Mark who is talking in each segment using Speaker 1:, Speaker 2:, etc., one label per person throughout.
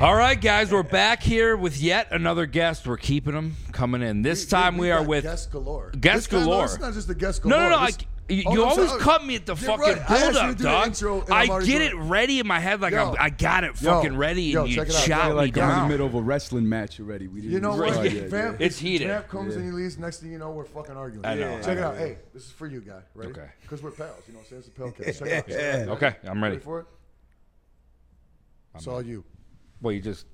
Speaker 1: right, guys, we're back here with yet another guest. We're keeping them coming in. This time we, are
Speaker 2: got
Speaker 1: with
Speaker 2: guest galore.
Speaker 1: Guest
Speaker 2: This time,
Speaker 1: galore.
Speaker 2: No, it's not just the guest
Speaker 1: No,
Speaker 2: galore.
Speaker 1: no, no. I,
Speaker 2: This-
Speaker 1: you
Speaker 2: Oh,
Speaker 1: you
Speaker 2: I'm
Speaker 1: always
Speaker 2: sorry.
Speaker 1: cut me at the
Speaker 2: You're
Speaker 1: fucking
Speaker 2: right. I asked
Speaker 1: build
Speaker 2: you to
Speaker 1: up,
Speaker 2: do the
Speaker 1: dog.
Speaker 2: intro, and
Speaker 1: I
Speaker 2: I'm already
Speaker 1: get
Speaker 2: doing
Speaker 1: it ready in my head like
Speaker 2: Yo.
Speaker 1: I'm, I got it
Speaker 2: Yo.
Speaker 1: fucking ready,
Speaker 2: Yo,
Speaker 1: and you
Speaker 2: check it out.
Speaker 1: shot
Speaker 2: Yeah,
Speaker 1: me
Speaker 2: like,
Speaker 3: We're in the
Speaker 1: down.
Speaker 3: middle of a wrestling match already. We didn't
Speaker 2: You know what?
Speaker 1: Right.
Speaker 3: Start
Speaker 1: Yeah.
Speaker 3: yet,
Speaker 2: Vamp,
Speaker 3: yeah.
Speaker 1: It's heated.
Speaker 2: Vamp comes
Speaker 3: Yeah.
Speaker 2: and he leaves. Next thing you know, we're fucking arguing.
Speaker 1: I know,
Speaker 2: Check
Speaker 1: I
Speaker 2: it
Speaker 1: know.
Speaker 2: out. Hey, this is for you, guy. Ready?
Speaker 1: Okay.
Speaker 2: Because we're pals. You know what I'm saying? It's a pal cast. Check it out. Check it out.
Speaker 1: Okay, I'm ready.
Speaker 2: Ready for it? It's all you.
Speaker 1: Well, you just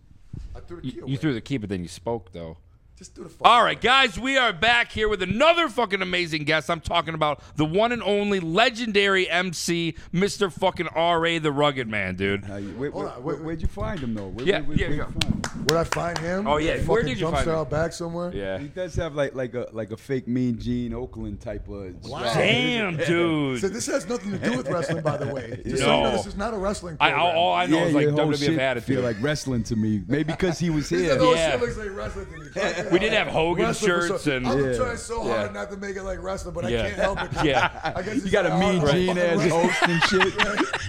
Speaker 2: I threw the key
Speaker 1: you,
Speaker 2: away.
Speaker 1: you threw the key, but then you spoke though.
Speaker 2: Just do the fuck.
Speaker 1: All right, guys, we are back here with another fucking amazing guest. I'm talking about the one and only legendary MC, Mr. fucking RA, the Rugged Man, dude.
Speaker 3: How you- where,
Speaker 2: Hold
Speaker 3: where-
Speaker 2: on, wait,
Speaker 3: where- where'd you find him though? Where,
Speaker 1: Yeah,
Speaker 3: where-
Speaker 1: yeah,
Speaker 3: where'd
Speaker 1: yeah.
Speaker 3: you find him?
Speaker 2: Where I find him?
Speaker 1: Oh, yeah.
Speaker 2: Fucking
Speaker 1: Where did you find
Speaker 2: dumpster
Speaker 1: him?
Speaker 2: out back somewhere?
Speaker 1: Yeah.
Speaker 3: He does have like like a like a fake Mean Gene Oakland type of.
Speaker 2: Wow.
Speaker 3: vibe.
Speaker 1: Damn, dude.
Speaker 2: So this has nothing to do with wrestling, by the way. Just so you
Speaker 1: No.
Speaker 2: know, this is not a wrestling
Speaker 1: I,
Speaker 2: program.
Speaker 1: all, all I know
Speaker 3: Yeah,
Speaker 1: is like
Speaker 3: your whole
Speaker 1: WWF
Speaker 3: shit
Speaker 1: attitude.
Speaker 3: feel like wrestling to me. Maybe because he was
Speaker 2: He
Speaker 3: here.
Speaker 2: said the whole
Speaker 1: Yeah.
Speaker 2: shit looks like wrestling to me. Fuck
Speaker 1: we
Speaker 2: it.
Speaker 1: did have Hogan
Speaker 2: Wrestling for
Speaker 1: shirts
Speaker 2: so-
Speaker 1: and
Speaker 2: I'm
Speaker 3: Yeah.
Speaker 2: trying so
Speaker 1: Yeah.
Speaker 2: hard not to make it like wrestling, but
Speaker 1: Yeah.
Speaker 2: I can't help it.
Speaker 1: yeah.
Speaker 2: I guess
Speaker 3: You got a Mean Gene
Speaker 2: as
Speaker 3: as host and shit.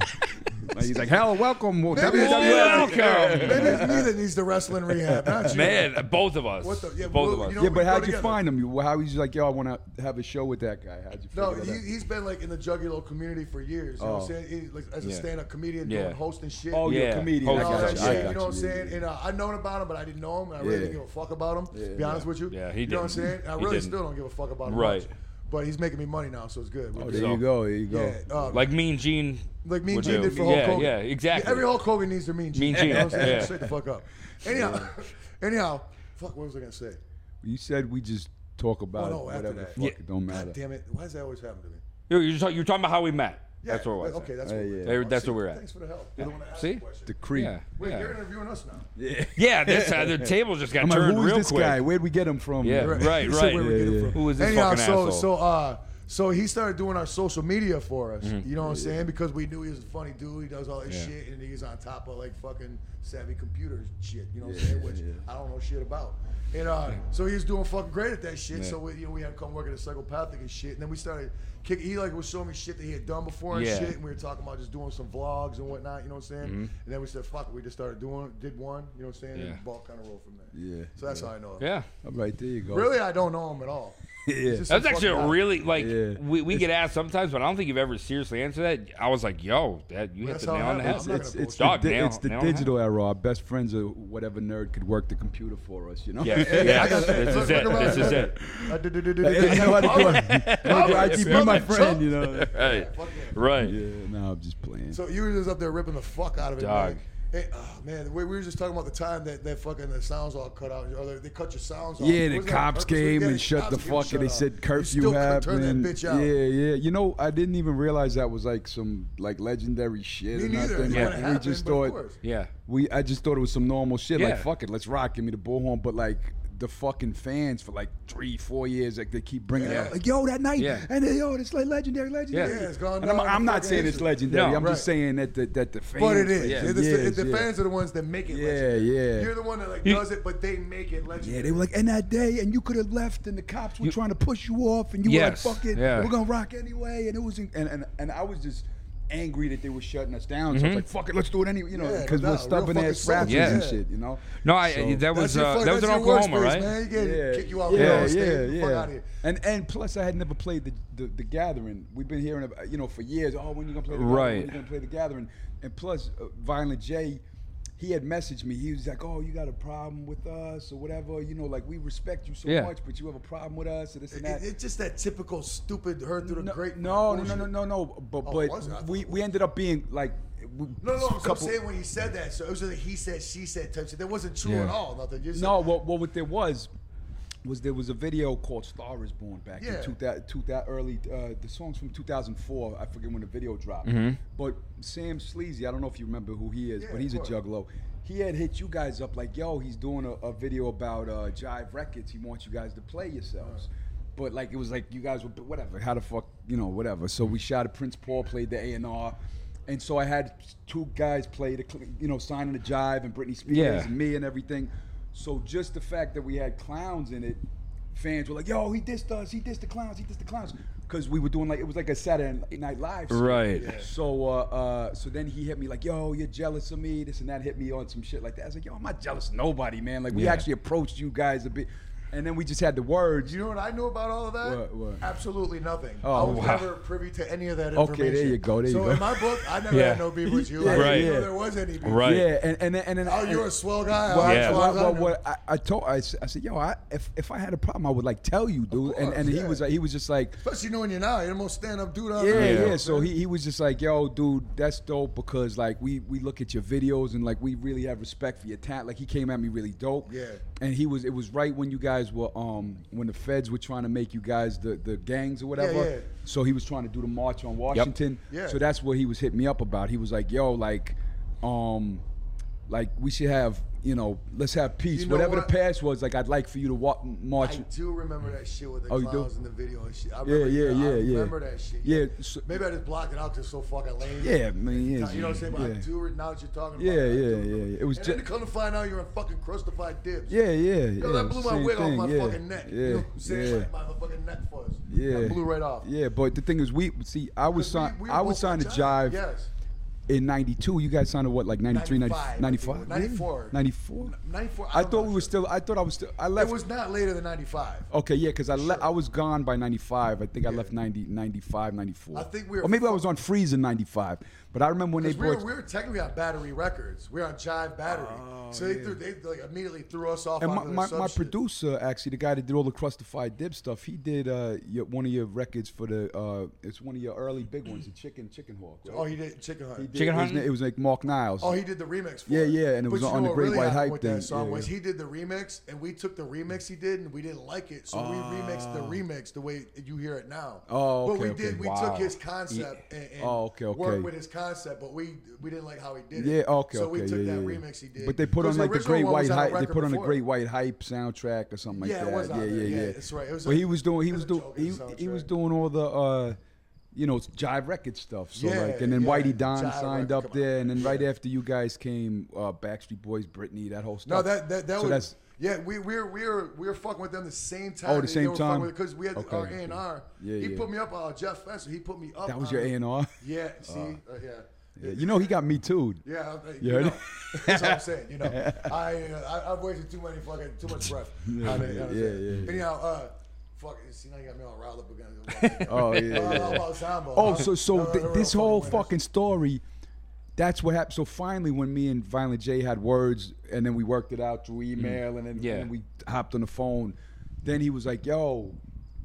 Speaker 3: Like, He's like, hell, welcome, WWF.
Speaker 1: Welcome,
Speaker 2: Maybe it's me that needs the wrestling rehab, not you.
Speaker 1: man. Both of us.
Speaker 2: What the- yeah,
Speaker 1: both
Speaker 2: well,
Speaker 1: of us.
Speaker 2: you know-
Speaker 3: Yeah, but
Speaker 2: we go
Speaker 3: how'd you
Speaker 2: together.
Speaker 3: find him? You- How he's like, yo, I want to have a show with that guy. How'd you?
Speaker 2: No,
Speaker 3: figure that
Speaker 2: he,
Speaker 3: out?
Speaker 2: he's been like in the juggalo community for years. You know what I'm
Speaker 3: Oh.
Speaker 2: saying? He, like, as a
Speaker 1: Yeah.
Speaker 2: stand-up comedian,
Speaker 1: Yeah.
Speaker 2: doing hosting shit.
Speaker 3: Oh, you're
Speaker 1: Yeah.
Speaker 3: a comedian.
Speaker 1: Oh,
Speaker 3: I
Speaker 2: And all
Speaker 3: got
Speaker 2: that
Speaker 3: you.
Speaker 2: shit,
Speaker 3: I
Speaker 2: you
Speaker 3: got
Speaker 2: know what I'm
Speaker 3: you.
Speaker 2: saying? And uh, I known about him, but I didn't know him. And I really
Speaker 3: Yeah.
Speaker 2: didn't give a fuck about him. to be
Speaker 3: yeah.
Speaker 2: honest with you.
Speaker 1: Yeah, he
Speaker 2: You know what I'm
Speaker 1: didn't.
Speaker 2: saying? I
Speaker 1: He
Speaker 2: really
Speaker 1: didn't.
Speaker 2: still don't give a fuck about him.
Speaker 1: Right.
Speaker 2: much. But he's making me money now, so it's good. We're
Speaker 3: Oh,
Speaker 2: good.
Speaker 3: there you go. There you go.
Speaker 2: Yeah, uh,
Speaker 1: Like Mean Gene.
Speaker 2: Like Mean
Speaker 1: would
Speaker 2: Gene
Speaker 1: do.
Speaker 2: did for Hulk
Speaker 1: yeah,
Speaker 2: Hogan.
Speaker 1: Yeah, exactly.
Speaker 2: Every Hulk Hogan needs their Mean Gene.
Speaker 1: Mean Gene,
Speaker 2: You know what I'm saying?
Speaker 1: yeah.
Speaker 2: Shut the fuck up. Anyhow, anyhow, fuck. What was I gonna say?
Speaker 3: You said we just talk
Speaker 2: Oh
Speaker 3: about
Speaker 2: no,
Speaker 3: it,
Speaker 2: after
Speaker 3: whatever
Speaker 2: that.
Speaker 3: the fuck, it don't matter.
Speaker 2: God damn it! Why does that always happen to me?
Speaker 1: You're, you're, talking, you're talking about how we met. that's where it was.
Speaker 2: Okay, that's
Speaker 3: Yeah,
Speaker 2: where
Speaker 3: yeah.
Speaker 1: There- that's
Speaker 2: See,
Speaker 1: where we're at.
Speaker 2: Thanks for the help. You don't want to ask
Speaker 1: See?
Speaker 2: the question.
Speaker 3: The creep.
Speaker 1: Yeah.
Speaker 2: Wait,
Speaker 1: yeah.
Speaker 2: you're interviewing us now.
Speaker 1: Yeah, this uh, the table just got
Speaker 3: I'm like,
Speaker 1: turned
Speaker 3: who is
Speaker 1: real
Speaker 3: this
Speaker 1: quick.
Speaker 3: guy? Where'd we get him from?
Speaker 1: Yeah,
Speaker 3: Right.
Speaker 1: right,
Speaker 2: So
Speaker 1: right.
Speaker 2: where we get it from.
Speaker 1: Who is this
Speaker 2: Anyhow,
Speaker 1: fucking
Speaker 2: so
Speaker 1: asshole?
Speaker 2: so uh so he started doing our social media for us. You know what I'm saying? Because we knew he was a funny dude. He does all this
Speaker 1: Mm-hmm. Yeah.
Speaker 2: shit, and he's on top of like fucking savvy computer shit. You know what I'm saying? Which I don't know shit about. And uh, so he was doing fucking great at that shit. So we, you know, we had him come work at a psychopathic and shit. And then we started kick. He like was showing me shit that he had done before and
Speaker 1: Yeah. Mm-hmm.
Speaker 2: shit. And we were talking about just doing some vlogs and whatnot. You know what I'm saying? And then we said, "Fuck," it, we just started doing, did one. You know what I'm saying?
Speaker 1: Yeah.
Speaker 2: And the ball kind of rolled from there.
Speaker 3: Yeah.
Speaker 2: So that's how I know. Him.
Speaker 1: yeah.
Speaker 3: All right, there you go.
Speaker 2: Really, I don't know him at all.
Speaker 3: Oh, Yeah.
Speaker 2: Just some
Speaker 1: That's actually a
Speaker 2: fucking guy.
Speaker 1: really like
Speaker 3: Yeah.
Speaker 1: we, we get asked sometimes, but I don't think you've ever seriously answered that. I was like, "Yo, that you hit
Speaker 2: That's
Speaker 1: the
Speaker 2: how
Speaker 1: nail
Speaker 2: it
Speaker 1: on the head."
Speaker 2: happens.
Speaker 3: It's,
Speaker 2: I'm not gonna
Speaker 3: it's, it's the,
Speaker 1: bullshit.
Speaker 3: di-
Speaker 1: Dog, nail-
Speaker 3: it's the
Speaker 1: nail on
Speaker 3: digital era. Our best friends are whatever nerd could work the computer for us, you know?
Speaker 1: Yeah, yeah.
Speaker 2: I got that.
Speaker 1: this is
Speaker 2: Look,
Speaker 1: it.
Speaker 2: look around. Uh,
Speaker 1: This is it.
Speaker 2: I did- did- did- did-
Speaker 3: I
Speaker 2: did-
Speaker 3: know how to do it. Nerd, I keep- be my
Speaker 2: Fuck.
Speaker 3: friend, you know?
Speaker 1: Right,
Speaker 2: Fuck yeah.
Speaker 1: right.
Speaker 3: Yeah, no, I'm just playing.
Speaker 2: So you were just up there ripping the fuck out of it,
Speaker 1: Dog.
Speaker 2: man. Hey, oh, man, we, we were just talking about the time that, that fucking the sounds all cut out, or they, they cut your sounds off.
Speaker 3: Yeah, the
Speaker 2: Wasn't that
Speaker 3: cops
Speaker 2: purposely?
Speaker 3: came
Speaker 2: Yeah,
Speaker 3: and shut the
Speaker 2: cops came and
Speaker 3: fuck. And
Speaker 2: shut
Speaker 3: they
Speaker 2: up.
Speaker 3: said
Speaker 2: you
Speaker 3: curfew
Speaker 2: still couldn't
Speaker 3: happened.
Speaker 2: Turn that bitch out.
Speaker 3: Yeah, yeah. You know, I didn't even realize that was like some like legendary shit.
Speaker 2: Me
Speaker 3: or
Speaker 2: neither.
Speaker 3: nothing.
Speaker 2: Yeah.
Speaker 3: Like,
Speaker 2: It
Speaker 3: we
Speaker 2: happened,
Speaker 3: just
Speaker 2: but of
Speaker 3: thought,
Speaker 2: course.
Speaker 1: Yeah.
Speaker 3: we I just thought it was some normal shit.
Speaker 1: Yeah.
Speaker 3: Like fuck it, let's rock. Give me the bullhorn. But like the fucking fans for like three, four years, like they keep bringing it
Speaker 2: Yeah.
Speaker 3: up. Like yo, that night,
Speaker 1: Yeah.
Speaker 3: and then, yo, it's like legendary, legendary.
Speaker 1: Yeah,
Speaker 2: it's gone
Speaker 3: And I'm,
Speaker 2: down in
Speaker 3: I'm not
Speaker 2: fucking
Speaker 3: saying it's
Speaker 2: history.
Speaker 3: legendary.
Speaker 1: No,
Speaker 3: I'm
Speaker 2: right.
Speaker 3: just saying that the, that the fans.
Speaker 2: But it is.
Speaker 3: like,
Speaker 2: It's
Speaker 3: for
Speaker 2: the-
Speaker 3: years,
Speaker 2: the
Speaker 3: yeah.
Speaker 2: fans are the ones that make it.
Speaker 3: Yeah,
Speaker 2: legendary.
Speaker 3: yeah.
Speaker 2: You're the one that like
Speaker 1: You-
Speaker 2: does it, but they make it legendary.
Speaker 3: Yeah, they were like, and that day, and you could have left, and the cops were trying to push you off, and you
Speaker 1: Yes,
Speaker 3: were like, "Fuck it,
Speaker 1: yeah.
Speaker 3: we're gonna rock anyway." And it was, and and, and I was just angry that they were shutting us down. So I was like, "Fuck it, let's do it anyway," you know,
Speaker 2: Yeah,
Speaker 3: because
Speaker 2: no
Speaker 3: we're
Speaker 2: doubt, real
Speaker 3: stubborn
Speaker 2: fucking
Speaker 3: ass rappers
Speaker 1: soldiers,
Speaker 3: and
Speaker 2: yeah.
Speaker 3: shit, you know.
Speaker 1: No, I,
Speaker 3: So-
Speaker 1: that was
Speaker 2: That's your
Speaker 1: uh,
Speaker 2: fuck-
Speaker 1: that was in
Speaker 2: that's your
Speaker 1: Oklahoma,
Speaker 2: workspace,
Speaker 1: right?
Speaker 2: Man. You get kick you out.
Speaker 3: yeah,
Speaker 2: Yeah,
Speaker 3: yeah,
Speaker 2: yeah, Fuck
Speaker 3: yeah.
Speaker 2: out of here.
Speaker 3: And and plus, I had never played the, the the gathering. We've been hearing about you know for years. Oh, when you gonna play the gathering? When
Speaker 1: Right.
Speaker 3: you gonna play the gathering? And plus, uh, Violent J, he had messaged me. He was like, "Oh, you got a problem with us or whatever? You know, like we respect you so
Speaker 1: Yeah.
Speaker 3: much, but you have a problem with us or this and that."
Speaker 2: It- it's just that typical stupid heard through the
Speaker 3: no,
Speaker 2: great.
Speaker 3: no, no, no, no, no, no. But
Speaker 2: Oh,
Speaker 3: but
Speaker 2: was it? I thought
Speaker 3: we
Speaker 2: it
Speaker 3: we ended up being like. we-
Speaker 2: No, no, I'm
Speaker 3: couple-
Speaker 2: saying when he said that, so it was just a he said, she said type shit. That wasn't true
Speaker 3: Yeah.
Speaker 2: at all. Nothing. You're just-
Speaker 3: No, well, well, what there was was there was a video called "Star Is Born" back
Speaker 2: Yeah.
Speaker 3: in 2000, 2000 early. Uh, the song's from 2004. I forget when the video dropped. But Sam Sleazy, I don't know if you remember who he is,
Speaker 2: Yeah,
Speaker 3: but he's a
Speaker 2: of course.
Speaker 3: juggalo. He had hit you guys up like, "Yo, he's doing a, a video about uh, Jive Records. He wants you guys to play yourselves." But like it was like you guys were whatever. How the fuck you know whatever. So we shot a Prince Paul played the A and R. And so I had two guys play the, cl- you know, signing the jive and Britney Spears
Speaker 1: Yeah.
Speaker 3: and me and everything. So just the fact that we had clowns in it fans were like, "Yo, he dissed us. He dissed the clowns. He dissed the clowns." Because we were doing like it was like a Saturday Night Live. skit.
Speaker 1: Right. Yeah.
Speaker 3: So uh, uh, so then he hit me like, "Yo, you're jealous of me." This and that hit me on some shit like that. I was like, "Yo, I'm not jealous of nobody, man. Like we
Speaker 1: Yeah.
Speaker 3: actually approached you guys a bit, and then we just had the words.
Speaker 2: You know what I knew about all of that?
Speaker 3: What- what?
Speaker 2: Absolutely nothing.
Speaker 3: Oh,
Speaker 2: I was
Speaker 3: wow.
Speaker 2: never privy to any of that
Speaker 3: Okay,
Speaker 2: information.
Speaker 3: there you go, there you
Speaker 2: so
Speaker 3: go.
Speaker 2: in my book, I never
Speaker 1: Yeah.
Speaker 2: had no beef with you.
Speaker 3: Yeah,
Speaker 2: I didn't
Speaker 1: Right.
Speaker 2: know
Speaker 3: yeah.
Speaker 2: there was any beef.
Speaker 1: Right.
Speaker 3: Yeah, and and then- and then
Speaker 2: Oh, you're a swell guy.
Speaker 3: Well,
Speaker 1: Yeah.
Speaker 2: yeah.
Speaker 3: well, well, what I, I told I, s- I said, yo, I, if if I had a problem, I would like tell you, dude. and
Speaker 2: course,
Speaker 3: and he
Speaker 2: yeah.
Speaker 3: was like, he was just like,
Speaker 2: Especially knowing you now, you're the most stand-up dude out
Speaker 3: yeah,
Speaker 2: there.
Speaker 3: yeah. So he, he was just like, yo, dude, that's dope because like we we look at your videos and like we really have respect for your talent. Like he came at me really dope.
Speaker 2: Yeah.
Speaker 3: And he was it was right when you guys were um when the feds were trying to make you guys the the gangs or whatever.
Speaker 2: yeah.
Speaker 3: So he was trying to do the march on Washington.
Speaker 2: Yeah.
Speaker 3: So that's what he was hitting me up about. He was like, yo, like, um, like we should have. You know, let's have peace.
Speaker 2: You know
Speaker 3: Whatever
Speaker 2: what?
Speaker 3: the past was, like I'd like for you to walk, march.
Speaker 2: I do remember that shit with the
Speaker 3: Oh, you do?
Speaker 2: clowns in the video and shit. I
Speaker 3: Yeah,
Speaker 2: remember,
Speaker 3: yeah, yeah,
Speaker 2: I
Speaker 3: yeah.
Speaker 2: remember that shit.
Speaker 3: yeah, so-
Speaker 2: Maybe I just blocked it out because so fucking lame.
Speaker 3: yeah, man. Yeah,
Speaker 2: You know what I'm saying? But I
Speaker 3: yeah.
Speaker 2: do it now that you're talking about
Speaker 3: Yeah,
Speaker 2: it, I do
Speaker 3: yeah,
Speaker 2: remember.
Speaker 3: yeah, yeah. It was
Speaker 2: and
Speaker 3: ju-
Speaker 2: then to come to find out you're in fucking crustified dibs.
Speaker 3: Yeah, yeah,
Speaker 2: Yo,
Speaker 3: yeah.
Speaker 2: that blew my
Speaker 3: same
Speaker 2: wig
Speaker 3: thing,
Speaker 2: off my
Speaker 3: yeah,
Speaker 2: fucking neck.
Speaker 3: Yeah,
Speaker 2: you know what I'm saying?
Speaker 3: yeah,
Speaker 2: Like my fucking neck fuzz.
Speaker 3: yeah.
Speaker 2: That blew right off.
Speaker 3: Yeah, but the thing is, we see. I was signed.
Speaker 2: We- we
Speaker 3: I
Speaker 2: both
Speaker 3: was signed to
Speaker 2: were
Speaker 3: Jive
Speaker 2: Yes.
Speaker 3: in '92. You guys signed to what, like '93,
Speaker 2: 95, I think it
Speaker 3: 95,
Speaker 2: was. 94.
Speaker 3: 94.
Speaker 2: 94.
Speaker 3: I
Speaker 2: don't
Speaker 3: thought
Speaker 2: know.
Speaker 3: we were still. I thought I was still. I
Speaker 2: It
Speaker 3: left. Oh,
Speaker 2: was not later than 95.
Speaker 3: okay, yeah, because I le- I was gone by '95. I think I
Speaker 2: Yeah.
Speaker 3: left 90, 95, 94.
Speaker 2: I think we were
Speaker 3: Or maybe I was on freeze in '95. But I remember when they
Speaker 2: 'Cause we were,
Speaker 3: brought.
Speaker 2: we were technically on Battery Records. We were on Jive Battery. so they, threw, they like, immediately threw us off.
Speaker 3: Oh, and my,
Speaker 2: onto their
Speaker 3: my,
Speaker 2: sub
Speaker 3: my
Speaker 2: shit.
Speaker 3: producer, actually, the guy that did all the crustified dip stuff, he did uh, your, one of your records for the. Uh, it's one of your early big ones, the chicken chicken hawk. right?
Speaker 2: Oh, he did Chicken Hunt.
Speaker 3: He did-
Speaker 1: Chicken
Speaker 3: it was,
Speaker 1: Hunting?
Speaker 3: it was like Mark Niles.
Speaker 2: Oh, he did the remix. For
Speaker 3: Yeah,
Speaker 2: it.
Speaker 3: yeah, and it was
Speaker 2: you know
Speaker 3: on the
Speaker 2: what
Speaker 3: Great White
Speaker 2: happened
Speaker 3: Hype
Speaker 2: with
Speaker 3: thing.
Speaker 2: That song
Speaker 3: Yeah,
Speaker 2: was
Speaker 3: yeah.
Speaker 2: he did the remix, and we took the remix he did, and we didn't like it, so we remixed the remix the way you hear it now.
Speaker 3: Ah. Oh,
Speaker 2: but we
Speaker 3: okay, okay,
Speaker 2: did. We
Speaker 3: wow.
Speaker 2: took his concept and, and
Speaker 3: Oh, okay, okay.
Speaker 2: worked with his concept, but we we didn't like how he did it.
Speaker 3: yeah, okay,
Speaker 2: So
Speaker 3: okay,
Speaker 2: we took
Speaker 3: yeah,
Speaker 2: that
Speaker 3: yeah, yeah.
Speaker 2: remix he did.
Speaker 3: But they put
Speaker 2: 'Cause
Speaker 3: on like the
Speaker 2: original
Speaker 3: Great
Speaker 2: one was
Speaker 3: White
Speaker 2: on a
Speaker 3: hype. They
Speaker 2: record
Speaker 3: put on a
Speaker 2: before.
Speaker 3: Great White Hype soundtrack or something like
Speaker 2: Yeah,
Speaker 3: that.
Speaker 2: it was on
Speaker 3: yeah,
Speaker 2: there.
Speaker 3: yeah,
Speaker 2: Yeah,
Speaker 3: yeah.
Speaker 2: that's right. It was
Speaker 3: but
Speaker 2: a-
Speaker 3: he was doing. He
Speaker 2: it was
Speaker 3: was
Speaker 2: a
Speaker 3: doing.
Speaker 2: joke,
Speaker 3: He,
Speaker 2: the
Speaker 3: he was
Speaker 2: soundtrack.
Speaker 3: doing all the. Uh, you know, Jive Record stuff. So
Speaker 2: Yeah,
Speaker 3: like, and then
Speaker 2: yeah,
Speaker 3: Whitey Don
Speaker 2: Jive Record,
Speaker 3: signed up
Speaker 2: come on.
Speaker 3: there, and then right after you guys came, uh, Backstreet Boys, Britney, that whole
Speaker 2: No,
Speaker 3: stuff.
Speaker 2: that that that
Speaker 3: so
Speaker 2: was
Speaker 3: that's-
Speaker 2: yeah. We we're we're we're fucking with them the same time.
Speaker 3: Oh, the
Speaker 2: that
Speaker 3: same
Speaker 2: they were
Speaker 3: time?
Speaker 2: because we had
Speaker 3: Okay,
Speaker 2: our A
Speaker 3: okay.
Speaker 2: and R.
Speaker 3: Yeah,
Speaker 2: he
Speaker 3: yeah.
Speaker 2: put me up. Uh, Jeff Fencer. He put me up.
Speaker 3: that was
Speaker 2: on
Speaker 3: your A
Speaker 2: the-
Speaker 3: and R.
Speaker 2: Yeah. See. uh, yeah.
Speaker 3: Yeah, You know, he got me too.
Speaker 2: Yeah, I'm like,
Speaker 3: You
Speaker 2: you
Speaker 3: heard
Speaker 2: know,
Speaker 3: it?
Speaker 2: that's what I'm saying. You know, I, uh, I I've wasted too many fucking too much breath.
Speaker 3: Yeah,
Speaker 2: I mean, you know what I'm
Speaker 3: yeah,
Speaker 2: saying?
Speaker 3: yeah,
Speaker 2: Anyhow, uh, fuck. See now you got me all riled up again.
Speaker 3: Oh yeah.
Speaker 2: Well,
Speaker 3: yeah.
Speaker 2: how about Sambo?
Speaker 3: Oh,
Speaker 2: Huh?
Speaker 3: so
Speaker 2: No,
Speaker 3: so
Speaker 2: no,
Speaker 3: th-
Speaker 2: no, no,
Speaker 3: this
Speaker 2: no,
Speaker 3: whole
Speaker 2: winners.
Speaker 3: fucking story, that's what happened. So finally, when me and Violent J had words, and then we worked it out through
Speaker 2: Mm.
Speaker 3: email, and, then,
Speaker 1: Yeah.
Speaker 3: and then we hopped on the phone. Then he was like, "Yo,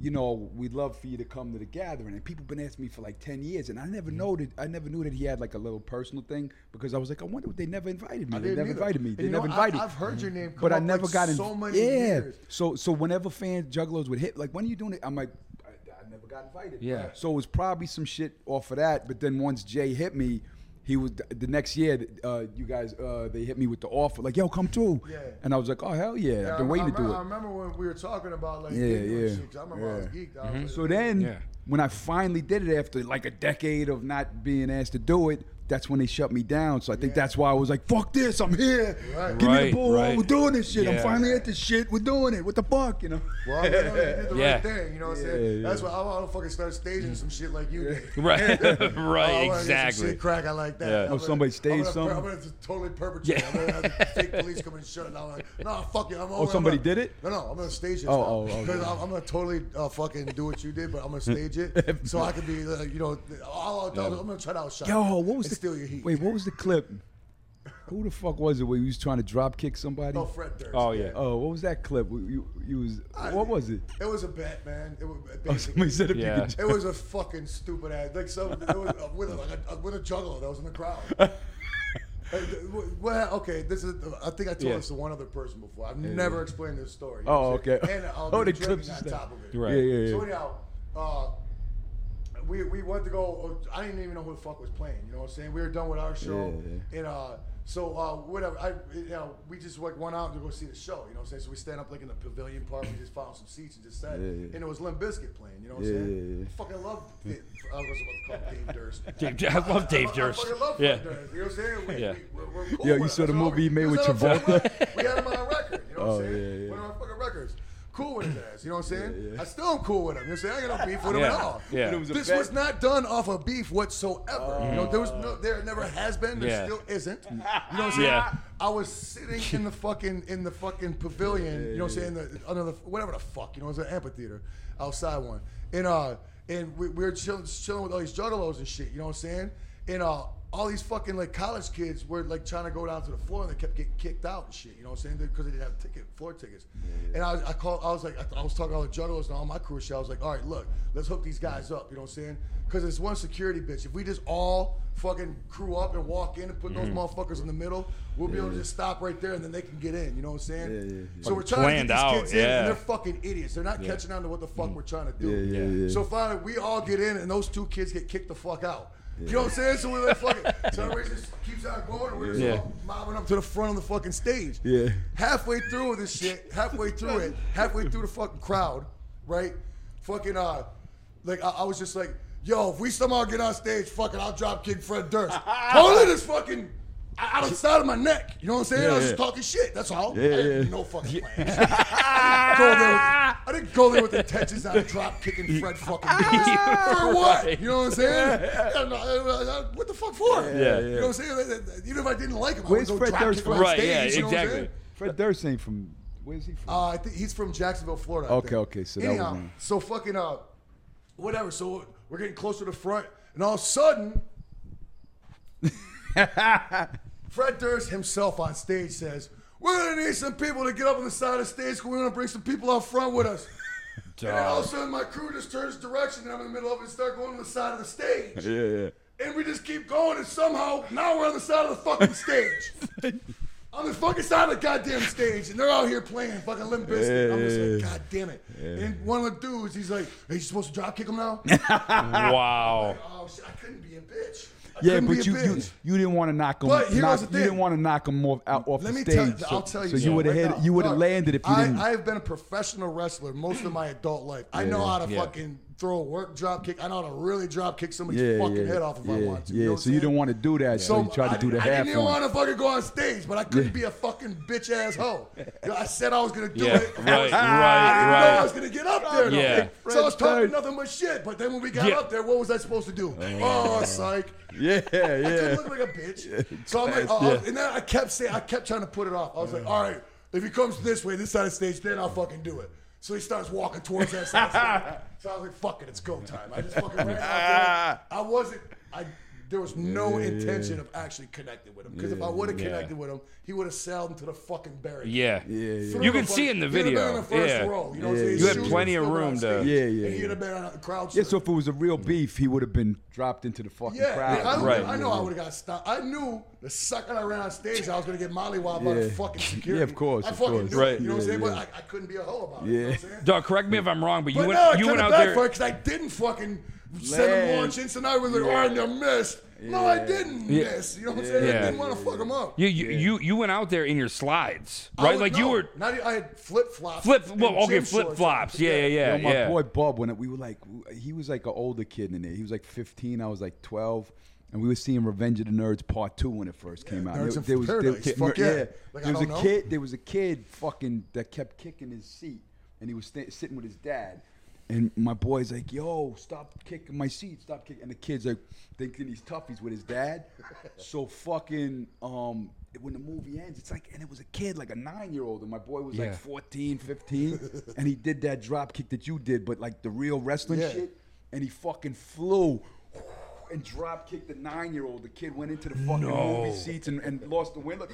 Speaker 3: you know, we'd love for you to come to the gathering." And people been asking me for like ten years, and I
Speaker 2: Mm.
Speaker 3: never know that I never knew that he had like a little personal thing because I was like, "I wonder what they never invited me.
Speaker 2: I
Speaker 3: They
Speaker 2: didn't
Speaker 3: never
Speaker 2: either.
Speaker 3: invited me.
Speaker 2: And
Speaker 3: They
Speaker 2: you know,
Speaker 3: never
Speaker 2: I-
Speaker 3: invited."
Speaker 2: I've heard your name, come
Speaker 3: but I
Speaker 2: up,
Speaker 3: never
Speaker 2: like,
Speaker 3: got in.
Speaker 2: so many
Speaker 3: yeah.
Speaker 2: years.
Speaker 3: So so whenever fans jugglers would hit, like when are you doing it? I'm like, I, I never got invited.
Speaker 1: Yeah.
Speaker 3: So it was probably some shit off of that. But then once Jay hit me, he was the next year. Uh, you guys, uh, they hit me with the offer, like, "Yo, come through."
Speaker 2: Yeah.
Speaker 3: And I was like, "Oh hell yeah!
Speaker 2: Yeah,
Speaker 3: I've been
Speaker 2: I-
Speaker 3: waiting
Speaker 2: I
Speaker 3: to do
Speaker 2: remember-
Speaker 3: it."
Speaker 2: I remember when we were talking about like
Speaker 3: Yeah,
Speaker 2: ignorant
Speaker 3: yeah,
Speaker 2: shit, 'cause I remember I was
Speaker 3: yeah. Mm-hmm.
Speaker 2: geeked. I was like,
Speaker 3: So then,
Speaker 1: Yeah.
Speaker 3: when I finally did it after like a decade of not being asked to do it, that's when they shut me down. So I think that's why I was like, "Fuck this! I'm here.
Speaker 2: Right.
Speaker 3: Give me
Speaker 1: Right,
Speaker 3: the ball.
Speaker 1: right.
Speaker 3: We're doing this shit. I'm
Speaker 1: Yeah.
Speaker 3: finally at this shit. We're doing it. What the fuck, you know?"
Speaker 2: Well, you know, you did the
Speaker 1: Yeah.
Speaker 2: right thing. You know what I'm
Speaker 3: Yeah,
Speaker 2: saying?
Speaker 3: yeah.
Speaker 2: That's why I want to fucking start staging some shit like you did.
Speaker 1: Right,
Speaker 2: Oh, I
Speaker 1: right,
Speaker 2: wanna get some
Speaker 1: exactly.
Speaker 2: Shit crack, I like that.
Speaker 1: Yeah.
Speaker 2: I'm
Speaker 1: Oh,
Speaker 2: gonna-
Speaker 3: somebody
Speaker 2: I'm
Speaker 3: staged
Speaker 2: gonna-
Speaker 3: something?
Speaker 2: I'm gonna have to totally perpetrate. it. I'm gonna have fake police come and shut it down. Like, no, fuck it. I'm over. I'm
Speaker 3: Oh, somebody
Speaker 2: gonna-
Speaker 3: did it?
Speaker 2: No, no. I'm gonna stage it.
Speaker 3: Oh,
Speaker 2: now.
Speaker 3: oh, oh,
Speaker 2: 'Cause
Speaker 3: okay.
Speaker 2: I'm, I'm gonna totally uh, fucking do what you did, but I'm gonna stage it so I can be, uh, you know, all out, I'm gonna try to outshine.
Speaker 3: Yo,
Speaker 2: you
Speaker 3: what was
Speaker 2: and
Speaker 3: the
Speaker 2: steal your heat?
Speaker 3: wait? What was the clip? Who the fuck was it? Where you was trying to drop kick somebody?
Speaker 2: No, Fred Durst.
Speaker 1: Oh yeah.
Speaker 3: Oh, what was that clip? You, you, you was
Speaker 2: I-
Speaker 3: what was it?
Speaker 2: It was a bet, man. It was
Speaker 3: Oh,
Speaker 2: basically.
Speaker 3: somebody said if
Speaker 1: Yeah.
Speaker 3: you could.
Speaker 2: It was a fucking stupid ass. Like some it was uh, with a, like a, with a juggler that was in the crowd. Uh, th- wh- Well, okay, this is. uh, I think I told
Speaker 1: Yeah.
Speaker 2: this to one other person before. I've never explained this story. you
Speaker 3: Oh,
Speaker 2: know what I'm saying?
Speaker 3: okay.
Speaker 2: And uh, I'll
Speaker 3: Oh,
Speaker 2: be
Speaker 3: the
Speaker 2: dripping
Speaker 3: clips
Speaker 2: on
Speaker 3: and stuff.
Speaker 2: top of it.
Speaker 1: Right.
Speaker 3: Yeah, yeah, yeah.
Speaker 2: So anyhow, uh, we we went to go. uh, I didn't even know who the fuck was playing. You know what I'm saying? We were done with our show,
Speaker 3: Yeah,
Speaker 2: and uh, so uh, whatever. I you know we just like went out to go see the show. You know what I'm saying? So we stand up like in the pavilion part. We just found some seats and just sat.
Speaker 3: Yeah, yeah.
Speaker 2: And it was Limp Bizkit playing. You know what
Speaker 3: Yeah,
Speaker 2: I'm saying?
Speaker 3: yeah, yeah.
Speaker 2: Fucking love. Dave- I was about to call him Dave Durst.
Speaker 1: Dave- I love Dave
Speaker 2: I- I
Speaker 1: Durst.
Speaker 2: fucking love
Speaker 1: Yeah.
Speaker 2: Fred Durst. You know what I'm saying? We,
Speaker 1: Yeah.
Speaker 2: we, we're, we're cool
Speaker 3: Yo, you
Speaker 2: with it.
Speaker 3: saw the
Speaker 2: That's all
Speaker 3: movie he made
Speaker 2: was
Speaker 3: with
Speaker 2: on our fucking
Speaker 3: Travolta?
Speaker 2: record. We had him on our record. You know what
Speaker 3: Oh,
Speaker 2: I'm saying?
Speaker 3: yeah, yeah.
Speaker 2: One of our fucking records. cool with his ass. You know what I'm saying? I still am cool with him. You know what I'm saying? I got no beef with him at
Speaker 1: Yeah,
Speaker 2: all.
Speaker 1: yeah. But it
Speaker 3: was a
Speaker 2: this
Speaker 3: bad-
Speaker 2: was not done off of beef whatsoever. you know, there was no, there never has been, there
Speaker 1: Yeah.
Speaker 2: still isn't. You know what I'm saying?
Speaker 1: Yeah.
Speaker 2: I was sitting in the fucking in the fucking pavilion. you know what I'm saying? The, under the whatever the fuck. You know, it was an amphitheater outside one. And uh, and we, we were chilling chilling with all these juggalos and shit. You know what I'm saying? And uh. All these fucking like college kids were like trying to go down to the floor and they kept getting kicked out and shit. You know what I'm saying? Because they didn't have ticket floor tickets. And I, was, I called. I was like, I, I was talking to all the juggalos and all my crew. and shit. I was like, all right, look, let's hook these guys up. You know what I'm saying? Because it's one security bitch. If we just all fucking crew up and walk in and put
Speaker 3: Mm-hmm.
Speaker 2: those motherfuckers in the middle, we'll be able to just stop right there and then they can get in. You know what I'm saying?
Speaker 3: Yeah, yeah, yeah.
Speaker 2: So we're trying
Speaker 1: Planned
Speaker 2: to get
Speaker 1: out,
Speaker 2: these kids in,
Speaker 1: yeah.
Speaker 2: and they're fucking idiots. They're not catching on to what the fuck we're trying to do.
Speaker 3: Mm. Yeah, yeah, yeah.
Speaker 2: So finally, we all get in, and those two kids get kicked the fuck out. You know what I'm saying? So we're like, fuck it. So everybody just keeps on going, and we're just
Speaker 1: Yeah.
Speaker 2: all mobbing up to the front of the fucking stage.
Speaker 3: Yeah.
Speaker 2: Halfway through this shit, halfway through it, halfway through the fucking crowd, right? Fucking, uh, like, I, I was just like, yo, if we somehow get on stage, fuck it, I'll drop King Fred Durst. totally just fucking out of the side of my neck. You know what I'm saying? I was
Speaker 3: Yeah,
Speaker 2: just
Speaker 3: yeah.
Speaker 2: talking shit. That's all. I
Speaker 3: Yeah,
Speaker 2: had
Speaker 3: yeah.
Speaker 2: No fucking plan. I didn't go there with- I didn't go there with intentions on drop kicking Fred fucking Durst. For what? You know what I'm saying? I don't know, I- I- I- what the fuck for?
Speaker 1: yeah.
Speaker 2: You know what I'm saying? That- that- that- Even if I didn't like him,
Speaker 3: Where's
Speaker 2: I would go
Speaker 3: Fred
Speaker 2: drop
Speaker 3: Durst
Speaker 2: kick
Speaker 3: from?
Speaker 2: him on
Speaker 1: Right,
Speaker 2: stage,
Speaker 1: yeah,
Speaker 2: you know what I'm
Speaker 1: exactly.
Speaker 2: saying?
Speaker 3: Fred Durst ain't from. Where's he from?
Speaker 2: Uh, I think he's from Jacksonville, Florida. I
Speaker 3: Okay,
Speaker 2: think.
Speaker 3: okay, so that was
Speaker 2: anyhow,
Speaker 3: wrong.
Speaker 2: so fucking uh, whatever. So we're getting close to the front, and all of a sudden, Fred Durst himself on stage says, "We're gonna need some people to get up on the side of the stage. 'cause We're gonna bring some people out front with us." And then all of a sudden, my crew just turns direction, and I'm in the middle of it and start going to the side of the stage.
Speaker 3: yeah, yeah.
Speaker 2: And we just keep going, and somehow now we're on the side of the fucking stage. on the fucking side of the goddamn stage, and they're out here playing fucking Limp Bizkit. I'm just like, God damn it. And one of the dudes, he's like, Are you supposed to drop kick him now?
Speaker 1: Wow.
Speaker 2: oh, shit, I couldn't be a bitch. I
Speaker 3: Yeah,
Speaker 2: couldn't
Speaker 3: but
Speaker 2: be a
Speaker 3: you, you
Speaker 2: bitch.
Speaker 3: you didn't want to knock him.
Speaker 2: But here
Speaker 3: knock,
Speaker 2: was the
Speaker 3: You
Speaker 2: thing.
Speaker 3: didn't want to knock him off out off
Speaker 2: Let
Speaker 3: the
Speaker 2: me
Speaker 3: stage.
Speaker 2: tell you,
Speaker 3: so,
Speaker 2: I'll tell you.
Speaker 3: So you would have
Speaker 2: hit.
Speaker 3: had you would have landed if you
Speaker 2: I,
Speaker 3: didn't.
Speaker 2: I have been a professional wrestler most of my adult life. I know how to
Speaker 1: yeah.
Speaker 2: fucking throw a work drop kick. I know how to really drop kick somebody's
Speaker 3: yeah,
Speaker 2: fucking
Speaker 3: yeah,
Speaker 2: head off if
Speaker 3: yeah,
Speaker 2: I want to.
Speaker 3: Yeah,
Speaker 2: you know what
Speaker 3: so
Speaker 2: I'm saying?
Speaker 3: you didn't want to do that. So, you tried to
Speaker 2: I,
Speaker 3: do the
Speaker 2: I
Speaker 3: half
Speaker 2: didn't even
Speaker 3: one.
Speaker 2: want to fucking go on stage, but I couldn't
Speaker 3: Yeah.
Speaker 2: be a fucking bitch ass hoe. You know, I said I was gonna do
Speaker 1: Yeah.
Speaker 2: it. Ah. I
Speaker 1: Right.
Speaker 2: was- I didn't know I
Speaker 1: Right.
Speaker 2: was
Speaker 1: Right.
Speaker 2: gonna get up there. though.
Speaker 1: Yeah.
Speaker 2: So I was
Speaker 3: Fred
Speaker 2: talking
Speaker 3: Durst.
Speaker 2: nothing but shit. But then when we got
Speaker 1: Yeah.
Speaker 2: up there, what was I supposed to do? Oh, psych.
Speaker 3: Yeah,
Speaker 2: I
Speaker 3: yeah.
Speaker 2: did look like a bitch. So I'm like, oh, oh, and then I kept saying, I kept trying to put it off. I was like, all right, if he comes this way, this side of the stage, then I'll fucking do it. So he starts walking towards that side. of the stage. So I was like, fuck it, it's go time. I just fucking ran out there. I wasn't, I, there was no intention of actually connecting with him. Because if I would have
Speaker 1: Yeah.
Speaker 2: connected with him, he would have sailed into the fucking barrier.
Speaker 1: Yeah.
Speaker 3: yeah.
Speaker 2: Through
Speaker 1: You can
Speaker 2: fuck-
Speaker 1: see in the
Speaker 2: he'd have been
Speaker 1: video.
Speaker 2: in the first
Speaker 1: Yeah.
Speaker 2: row, you know what I'm
Speaker 3: Yeah,
Speaker 2: saying?
Speaker 3: yeah.
Speaker 2: His
Speaker 3: You had
Speaker 2: shoes
Speaker 1: plenty
Speaker 2: were
Speaker 1: of
Speaker 2: still
Speaker 1: room
Speaker 2: on
Speaker 1: to-
Speaker 2: stage,
Speaker 3: Yeah, yeah,
Speaker 2: And
Speaker 3: yeah.
Speaker 2: he'd have been on a crowd.
Speaker 3: Yeah, so if it was a real beef, he would have been dropped into the fucking
Speaker 2: Yeah,
Speaker 3: crowd.
Speaker 2: I,
Speaker 1: Right.
Speaker 2: I know I would have got stopped. I knew the second I ran on stage, I was gonna get mollywopped by the
Speaker 3: Yeah.
Speaker 2: fucking security.
Speaker 3: Yeah, of course,
Speaker 2: I
Speaker 3: of
Speaker 2: fucking
Speaker 3: course.
Speaker 2: knew it,
Speaker 1: Right.
Speaker 2: You know what I'm
Speaker 3: Yeah,
Speaker 2: saying?
Speaker 3: yeah.
Speaker 2: But I, I couldn't be a hoe about it.
Speaker 3: Yeah.
Speaker 2: You know what I'm saying?
Speaker 1: Dog, correct me if I'm wrong, but you
Speaker 2: But
Speaker 1: went
Speaker 2: no, it
Speaker 1: you
Speaker 2: kind
Speaker 1: went
Speaker 2: of
Speaker 1: out
Speaker 2: backfired
Speaker 1: there.
Speaker 2: because I didn't fucking send him
Speaker 3: Land.
Speaker 2: launches, and I was like, "Oh, and you missed." No, I didn't
Speaker 1: Yeah.
Speaker 2: miss. You know what I'm saying? I
Speaker 1: Yeah.
Speaker 2: didn't want to fuck him up.
Speaker 1: You, you, you you went out there in your slides,
Speaker 2: I
Speaker 1: right?
Speaker 2: was-
Speaker 1: Like you
Speaker 2: no,
Speaker 1: were
Speaker 2: Not, even- I had flip flops.
Speaker 1: flip. Well, okay, flip flops. Yeah, yeah, yeah,
Speaker 3: Yo, my
Speaker 1: yeah.
Speaker 3: boy Bub, when we were like, he was like an older kid in there. He was like 15, I was like 12. And we were seeing Revenge of the Nerds Part Two when it first came out.
Speaker 2: Nerds in
Speaker 3: there was, there was,
Speaker 2: Paradise, fuck yeah. Like, I
Speaker 3: there was a
Speaker 2: don't know.
Speaker 3: kid. There was a kid fucking that kept kicking his seat, and he was sta- sitting with his dad. And my boy's like, "Yo, stop kicking my seat! Stop kicking!" And the kid's like, thinking he's tough. He's with his dad. so fucking, um, when the movie ends, it's like, and it was a kid, like a nine-year-old, and my boy was
Speaker 1: Yeah.
Speaker 3: like 14, 15, and he did that drop kick that you did, but like the real wrestling
Speaker 2: Yeah.
Speaker 3: shit, and he fucking flew and drop kicked the nine year old. The kid went into the fucking movie seats and, and lost the window.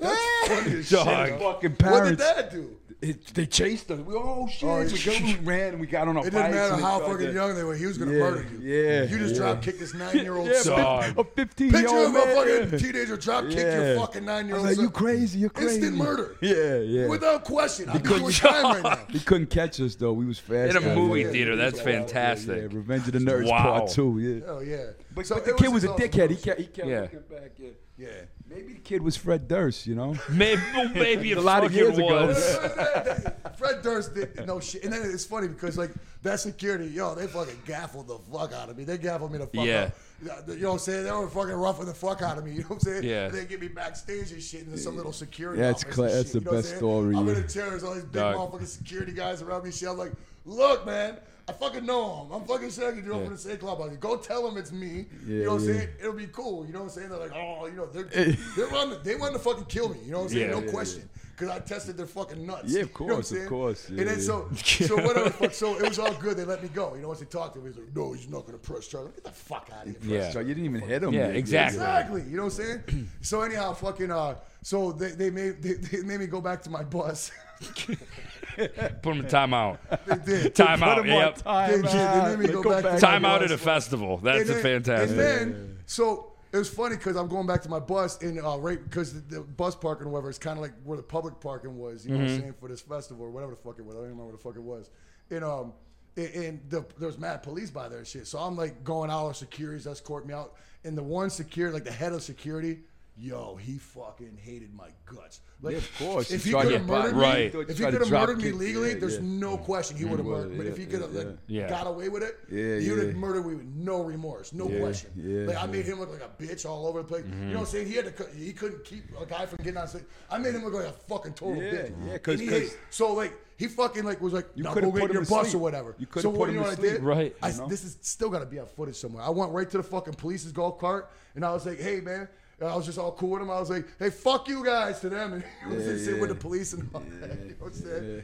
Speaker 3: That's funny as shit.
Speaker 1: Dog.
Speaker 3: His Fucking
Speaker 2: What did
Speaker 3: parents.
Speaker 2: that do?
Speaker 3: It, they chased us. We oh shit.
Speaker 2: Oh,
Speaker 3: we, go, we ran and we got on our
Speaker 2: It
Speaker 3: bikes.
Speaker 2: didn't matter
Speaker 3: and
Speaker 2: how
Speaker 3: we tried
Speaker 2: fucking
Speaker 3: to-
Speaker 2: young they were. He was gonna
Speaker 3: Yeah,
Speaker 2: murder you.
Speaker 3: yeah,
Speaker 2: You just
Speaker 3: yeah.
Speaker 2: drop kick this nine year old
Speaker 3: Yeah,
Speaker 2: son.
Speaker 1: Dog.
Speaker 3: a 15 year
Speaker 2: Picture
Speaker 3: old
Speaker 2: of a
Speaker 3: man.
Speaker 2: fucking teenager drop kick
Speaker 3: Yeah.
Speaker 2: your fucking nine year
Speaker 3: I
Speaker 2: old.
Speaker 3: was like, you crazy, you're crazy.
Speaker 2: Instant murder.
Speaker 3: Yeah, yeah.
Speaker 2: Without question. I'm doing time right now.
Speaker 3: he couldn't catch us though. We was fast.
Speaker 1: In a
Speaker 3: guys.
Speaker 1: movie
Speaker 3: Yeah,
Speaker 1: theater, that's fantastic.
Speaker 3: Yeah, Revenge of the Nerds
Speaker 1: Wow.
Speaker 3: Part Two. Yeah.
Speaker 2: Hell Oh, yeah.
Speaker 3: But,
Speaker 2: So
Speaker 3: but the
Speaker 2: it
Speaker 3: kid was a
Speaker 2: his own-
Speaker 3: dickhead. He kept, he kept
Speaker 1: Yeah.
Speaker 3: looking back. Yeah.
Speaker 2: Yeah.
Speaker 3: Maybe the kid was Fred Durst, you know?
Speaker 1: Maybe, maybe it
Speaker 3: A lot of
Speaker 1: fucking
Speaker 3: years ago.
Speaker 1: was.
Speaker 2: Fred Durst did no shit. And then it's funny because like that security, yo, they fucking gaffled the fuck out of me. They gaffled me the fuck
Speaker 1: Yeah.
Speaker 2: up. You know what I'm saying? They were fucking roughing the fuck out of me. You know what I'm saying?
Speaker 1: Yeah.
Speaker 2: They get me backstage and shit, and there's some little security.
Speaker 3: Yeah, it's
Speaker 2: office
Speaker 3: cla-
Speaker 2: and shit,
Speaker 3: that's the
Speaker 2: you know what I'm
Speaker 3: best
Speaker 2: saying?
Speaker 3: story.
Speaker 2: I'm in the chair. There's all these big
Speaker 1: Dog.
Speaker 2: motherfucking security guys around me. and Shit, I'm like, look, man. I fucking know him. I'm fucking second dude. I'm
Speaker 1: Yeah.
Speaker 2: from the same club. I'm like, Go tell him it's me.
Speaker 3: Yeah,
Speaker 2: you know what
Speaker 3: yeah.
Speaker 2: I'm saying? It'll be cool. You know what I'm saying? They're like, oh, you know, they're, they're running. They wanted to fucking kill me. You know what I'm saying?
Speaker 1: Yeah.
Speaker 2: no
Speaker 1: Yeah, yeah.
Speaker 2: question. Because I tested their fucking nuts.
Speaker 3: Yeah, of
Speaker 2: You know what I'm
Speaker 3: course, of
Speaker 2: saying?
Speaker 3: course,
Speaker 2: And
Speaker 3: yeah.
Speaker 2: then so, so whatever. fuck, so it was all good. They let me go. You know, once they talked to me, he was like, "No, he's not gonna press charge. Get the fuck out of here."
Speaker 1: Yeah.
Speaker 3: So you didn't even hit him.
Speaker 1: Yeah, exactly.
Speaker 2: Exactly. You know what I'm saying? So anyhow, fucking. Uh, so they, they made they, they made me go back to my bus.
Speaker 1: Put him in timeout.
Speaker 2: they did.
Speaker 1: Time
Speaker 3: Put
Speaker 1: out.
Speaker 3: him on
Speaker 1: Yep.
Speaker 3: time.
Speaker 2: They did. They made me
Speaker 3: They
Speaker 2: go
Speaker 3: go
Speaker 2: back to
Speaker 3: back
Speaker 1: Time
Speaker 2: to
Speaker 1: out
Speaker 2: bus.
Speaker 1: at a festival. That's
Speaker 2: And
Speaker 1: a
Speaker 2: then-
Speaker 1: fantastic.
Speaker 2: And then, so it was funny because I'm going back to my bus and uh, right because the, the bus parking or whatever is kind of like where the public parking was, you know
Speaker 1: Mm-hmm.
Speaker 2: what I'm saying, for this festival or whatever the fuck it was. I don't even remember what the fuck it was. And um, and, and the, there was mad police by there and shit. So I'm like going out of securities escort me out, and the one security, like the head of security. Yo, he fucking hated my guts. Like,
Speaker 3: Yeah, of course.
Speaker 2: If
Speaker 3: He
Speaker 2: he
Speaker 3: tried to
Speaker 2: could have
Speaker 3: get
Speaker 2: murdered
Speaker 1: by.
Speaker 2: me,
Speaker 1: Right.
Speaker 2: if he
Speaker 3: Tried to
Speaker 2: could have
Speaker 3: drop
Speaker 2: murdered me
Speaker 3: kick.
Speaker 2: legally,
Speaker 3: Yeah,
Speaker 2: there's
Speaker 3: yeah.
Speaker 2: no question he would have murdered. But
Speaker 3: yeah,
Speaker 2: if he could have
Speaker 3: yeah,
Speaker 2: like
Speaker 1: yeah.
Speaker 2: got away with it,
Speaker 3: Yeah,
Speaker 2: he would have
Speaker 3: yeah.
Speaker 2: murdered me with no remorse, no question.
Speaker 3: yeah, Mm-hmm.
Speaker 2: like I made him look like a bitch all over the place. You know what I'm saying? He had to, cut- he couldn't keep a guy from getting on stage. I made him look like a fucking total
Speaker 3: Yeah,
Speaker 2: bitch.
Speaker 3: yeah, 'cause-
Speaker 2: And he
Speaker 3: 'cause-
Speaker 2: hate- so like he fucking like was like, you
Speaker 3: could've
Speaker 2: couldn't
Speaker 3: put
Speaker 2: put
Speaker 3: him
Speaker 2: your
Speaker 3: to
Speaker 2: bus or
Speaker 3: sleep.
Speaker 2: whatever.
Speaker 3: You could've
Speaker 2: so
Speaker 3: put
Speaker 2: what,
Speaker 3: him
Speaker 2: you know
Speaker 3: to
Speaker 2: what I
Speaker 3: sleep.
Speaker 2: did?
Speaker 1: Right.
Speaker 2: I,
Speaker 3: You know?
Speaker 2: This is still got to be on footage somewhere. I went right to the fucking police's golf cart and I was like, hey man. And I was just all cool with him. I was like, hey, fuck you guys to them. And he was
Speaker 3: Yeah,
Speaker 2: sitting with
Speaker 3: yeah.
Speaker 2: the police and all that. You know what I'm saying?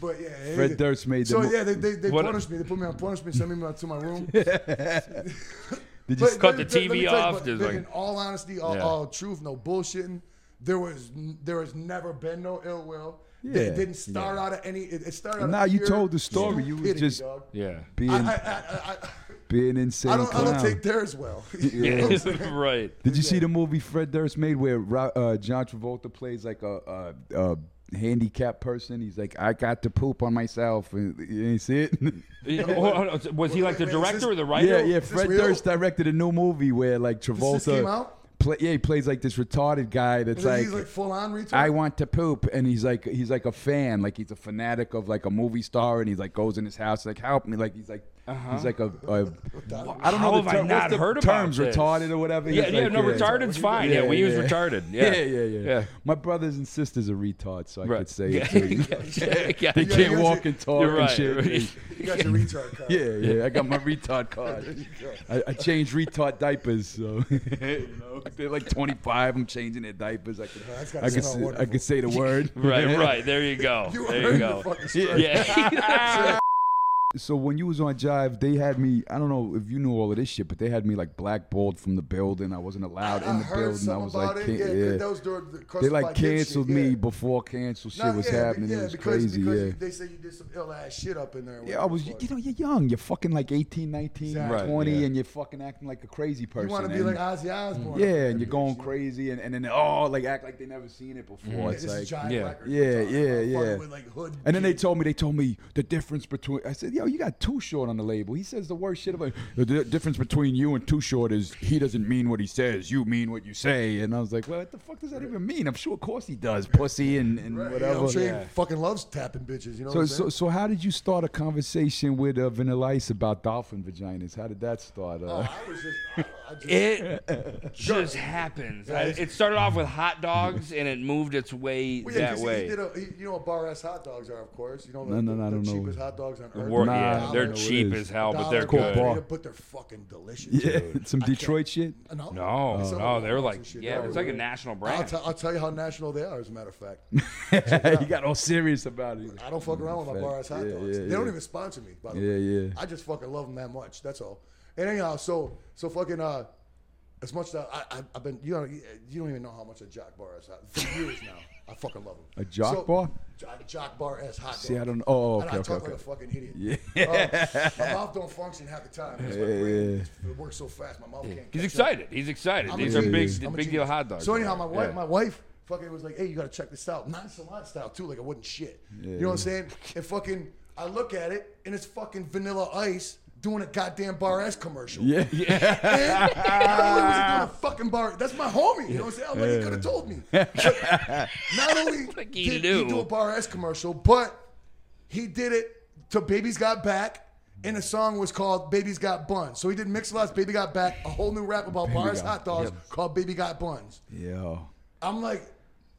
Speaker 2: But yeah. it-
Speaker 3: Fred Durst made the
Speaker 2: So
Speaker 3: mo-
Speaker 2: yeah, they, they, they
Speaker 1: What-
Speaker 2: punished me. They put me on punishment, sent me to my room.
Speaker 3: Did you
Speaker 2: But
Speaker 1: cut
Speaker 2: let-
Speaker 1: the
Speaker 2: let- let me
Speaker 1: TV
Speaker 2: tell you,
Speaker 1: off,
Speaker 2: but
Speaker 1: just
Speaker 2: in-
Speaker 1: like-
Speaker 2: in all honesty, all,
Speaker 1: Yeah.
Speaker 2: all truth, no bullshitting. There was n- there has never been no ill will. Yeah,
Speaker 3: Yeah,
Speaker 2: it didn't start out of any. It, it started. out
Speaker 3: Nah,
Speaker 2: of
Speaker 3: you
Speaker 2: pure
Speaker 3: told the story. You was
Speaker 2: stupidity,
Speaker 3: just-
Speaker 2: dog.
Speaker 1: yeah.
Speaker 3: being,
Speaker 2: I, I, I,
Speaker 3: being insane
Speaker 2: I, I don't. I
Speaker 3: clown.
Speaker 2: don't take theirs well.
Speaker 1: Yeah. right.
Speaker 3: Did you see the movie Fred Durst made where Ro- uh, John Travolta plays like a, a, a handicapped person? He's like, I got to poop on myself. And you ain't see it?
Speaker 1: Oh, Was he like the
Speaker 2: Wait, wait, is this-
Speaker 1: director or the writer?
Speaker 3: yeah, yeah.
Speaker 2: this
Speaker 3: Fred
Speaker 2: real?
Speaker 3: Durst directed a new movie where like Travolta.
Speaker 2: just came out?
Speaker 3: Play, yeah, he plays like this retarded guy that's like,
Speaker 2: he's like full on retard.
Speaker 3: I want to poop, and he's like he's like a fan, like he's a fanatic of like a movie star, and he's like goes in his house like help me, like he's like
Speaker 2: Uh-huh.
Speaker 3: he's like a, a I don't
Speaker 1: How
Speaker 3: know
Speaker 1: have
Speaker 3: the
Speaker 1: I
Speaker 3: term,
Speaker 1: not
Speaker 3: what's the
Speaker 1: heard about
Speaker 3: terms
Speaker 1: this?
Speaker 3: retarded or whatever.
Speaker 1: Yeah,
Speaker 3: He's
Speaker 1: yeah,
Speaker 3: like,
Speaker 1: no, retarded's fine. Yeah, we use retarded. Yeah.
Speaker 3: yeah, yeah, yeah,
Speaker 1: Yeah.
Speaker 3: My brothers and sisters are retards, so I
Speaker 1: Right.
Speaker 3: could say
Speaker 1: Yeah.
Speaker 3: it too.
Speaker 1: Yeah, yeah,
Speaker 3: They
Speaker 1: yeah.
Speaker 3: can't
Speaker 2: you're
Speaker 3: walk
Speaker 2: right.
Speaker 3: and talk
Speaker 1: You're
Speaker 3: and
Speaker 1: right,
Speaker 3: shit.
Speaker 1: right.
Speaker 2: You got your retard card.
Speaker 3: Yeah, yeah, I got my retard card. I, I changed retard diapers, so you know, they're like 25. I'm changing their diapers. I could,
Speaker 2: that's gotta
Speaker 3: I could,
Speaker 2: smell
Speaker 3: say, I
Speaker 2: wonderful.
Speaker 3: could say the word.
Speaker 1: Right, right. There you go.
Speaker 2: You
Speaker 1: there
Speaker 2: earned
Speaker 1: you
Speaker 2: The
Speaker 1: go.
Speaker 2: fucking strike.
Speaker 1: Yeah.
Speaker 3: So when you was on Jive, they had me. I don't know if you knew all of this shit, but they had me like blackballed from the building. I wasn't allowed
Speaker 2: I
Speaker 3: in the
Speaker 2: heard
Speaker 3: building. I
Speaker 2: something
Speaker 3: was
Speaker 2: about it.
Speaker 3: like, can't-
Speaker 2: Yeah, 'cause
Speaker 3: yeah.
Speaker 2: that was during the
Speaker 3: They
Speaker 2: Carson
Speaker 3: like
Speaker 2: Fight Dick shit,
Speaker 3: canceled
Speaker 2: yeah.
Speaker 3: me before cancel shit
Speaker 2: Nah,
Speaker 3: was
Speaker 2: yeah,
Speaker 3: happening.
Speaker 2: Yeah,
Speaker 3: it was
Speaker 2: because,
Speaker 3: crazy.
Speaker 2: because
Speaker 3: yeah.
Speaker 2: they say you did some ill ass shit up in there. or
Speaker 3: Yeah, I
Speaker 2: whatever
Speaker 3: was,
Speaker 2: the
Speaker 3: you,
Speaker 2: fuck.
Speaker 3: you know, you're young. You're fucking like 18, 19,
Speaker 2: Exactly. Right,
Speaker 3: 20,
Speaker 1: yeah.
Speaker 3: and you're fucking acting like a crazy person.
Speaker 2: You want to be
Speaker 3: and-
Speaker 2: like Ozzy Osbourne.
Speaker 3: yeah,
Speaker 2: up in
Speaker 3: and
Speaker 2: that
Speaker 3: you're going
Speaker 2: bitch, you know?
Speaker 3: crazy, and, and then they all like act like they never seen it before.
Speaker 2: Yeah,
Speaker 3: It's
Speaker 2: Mm-hmm. this
Speaker 3: like,
Speaker 2: is giant
Speaker 1: yeah.
Speaker 2: record.
Speaker 3: Yeah,
Speaker 2: Fucking
Speaker 3: yeah,
Speaker 2: fucking
Speaker 3: yeah.
Speaker 2: With like hood
Speaker 3: and then they told me, they told me the difference between. I said, yo, you got Too Short on the label. He says the worst shit about the di- difference between you and Too Short is he doesn't mean what he says, you mean what you say. And I was like, well, what the fuck does that even mean? I'm sure, of course, he does, pussy and, and
Speaker 2: Right, You know,
Speaker 3: whatever.
Speaker 2: I'm sure he fucking loves tapping bitches. You know what
Speaker 3: So,
Speaker 2: I'm
Speaker 3: so,
Speaker 2: saying?
Speaker 3: so, how did you start a conversation with uh, Vanilla Ice about dolphin vaginas? How did that start? Uh,
Speaker 2: Oh, I was just, I, I just
Speaker 1: It just happens. I- it started off with hot dogs and it moved its way
Speaker 2: Well,
Speaker 1: that
Speaker 2: 'cause he- He
Speaker 1: way.
Speaker 2: did a, he- you know what bar ass hot dogs are, of course. You know,
Speaker 3: No, no, no, I
Speaker 2: the,
Speaker 3: don't
Speaker 2: the
Speaker 3: know.
Speaker 2: cheapest hot dogs on earth.
Speaker 1: War-
Speaker 3: Nah, I
Speaker 1: yeah,
Speaker 3: don't
Speaker 1: they're
Speaker 3: know what it
Speaker 1: cheap
Speaker 3: is.
Speaker 1: as hell, but
Speaker 2: Dollar
Speaker 1: they're
Speaker 3: Cool
Speaker 1: good.
Speaker 3: bar.
Speaker 2: But they're fucking delicious.
Speaker 3: yeah,
Speaker 2: dude.
Speaker 3: some
Speaker 2: I can't-
Speaker 3: Detroit shit.
Speaker 2: No,
Speaker 1: No,
Speaker 2: Oh. Some
Speaker 1: no, they were
Speaker 2: Detroit
Speaker 1: like,
Speaker 2: shit.
Speaker 1: yeah, it was like a national
Speaker 2: I'll,
Speaker 1: brand.
Speaker 2: t- I'll tell you how national they are, as a matter of fact.
Speaker 3: you got all serious about it.
Speaker 2: I don't fuck around with my
Speaker 3: Fact.
Speaker 2: bar ass hot
Speaker 3: Yeah,
Speaker 2: dogs.
Speaker 3: yeah,
Speaker 2: they
Speaker 3: yeah.
Speaker 2: don't even sponsor me, by the
Speaker 3: Yeah,
Speaker 2: way.
Speaker 3: yeah.
Speaker 2: I just fucking love them that much. That's all. And anyhow, so so fucking uh, as much as I, I I've been you know you don't even know how much a jock bar is hot for years now. I fucking love them.
Speaker 3: A jock bar?
Speaker 2: Jock, jock bar ass hot.
Speaker 3: See,
Speaker 2: dog.
Speaker 3: I don't- oh, okay,
Speaker 2: and I
Speaker 3: okay,
Speaker 2: talk
Speaker 3: okay.
Speaker 2: like a fucking idiot. Yeah. my mouth don't function half the time. It's my brain. It works so fast. My mouth can't.
Speaker 1: He's
Speaker 2: catch up.
Speaker 1: excited. He's excited.
Speaker 2: I'm a
Speaker 1: These are big,
Speaker 2: genius. I'm a
Speaker 1: big deal
Speaker 2: genius.
Speaker 1: hot dogs.
Speaker 2: So anyhow, my wife,
Speaker 1: Yeah.
Speaker 2: my wife, fucking was like, "Hey, you gotta check this out." Nonchalant style too, like it wasn't shit. You know what I'm saying? And fucking, I look at it, and it's fucking Vanilla Ice doing a goddamn Bar S commercial.
Speaker 3: Yeah.
Speaker 2: And not only was he doing a fucking bar, that's my homie. You know what I'm saying? I'm like, he could have told me. not only
Speaker 1: Like he
Speaker 2: he did
Speaker 1: knew.
Speaker 2: he do a Bar S commercial, but he did it to Baby's Got Back. And the song was called Baby's Got Buns. So he did Mix a Lot's Baby Got Back, a whole new rap about bars,
Speaker 3: Got-
Speaker 2: hot dogs called Baby Got Buns.
Speaker 3: Yo.
Speaker 2: I'm like,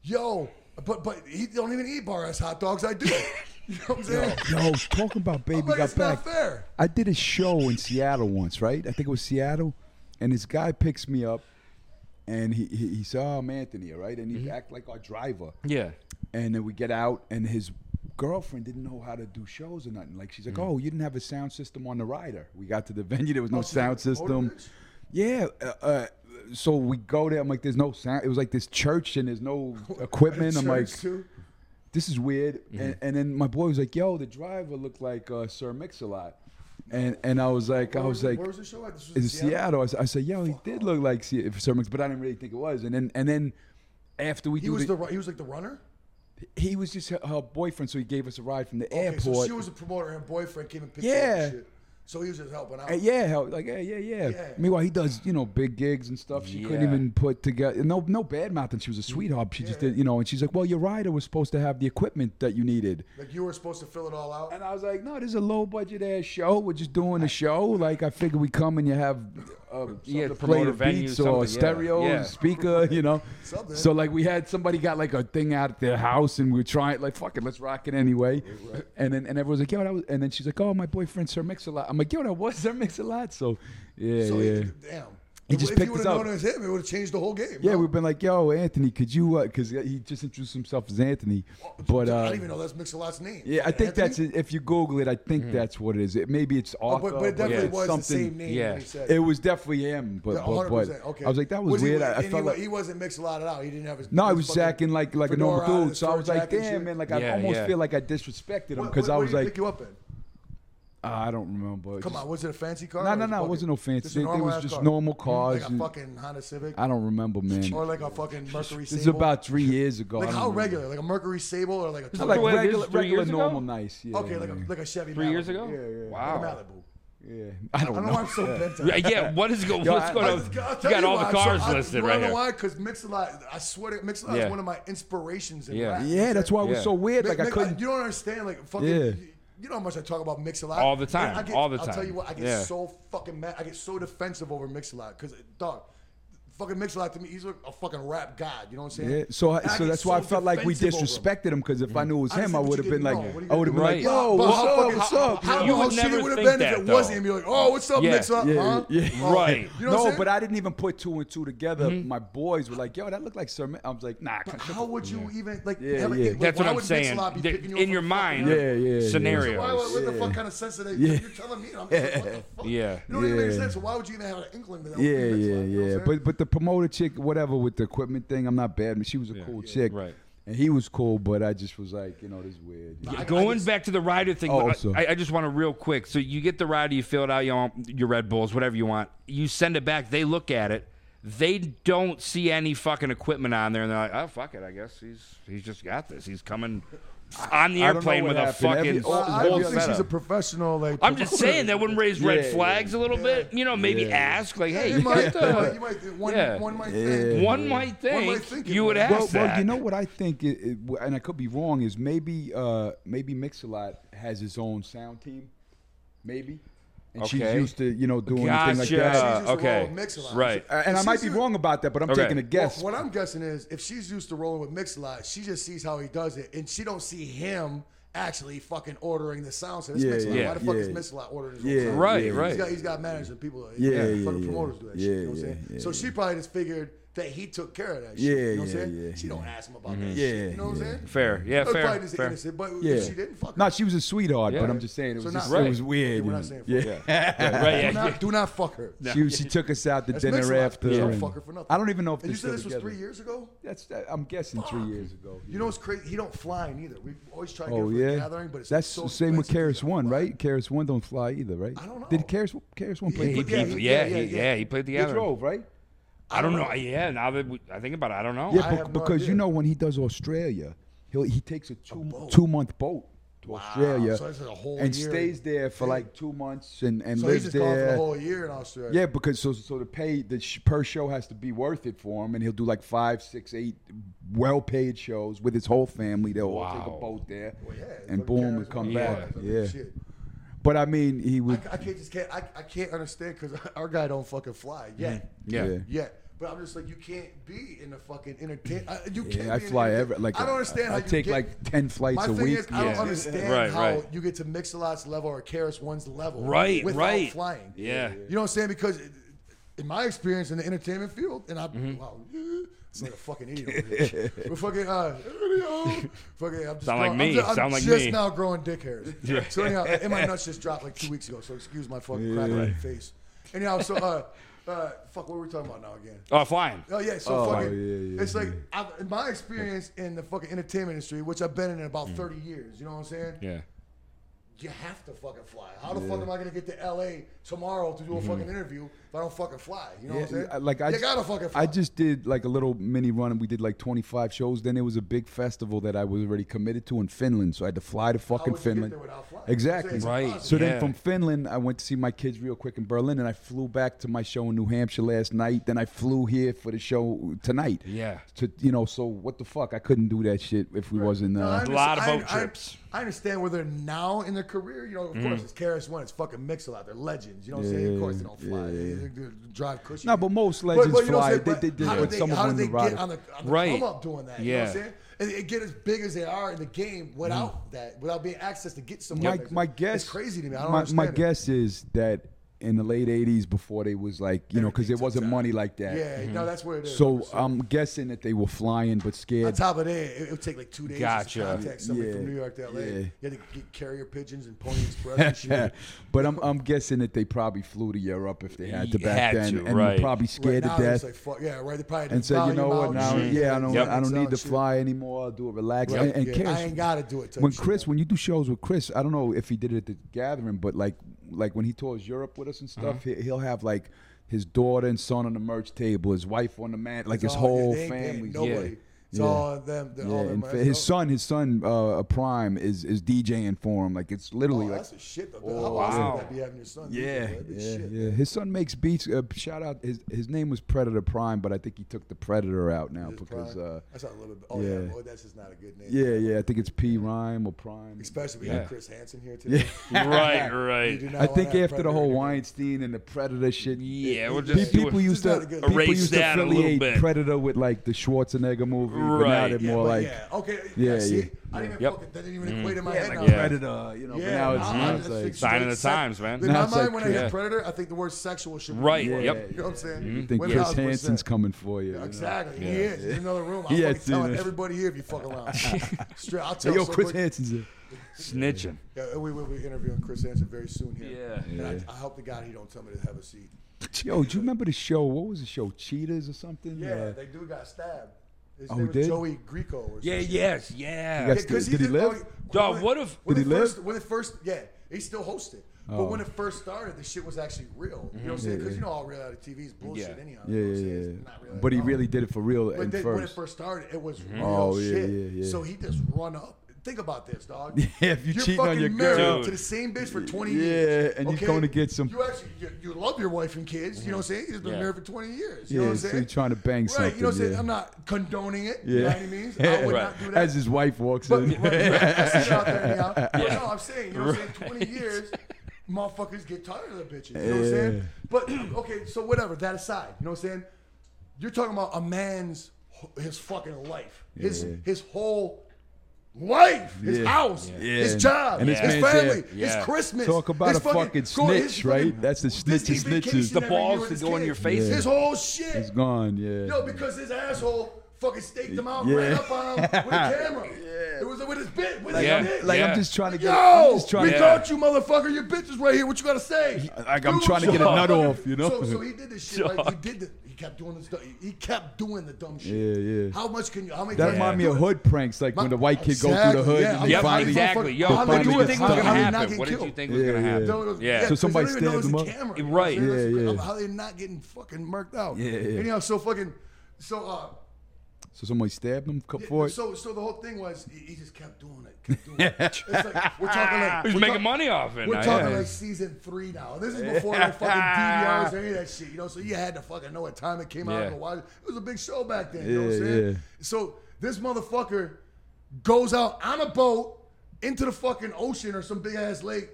Speaker 2: yo, but but he don't even eat bar ass hot dogs. I do. you know what I'm saying?
Speaker 3: Yo, talk about baby
Speaker 2: I'm like,
Speaker 3: got
Speaker 2: it's
Speaker 3: back.
Speaker 2: not fair.
Speaker 3: I did a show in Seattle once, right? I think it was Seattle, and this guy picks me up, and he he, he said, "Oh, I'm Anthony," all right? And he
Speaker 2: Mm-hmm.
Speaker 3: act like our driver,
Speaker 1: Yeah.
Speaker 3: and then we get out, and his girlfriend didn't know how to do shows or nothing. Like she's like, "Oh, you didn't have a sound system on the rider." We got to the venue, there was no
Speaker 2: Mm. Oh, she's like
Speaker 3: sound
Speaker 2: a motor
Speaker 3: system.
Speaker 2: bitch?
Speaker 3: Yeah. Uh, uh, so we go there. I'm like, "There's no sound." It was like this church, and there's no equipment. I'm like,
Speaker 2: Shirts, too. Mm-hmm.
Speaker 3: this is weird. And, and then my boy was like, yo, the driver looked like uh, Sir Mix-a-Lot. And and I was like, I
Speaker 2: Where
Speaker 3: was like,
Speaker 2: where was the show at? This was in
Speaker 3: is it Seattle? I, s- I said, yo, he did look like Se- Sir Mix, but I didn't really think it was. And then and then after we
Speaker 2: He
Speaker 3: do
Speaker 2: was
Speaker 3: the,
Speaker 2: the he was like the runner.
Speaker 3: he was just her, her boyfriend, so he gave us a ride from the
Speaker 2: Okay,
Speaker 3: airport.
Speaker 2: so she was a promoter. and Her boyfriend came and picked her up
Speaker 3: Yeah.
Speaker 2: and shit. So he was just helping out.
Speaker 3: Uh, yeah, hell, like yeah, yeah, yeah,
Speaker 2: Yeah.
Speaker 3: Meanwhile, he does you know big gigs and stuff. She couldn't
Speaker 1: Yeah.
Speaker 3: even put together no no bad mouth, and she was a sweetheart. She just did you know, and she's like, well, your rider was supposed to have the equipment that you needed.
Speaker 2: Like you were supposed to fill it all out.
Speaker 3: And I was like, no, this is a low budget ass show. We're just doing a show. Like I figure we come and you have uh,
Speaker 1: Yeah,
Speaker 3: yeah, to play
Speaker 1: promoter
Speaker 3: the
Speaker 1: venue,
Speaker 3: beats
Speaker 1: something, yeah.
Speaker 3: or stereo
Speaker 1: Yeah.
Speaker 3: speaker, you know.
Speaker 2: Something.
Speaker 3: So like we had somebody got like a thing out at their house and we were trying like fuck it, let's rock it anyway. And then and everyone's like, yo, that was and then she's like, oh, my boyfriend Sir Mix a lot. I'm like, yo, that was Sir Mix a lot. So yeah,
Speaker 2: so
Speaker 3: yeah.
Speaker 2: he, damn.
Speaker 3: He just
Speaker 2: if
Speaker 3: picked
Speaker 2: you would
Speaker 3: us
Speaker 2: have
Speaker 3: up.
Speaker 2: known it was him, it would have changed the whole game.
Speaker 3: yeah,
Speaker 2: no?
Speaker 3: we've been like, yo, Anthony, could you? Because he just introduced himself as Anthony, but uh,
Speaker 2: Oh, I didn't even know that's Mix-a-Lot's name.
Speaker 3: Yeah, I think
Speaker 2: Anthony?
Speaker 3: that's it. If you Google it, I think that's what it is. It, maybe it's
Speaker 2: Oh,
Speaker 3: Arthur.
Speaker 2: but, but it definitely
Speaker 3: it's
Speaker 2: was the
Speaker 3: something.
Speaker 2: same name.
Speaker 1: Yeah.
Speaker 2: when he said
Speaker 3: It was definitely him, but,
Speaker 2: Yeah,
Speaker 3: but,
Speaker 2: 100%.
Speaker 3: but
Speaker 2: okay.
Speaker 3: I was like, that was,
Speaker 2: he-
Speaker 3: weird. I, I
Speaker 2: and he,
Speaker 3: felt
Speaker 2: wa-
Speaker 3: like
Speaker 2: he wasn't mixed a lot out. He didn't have his.
Speaker 3: no, I
Speaker 2: his
Speaker 3: was just
Speaker 2: fucking
Speaker 3: acting like like a
Speaker 2: fedora
Speaker 3: normal
Speaker 2: on,
Speaker 3: dude.
Speaker 2: his
Speaker 3: So I
Speaker 2: fur
Speaker 3: was like,
Speaker 2: jacket and
Speaker 3: damn,
Speaker 2: shit.
Speaker 3: man, like I
Speaker 1: Yeah,
Speaker 3: almost
Speaker 1: yeah.
Speaker 3: feel like I disrespected him
Speaker 2: What-
Speaker 3: because
Speaker 2: what-
Speaker 3: I
Speaker 2: what
Speaker 3: was
Speaker 2: did he
Speaker 3: like,
Speaker 2: pick you up in?
Speaker 3: I don't remember.
Speaker 2: Come
Speaker 3: Just-
Speaker 2: on, was it a fancy car?
Speaker 3: No,
Speaker 2: or
Speaker 3: no,
Speaker 2: just
Speaker 3: no, it
Speaker 2: fucking-
Speaker 3: wasn't no fancy.
Speaker 2: just a
Speaker 3: It- it
Speaker 2: normal
Speaker 3: was
Speaker 2: ass
Speaker 3: just
Speaker 2: car?
Speaker 3: normal cars
Speaker 2: Like a
Speaker 3: and-
Speaker 2: fucking Honda Civic,
Speaker 3: I don't remember, man.
Speaker 2: or like a fucking Mercury.
Speaker 3: This is
Speaker 2: Sable?
Speaker 3: about three years ago. I
Speaker 2: Like
Speaker 3: don't
Speaker 2: how
Speaker 3: remember.
Speaker 2: regular? Like a Mercury Sable or like a
Speaker 3: I
Speaker 2: Toyota?
Speaker 3: Like
Speaker 1: Wait, this is
Speaker 3: regular,
Speaker 1: three
Speaker 3: regular,
Speaker 1: years ago?
Speaker 3: normal, nice. Yeah,
Speaker 2: okay, like a
Speaker 3: yeah.
Speaker 2: like a Chevy.
Speaker 1: Three years
Speaker 2: Malibu.
Speaker 1: ago?
Speaker 2: Like a
Speaker 1: Wow.
Speaker 2: Malibu.
Speaker 3: yeah. I
Speaker 2: I
Speaker 3: don't
Speaker 2: don't know
Speaker 3: know.
Speaker 2: why I'm so bent up.
Speaker 1: Yeah, yeah, what is going
Speaker 3: Yo,
Speaker 1: what's
Speaker 3: I-
Speaker 1: going
Speaker 3: I
Speaker 1: on?
Speaker 2: I'll
Speaker 1: You
Speaker 2: tell
Speaker 1: got all
Speaker 2: why.
Speaker 1: the
Speaker 2: So
Speaker 1: cars
Speaker 2: I-
Speaker 1: listed
Speaker 2: you
Speaker 1: right
Speaker 2: wanna know
Speaker 1: here.
Speaker 2: why? Because Mix-a-Lot, I swear, to Mix-a-Lot
Speaker 1: Yeah.
Speaker 2: is one of my inspirations in
Speaker 1: Yeah.
Speaker 2: rap.
Speaker 3: Yeah, that's why it
Speaker 1: Yeah.
Speaker 3: was so weird. Like I
Speaker 2: Mix-
Speaker 3: couldn't.
Speaker 2: You don't understand, like fucking.
Speaker 3: Yeah.
Speaker 2: You, you know how much I talk about Mix a lot
Speaker 1: All the time,
Speaker 2: I get,
Speaker 1: all the
Speaker 2: I'll tell
Speaker 1: time.
Speaker 2: you what, I get
Speaker 1: Yeah.
Speaker 2: so fucking mad. I get so defensive over Mix a lot because dog. Fucking Mix a lot to me. He's like a fucking rap god. You know what I'm saying?
Speaker 3: Yeah, so I,
Speaker 2: And I
Speaker 3: so
Speaker 2: get
Speaker 3: that's why I
Speaker 2: so
Speaker 3: felt like we
Speaker 2: defensive over him.
Speaker 3: disrespected him because if I knew it was
Speaker 2: I
Speaker 3: him,
Speaker 2: said,
Speaker 3: I
Speaker 2: "What
Speaker 3: would have
Speaker 2: you
Speaker 3: been
Speaker 2: didn't
Speaker 3: like,
Speaker 2: know? What do you
Speaker 3: I would have been
Speaker 1: didn't
Speaker 3: like,
Speaker 1: know?"
Speaker 3: yo,
Speaker 2: But
Speaker 3: what's
Speaker 2: how
Speaker 3: up,
Speaker 2: fucking-
Speaker 3: what's up?
Speaker 2: How,
Speaker 1: You
Speaker 2: how
Speaker 1: would
Speaker 2: shitty
Speaker 1: never
Speaker 2: it would have
Speaker 1: think
Speaker 2: been
Speaker 1: that,
Speaker 2: if it
Speaker 1: though.
Speaker 2: was him. You're like, oh, what's up,
Speaker 1: Yeah.
Speaker 2: Mix a lot?
Speaker 3: Yeah,
Speaker 2: huh?
Speaker 3: yeah.
Speaker 1: Right.
Speaker 2: Oh, You know what I'm
Speaker 3: no,
Speaker 2: saying? Mm-hmm.
Speaker 3: but I didn't even put two and two together. My boys were like, yo, that looked like Sir. Ma-" I was like, nah.
Speaker 2: But how would you even like?
Speaker 3: Yeah,
Speaker 2: have a-
Speaker 3: yeah.
Speaker 2: like,
Speaker 1: That's
Speaker 2: why
Speaker 1: what I'm
Speaker 2: would Mix-a-Lot
Speaker 1: saying.
Speaker 2: be
Speaker 1: There-
Speaker 2: picking you up
Speaker 1: In
Speaker 2: for
Speaker 1: your
Speaker 2: fucking-
Speaker 1: mind,
Speaker 3: Yeah, yeah, yeah.
Speaker 1: scenarios.
Speaker 2: Why, why, what the
Speaker 3: Yeah.
Speaker 2: fuck kind of sense that
Speaker 3: Yeah.
Speaker 2: you're telling me? I'm just like, what the fuck?
Speaker 1: Yeah.
Speaker 2: You don't even
Speaker 3: Yeah.
Speaker 2: make sense. So why would you even have an inkling that that? would be
Speaker 3: Yeah,
Speaker 2: Mix-a-Lot,
Speaker 3: yeah,
Speaker 2: you know what I'm
Speaker 3: yeah.
Speaker 2: saying?
Speaker 3: But but the promoter chick, whatever, with the equipment thing, I'm not bad. I mean, she was a cool chick,
Speaker 1: right.
Speaker 3: And he was cool, but I just was like, you know, this is weird.
Speaker 1: Yeah,
Speaker 2: I- I
Speaker 1: going
Speaker 2: just-
Speaker 1: back to the rider thing,
Speaker 3: Oh,
Speaker 1: I-
Speaker 3: so-
Speaker 1: I, I just want to real quick. So you get the rider, you fill it out, you want your Red Bulls, whatever you want. You send it back. They look at it. They don't see any fucking equipment on there, and they're like, "Oh fuck it, I guess he's he's just got this. He's coming on the
Speaker 3: I don't know
Speaker 1: airplane
Speaker 3: what
Speaker 1: with a
Speaker 3: happened.
Speaker 1: fucking
Speaker 3: Every-
Speaker 2: Well,
Speaker 3: It's
Speaker 2: I
Speaker 1: whole
Speaker 2: don't think she's
Speaker 1: setup."
Speaker 2: a professional. Like
Speaker 1: I'm just
Speaker 2: promoter.
Speaker 1: saying that wouldn't raise red
Speaker 3: Yeah.
Speaker 1: flags a little bit. You know, maybe
Speaker 3: Yeah.
Speaker 1: ask like, "Hey,
Speaker 2: You
Speaker 1: you
Speaker 2: might,
Speaker 1: got
Speaker 2: you
Speaker 1: the-
Speaker 2: might, you might think- one,
Speaker 1: Yeah.
Speaker 2: one might
Speaker 3: Yeah.
Speaker 2: think.
Speaker 1: one might think,
Speaker 2: think it
Speaker 1: you would
Speaker 2: would.
Speaker 1: ask
Speaker 3: Well,
Speaker 1: that."
Speaker 3: well, you know what I think, it, it, and I could be wrong, is maybe uh, maybe Mix-a-Lot has his own sound team, maybe, and she's
Speaker 1: Okay.
Speaker 3: used to you know doing
Speaker 1: gotcha.
Speaker 3: things like that.
Speaker 2: She's used to
Speaker 1: okay,
Speaker 2: roll with Mix-a-Lot.
Speaker 1: right?
Speaker 3: Uh, And I
Speaker 2: She's
Speaker 3: might be
Speaker 2: used-
Speaker 3: wrong about that, but I'm
Speaker 1: Okay.
Speaker 3: taking a guess.
Speaker 2: Well, what I'm guessing is if she's used to rolling with Mix a lot, she just sees how he does it, and she don't see him actually fucking ordering the sound. So this
Speaker 3: Yeah,
Speaker 2: Mix a lot.
Speaker 1: yeah,
Speaker 2: Why the fuck
Speaker 3: yeah.
Speaker 2: is Mix a lot ordering his
Speaker 3: Yeah,
Speaker 2: own sound?
Speaker 1: Right,
Speaker 3: yeah.
Speaker 1: right.
Speaker 2: He's got, he's got managers and people.
Speaker 3: Yeah,
Speaker 2: Yeah,
Speaker 3: yeah,
Speaker 2: fucking
Speaker 3: yeah.
Speaker 2: promoters do that
Speaker 3: Yeah,
Speaker 2: shit. You know what I'm
Speaker 3: yeah,
Speaker 2: saying?
Speaker 3: yeah,
Speaker 2: so she probably just figured that he took care of that shit.
Speaker 3: Yeah,
Speaker 2: you know what I'm
Speaker 3: yeah,
Speaker 2: saying?
Speaker 3: yeah, Mm-hmm.
Speaker 2: she don't ask him about that
Speaker 3: Yeah,
Speaker 2: shit. You know what I'm
Speaker 3: yeah.
Speaker 2: saying?
Speaker 1: Fair, yeah,
Speaker 2: That's
Speaker 1: fair,
Speaker 2: probably just
Speaker 1: fair.
Speaker 2: innocent, but
Speaker 3: yeah,
Speaker 2: she didn't fuck
Speaker 3: No,
Speaker 2: him.
Speaker 3: she was a sweetheart,
Speaker 1: Yeah.
Speaker 3: but I'm just saying it was
Speaker 2: So
Speaker 3: just
Speaker 2: not-
Speaker 3: it was
Speaker 1: Right.
Speaker 3: weird.
Speaker 2: We're not
Speaker 3: and-
Speaker 2: saying fuck
Speaker 3: yeah.
Speaker 2: her.
Speaker 1: Right?
Speaker 2: Do
Speaker 1: Yeah.
Speaker 2: not, do not fuck her.
Speaker 3: She, she took us out to
Speaker 2: That's
Speaker 3: dinner
Speaker 2: Mix-a-Lot.
Speaker 3: after.
Speaker 2: Don't
Speaker 3: and-
Speaker 2: fuck her for nothing.
Speaker 3: I don't even know if
Speaker 2: And you
Speaker 3: this
Speaker 2: said this was three years ago?
Speaker 3: That's that, I'm guessing three years ago.
Speaker 2: You know what's crazy? He don't fly in either. We always try to
Speaker 3: Oh
Speaker 2: get him for
Speaker 3: yeah,
Speaker 2: a gathering, but it's
Speaker 3: that's
Speaker 2: so
Speaker 3: the same with
Speaker 2: expensive
Speaker 3: Karis
Speaker 2: to
Speaker 3: One,
Speaker 2: fly.
Speaker 3: right? Karis One don't fly either, right?
Speaker 2: I don't know.
Speaker 3: Did Karis Karis One play?
Speaker 2: he
Speaker 3: for
Speaker 1: He-
Speaker 3: the
Speaker 1: he-
Speaker 2: Yeah,
Speaker 3: Yankees?
Speaker 1: yeah,
Speaker 2: yeah,
Speaker 1: he-
Speaker 2: yeah.
Speaker 1: yeah, He played the
Speaker 3: They
Speaker 1: other.
Speaker 3: drove, right?
Speaker 1: I don't know. Yeah, now that we, I think about it, I don't know.
Speaker 3: Yeah,
Speaker 2: I
Speaker 3: bec-
Speaker 2: have no
Speaker 3: because
Speaker 2: idea.
Speaker 3: you know when he does Australia, he he takes a two
Speaker 2: boat.
Speaker 3: two month boat. to Australia
Speaker 2: So this is a whole
Speaker 3: and
Speaker 2: year.
Speaker 3: stays there for like two months and and
Speaker 2: So he's
Speaker 3: lives
Speaker 2: just gone for the
Speaker 3: there.
Speaker 2: whole year in Australia.
Speaker 3: Yeah, because so so the pay the sh- per show has to be worth it for him, and he'll do like five, six, eight well-paid shows with his whole family. They'll all take
Speaker 1: Wow.
Speaker 3: a boat there,
Speaker 2: Well, yeah, it's
Speaker 3: and
Speaker 2: fucking
Speaker 3: boom,
Speaker 2: Canada's
Speaker 3: and
Speaker 2: one
Speaker 3: come
Speaker 2: of the
Speaker 3: back.
Speaker 2: best. I mean,
Speaker 3: Yeah,
Speaker 2: shit.
Speaker 3: but I mean, he
Speaker 2: I,
Speaker 3: would.
Speaker 2: I can't just can't I, I can't understand because our guy don't fucking fly yet
Speaker 1: Yeah.
Speaker 3: Yeah.
Speaker 2: yet. But I'm just like you can't be in the fucking entertain. I, you can't.
Speaker 3: Yeah, I
Speaker 2: be in
Speaker 3: fly
Speaker 2: entertain-
Speaker 3: every like
Speaker 2: I don't understand
Speaker 3: I,
Speaker 2: how
Speaker 3: I
Speaker 2: you
Speaker 3: take
Speaker 2: get-
Speaker 3: like ten flights
Speaker 2: My
Speaker 3: a
Speaker 2: thing
Speaker 3: week.
Speaker 2: is, I
Speaker 1: Yeah.
Speaker 2: don't understand
Speaker 1: Right,
Speaker 2: how
Speaker 1: right.
Speaker 2: you get to Mix-a-Lot's level or Karis One's level
Speaker 1: Right,
Speaker 2: without
Speaker 1: right.
Speaker 2: flying.
Speaker 1: Yeah.
Speaker 2: You know what I'm saying? Because it- in my experience in the entertainment field, and I
Speaker 1: Mm-hmm.
Speaker 2: wow, it's like a fucking idiot. Over here. but fucking, uh, fucking, I'm just
Speaker 1: Sound like
Speaker 2: growing-
Speaker 1: me.
Speaker 2: I'm just, I'm
Speaker 1: Sound like
Speaker 2: just
Speaker 1: me.
Speaker 2: now growing dick hairs. So anyhow, and my nuts just dropped like two weeks ago. So excuse my fucking crack in the face. Anyhow, so uh, uh, fuck, what were we talking about now again?
Speaker 1: Oh, flying.
Speaker 2: Oh yeah, so
Speaker 3: Oh,
Speaker 2: fucking.
Speaker 3: yeah, yeah,
Speaker 2: it's like
Speaker 3: yeah.
Speaker 2: I've, in my experience in the fucking entertainment industry, which I've been in about
Speaker 3: Mm.
Speaker 2: thirty years. You know what I'm saying?
Speaker 1: Yeah.
Speaker 2: You have to fucking fly. How the fuck am I gonna get to L.A. tomorrow to do a fucking interview if I don't fucking fly? You know what I'm saying?
Speaker 3: Mm-hmm. I- like I,
Speaker 2: you
Speaker 3: j-
Speaker 2: gotta fucking fly.
Speaker 3: I just did like a little mini run, and we did like 25 shows. Then there was a big festival that I was already committed to in Finland, so I had to fly to
Speaker 2: How
Speaker 3: fucking
Speaker 2: would you get
Speaker 3: Finland.
Speaker 2: there without flying?
Speaker 3: Exactly.
Speaker 2: It's
Speaker 1: Right.
Speaker 2: impossible.
Speaker 3: So
Speaker 1: Yeah.
Speaker 3: then from Finland, I went to see my kids real quick in Berlin, and I flew back to my show in New Hampshire last night. Then I flew here for the show tonight.
Speaker 1: Yeah.
Speaker 3: To you know, so what the fuck? I couldn't do that shit if we wasn't.
Speaker 2: No, I
Speaker 3: Uh,
Speaker 2: understand-
Speaker 1: lot of
Speaker 2: I-
Speaker 1: boat
Speaker 2: I-
Speaker 1: trips. Mm.
Speaker 2: I, understand where they're now in their career. You know, of course, it's Karis One, it's fucking Mix a lot. They're legends. You know what I'm saying? Of course, they don't fly. They, they, they drive cushy.
Speaker 3: No, but most
Speaker 2: But-
Speaker 3: legends
Speaker 2: but you know what I'm
Speaker 3: fly.
Speaker 2: saying?
Speaker 3: They-
Speaker 2: But
Speaker 3: they did
Speaker 2: how
Speaker 3: what
Speaker 2: they-
Speaker 3: someone
Speaker 2: How
Speaker 3: in
Speaker 2: did they
Speaker 3: the
Speaker 2: get
Speaker 3: Rider-
Speaker 2: on the, on the
Speaker 1: Right.
Speaker 2: come up doing that? You know
Speaker 1: Yeah.
Speaker 2: what I'm saying? And they get as big as they are in the game without that, without being access to get somewhere.
Speaker 3: my my guess
Speaker 2: It's crazy to me. I don't
Speaker 3: my,
Speaker 2: understand.
Speaker 3: my
Speaker 2: it.
Speaker 3: guess is that in the late '80s, before they was like you know, because there
Speaker 2: Everything
Speaker 3: wasn't
Speaker 2: took
Speaker 3: money like that.
Speaker 2: Yeah, no, that's what it is.
Speaker 3: Mm-hmm. So um, I'm guessing that they were flying but
Speaker 2: On
Speaker 3: scared.
Speaker 2: top of that, it, it would take like two days
Speaker 1: Gotcha.
Speaker 2: to contact somebody
Speaker 3: Yeah.
Speaker 2: from New York to LA.
Speaker 3: Yeah.
Speaker 2: You had to get carrier pigeons and Pony Express and shit.
Speaker 3: but I'm I'm guessing that they probably flew to Europe if they had to
Speaker 1: You
Speaker 3: back
Speaker 1: had
Speaker 3: then,
Speaker 1: to,
Speaker 3: and were
Speaker 1: right.
Speaker 3: probably
Speaker 2: Right
Speaker 3: scared
Speaker 2: now,
Speaker 3: to
Speaker 2: it's
Speaker 3: death.
Speaker 2: like fuck yeah, right. They probably
Speaker 3: and said, you know what, now, yeah, I don't,
Speaker 1: Yep.
Speaker 3: I don't need to fly anymore. I'll do it relaxed.
Speaker 2: Right.
Speaker 3: And, and
Speaker 2: Yeah,
Speaker 3: Chris,
Speaker 2: I ain't gotta do it type
Speaker 3: When
Speaker 2: shit,
Speaker 3: Chris,
Speaker 2: man.
Speaker 3: when you do shows with Chris, I don't know if he did it at the gathering, but like, like when he tours Europe with us and
Speaker 2: Uh-huh.
Speaker 3: stuff, he, he'll have like his daughter and son on the merch table, his wife on the mat, like his whole family.
Speaker 2: Nobody. It's
Speaker 3: Yeah.
Speaker 2: all them. they're
Speaker 3: Yeah,
Speaker 2: all them
Speaker 3: and
Speaker 2: right?
Speaker 3: fa- his
Speaker 2: No.
Speaker 3: son, his son, uh, uh, Prime is is DJing for him. Like it's literally
Speaker 2: Oh,
Speaker 3: like,
Speaker 2: that's a shit. Though. How
Speaker 1: Oh,
Speaker 2: awesome
Speaker 1: wow.
Speaker 2: would that be having your son? do
Speaker 3: yeah,
Speaker 2: that? That'd be
Speaker 3: yeah,
Speaker 2: shit.
Speaker 3: yeah. His son makes beats. Uh, shout out his his name was Predator Prime, but I think he took the Predator out now
Speaker 2: His
Speaker 3: because
Speaker 2: prime.
Speaker 3: uh,
Speaker 2: that's not a little bit. Oh yeah,
Speaker 3: yeah.
Speaker 2: boy, that's just not a good name.
Speaker 3: yeah, yeah, I think it's P Rhyme or Prime.
Speaker 2: Especially we
Speaker 1: Yeah.
Speaker 2: have Chris Hansen here today.
Speaker 1: Right,
Speaker 2: You do
Speaker 1: right.
Speaker 2: not
Speaker 3: I
Speaker 2: wanna
Speaker 3: think
Speaker 2: have
Speaker 3: after the
Speaker 2: Predator
Speaker 3: whole
Speaker 2: here.
Speaker 3: Weinstein and the Predator shit,
Speaker 1: Yeah, we'll
Speaker 3: pe-
Speaker 1: just
Speaker 3: people
Speaker 1: do it.
Speaker 2: Just
Speaker 3: used to
Speaker 2: not a good-
Speaker 3: people
Speaker 1: Erase
Speaker 3: used
Speaker 1: that
Speaker 3: to
Speaker 1: a little bit.
Speaker 3: affiliate Predator with like the Schwarzenegger movie, but now
Speaker 1: Right.
Speaker 3: they're
Speaker 2: Yeah,
Speaker 3: more
Speaker 2: but
Speaker 3: like
Speaker 2: yeah, okay, yeah,
Speaker 3: Yeah,
Speaker 2: see,
Speaker 3: yeah,
Speaker 2: I didn't even
Speaker 1: Yep. Mm.
Speaker 2: fucking, that didn't even equate in my head.
Speaker 3: like
Speaker 2: now.
Speaker 1: Yeah.
Speaker 3: Predator, you know.
Speaker 2: Yeah,
Speaker 3: but now
Speaker 2: nah,
Speaker 3: it's,
Speaker 2: I
Speaker 3: now it's
Speaker 2: just
Speaker 1: Sign
Speaker 2: think
Speaker 3: like
Speaker 1: of
Speaker 2: straight
Speaker 1: the
Speaker 2: sex-
Speaker 1: times, man.
Speaker 2: In
Speaker 3: Now
Speaker 2: my
Speaker 3: it's
Speaker 2: mind,
Speaker 3: like
Speaker 2: when I hear
Speaker 1: Chris.
Speaker 2: predator, I think the word sexual should. be-
Speaker 1: Right.
Speaker 2: You
Speaker 1: Yeah. Yep.
Speaker 2: know what I'm saying?
Speaker 3: You think
Speaker 2: Women
Speaker 3: Chris
Speaker 2: 100%.
Speaker 3: Hansen's coming for you? you know?
Speaker 2: Exactly. He is. He's in another room. I'm
Speaker 3: He
Speaker 2: fucking
Speaker 3: has seen
Speaker 2: telling
Speaker 3: it.
Speaker 2: everybody here if you fuck around. Straight. I'll
Speaker 3: Hey,
Speaker 2: tell
Speaker 3: yo, Chris
Speaker 2: somebody-
Speaker 3: Hansen's here.
Speaker 1: Snitching.
Speaker 2: Yeah, we will be interviewing Chris Hansen very soon here.
Speaker 1: Yeah.
Speaker 2: And I, I hope to God he don't tell me to have a seat.
Speaker 3: Yo, do you remember the show? What was the show? Cheetahs or something?
Speaker 2: Yeah,
Speaker 3: Uh,
Speaker 2: they do got stabbed. His
Speaker 3: Oh,
Speaker 2: name
Speaker 3: he
Speaker 2: was
Speaker 3: did?
Speaker 2: Joey Greco or something.
Speaker 1: Yeah. Yes. Yeah.
Speaker 3: got-
Speaker 2: because
Speaker 3: Did he live?
Speaker 1: Dog, what if-
Speaker 2: when
Speaker 3: Did
Speaker 2: it
Speaker 3: he live? Oh.
Speaker 2: first, When it first, yeah, he still hosted. But when it first started, the shit was actually real. You know what I'm saying? Because you know all reality TV is bullshit
Speaker 1: Yeah.
Speaker 2: anyhow.
Speaker 3: Mm-hmm. yeah,
Speaker 2: you know what I'm
Speaker 3: yeah,
Speaker 2: saying?
Speaker 3: yeah.
Speaker 2: It's not reality
Speaker 3: But he
Speaker 2: at all.
Speaker 3: really did it for real
Speaker 2: But
Speaker 3: at
Speaker 2: then, when it
Speaker 3: first.
Speaker 2: first started, it was real
Speaker 3: Oh, yeah,
Speaker 2: shit.
Speaker 3: yeah, yeah.
Speaker 2: So he just run up. Think about this, dog.
Speaker 3: Yeah, if you
Speaker 2: You're
Speaker 3: cheating on
Speaker 2: fucking
Speaker 3: your
Speaker 2: married
Speaker 1: girl.
Speaker 2: to the same bitch for 20
Speaker 3: Yeah,
Speaker 2: years.
Speaker 3: and you're
Speaker 2: okay?
Speaker 3: going to get some-
Speaker 2: You actually, you, you love your wife and kids. You know what I'm saying? You've been
Speaker 1: Yeah.
Speaker 2: married for 20 years. You know
Speaker 3: Yeah,
Speaker 2: what I'm
Speaker 3: so
Speaker 2: saying?
Speaker 3: you're trying to bang
Speaker 2: right, You know what I'm
Speaker 3: something,
Speaker 2: saying?
Speaker 3: yeah.
Speaker 2: I'm not condoning it.
Speaker 3: yeah.
Speaker 2: You know what I mean? I would not do that.
Speaker 3: As his wife walks
Speaker 2: But,
Speaker 3: in.
Speaker 2: right, right, I see it out there anyhow. But no, I'm saying, you know what I'm saying? 20 years, motherfuckers get tired of the bitches. You know what I'm saying? But, okay, so whatever, that aside, you know what I'm saying? You're talking about a man's, his fucking life, his,
Speaker 3: Yeah.
Speaker 2: his whole life, his
Speaker 3: Yeah.
Speaker 2: house,
Speaker 3: Yeah.
Speaker 2: his job,
Speaker 3: And this
Speaker 2: his
Speaker 3: man's
Speaker 2: family,
Speaker 3: had-
Speaker 1: Yeah.
Speaker 2: his Christmas.
Speaker 3: Talk about
Speaker 2: his
Speaker 3: a fucking
Speaker 2: go- his
Speaker 3: snitch,
Speaker 2: fucking
Speaker 3: right? That's the snitch
Speaker 2: Disney
Speaker 3: of snitches.
Speaker 2: vacation
Speaker 3: The
Speaker 2: every year
Speaker 1: balls
Speaker 2: with
Speaker 1: to
Speaker 2: his
Speaker 1: go in
Speaker 2: kids.
Speaker 1: your face.
Speaker 2: His whole shit.
Speaker 3: He's gone, yeah.
Speaker 2: No, because his asshole fucking staked him out,
Speaker 3: Yeah.
Speaker 2: ran up on him with a camera. It was with his bit. With his
Speaker 1: Yeah.
Speaker 2: dick.
Speaker 3: like
Speaker 1: Yeah.
Speaker 3: I'm just trying to
Speaker 2: Yo,
Speaker 3: get. I'm just trying
Speaker 2: we
Speaker 3: to.
Speaker 2: caught you, motherfucker. Your bitch is right here. What you gotta say?
Speaker 3: Like, I'm
Speaker 2: Dude,
Speaker 3: trying to get a
Speaker 2: so-
Speaker 3: nut off, you know?
Speaker 2: So, so he did this shit. Like, he did. The, he kept doing this. du- He kept doing the dumb shit.
Speaker 3: Yeah, yeah.
Speaker 2: How much can you? How many?
Speaker 3: That
Speaker 2: times
Speaker 3: remind
Speaker 2: can
Speaker 3: me
Speaker 2: you
Speaker 3: of
Speaker 2: do it?
Speaker 3: hood pranks, like when the white kid goes through the
Speaker 2: Exactly,
Speaker 3: hood
Speaker 2: yeah,
Speaker 3: and they
Speaker 2: I'm
Speaker 1: Yep,
Speaker 3: finally.
Speaker 1: exactly. Yo,
Speaker 2: How
Speaker 1: what
Speaker 2: many
Speaker 1: did you
Speaker 2: times
Speaker 1: think
Speaker 2: did
Speaker 1: was gonna
Speaker 2: Muhammad not
Speaker 1: happen?
Speaker 2: get
Speaker 1: What did you
Speaker 2: killed?
Speaker 1: think was
Speaker 3: Yeah,
Speaker 1: gonna
Speaker 3: yeah.
Speaker 1: happen?
Speaker 2: No, it was-
Speaker 1: Yeah. So
Speaker 2: yeah, 'cause they
Speaker 3: somebody
Speaker 2: don't even know it's
Speaker 3: stabbed
Speaker 2: a
Speaker 3: him up.
Speaker 2: camera, you know
Speaker 1: Right.
Speaker 2: what I'm saying?
Speaker 3: Yeah,
Speaker 2: That's
Speaker 3: yeah.
Speaker 2: How they're not getting fucking murked out.
Speaker 3: Yeah, yeah.
Speaker 2: Anyhow, so fucking, so uh,
Speaker 3: So somebody stabbed him cu- for it.
Speaker 2: So, so the whole thing was he, he just kept doing it, kept doing it. It's like, we're talking like
Speaker 1: Ah, He's
Speaker 2: we're
Speaker 1: making
Speaker 2: talk-
Speaker 1: money off it.
Speaker 2: We're
Speaker 1: I-
Speaker 2: talking
Speaker 1: yeah.
Speaker 2: like season three now. This is before like fucking DVRs or any of that shit, you know. So you had to fucking know what time it came out
Speaker 1: Yeah.
Speaker 2: and go watch it. It was a big show back then. You know what I'm
Speaker 3: Yeah,
Speaker 2: saying?
Speaker 3: yeah.
Speaker 2: So this motherfucker goes out on a boat into the fucking ocean or some big ass lake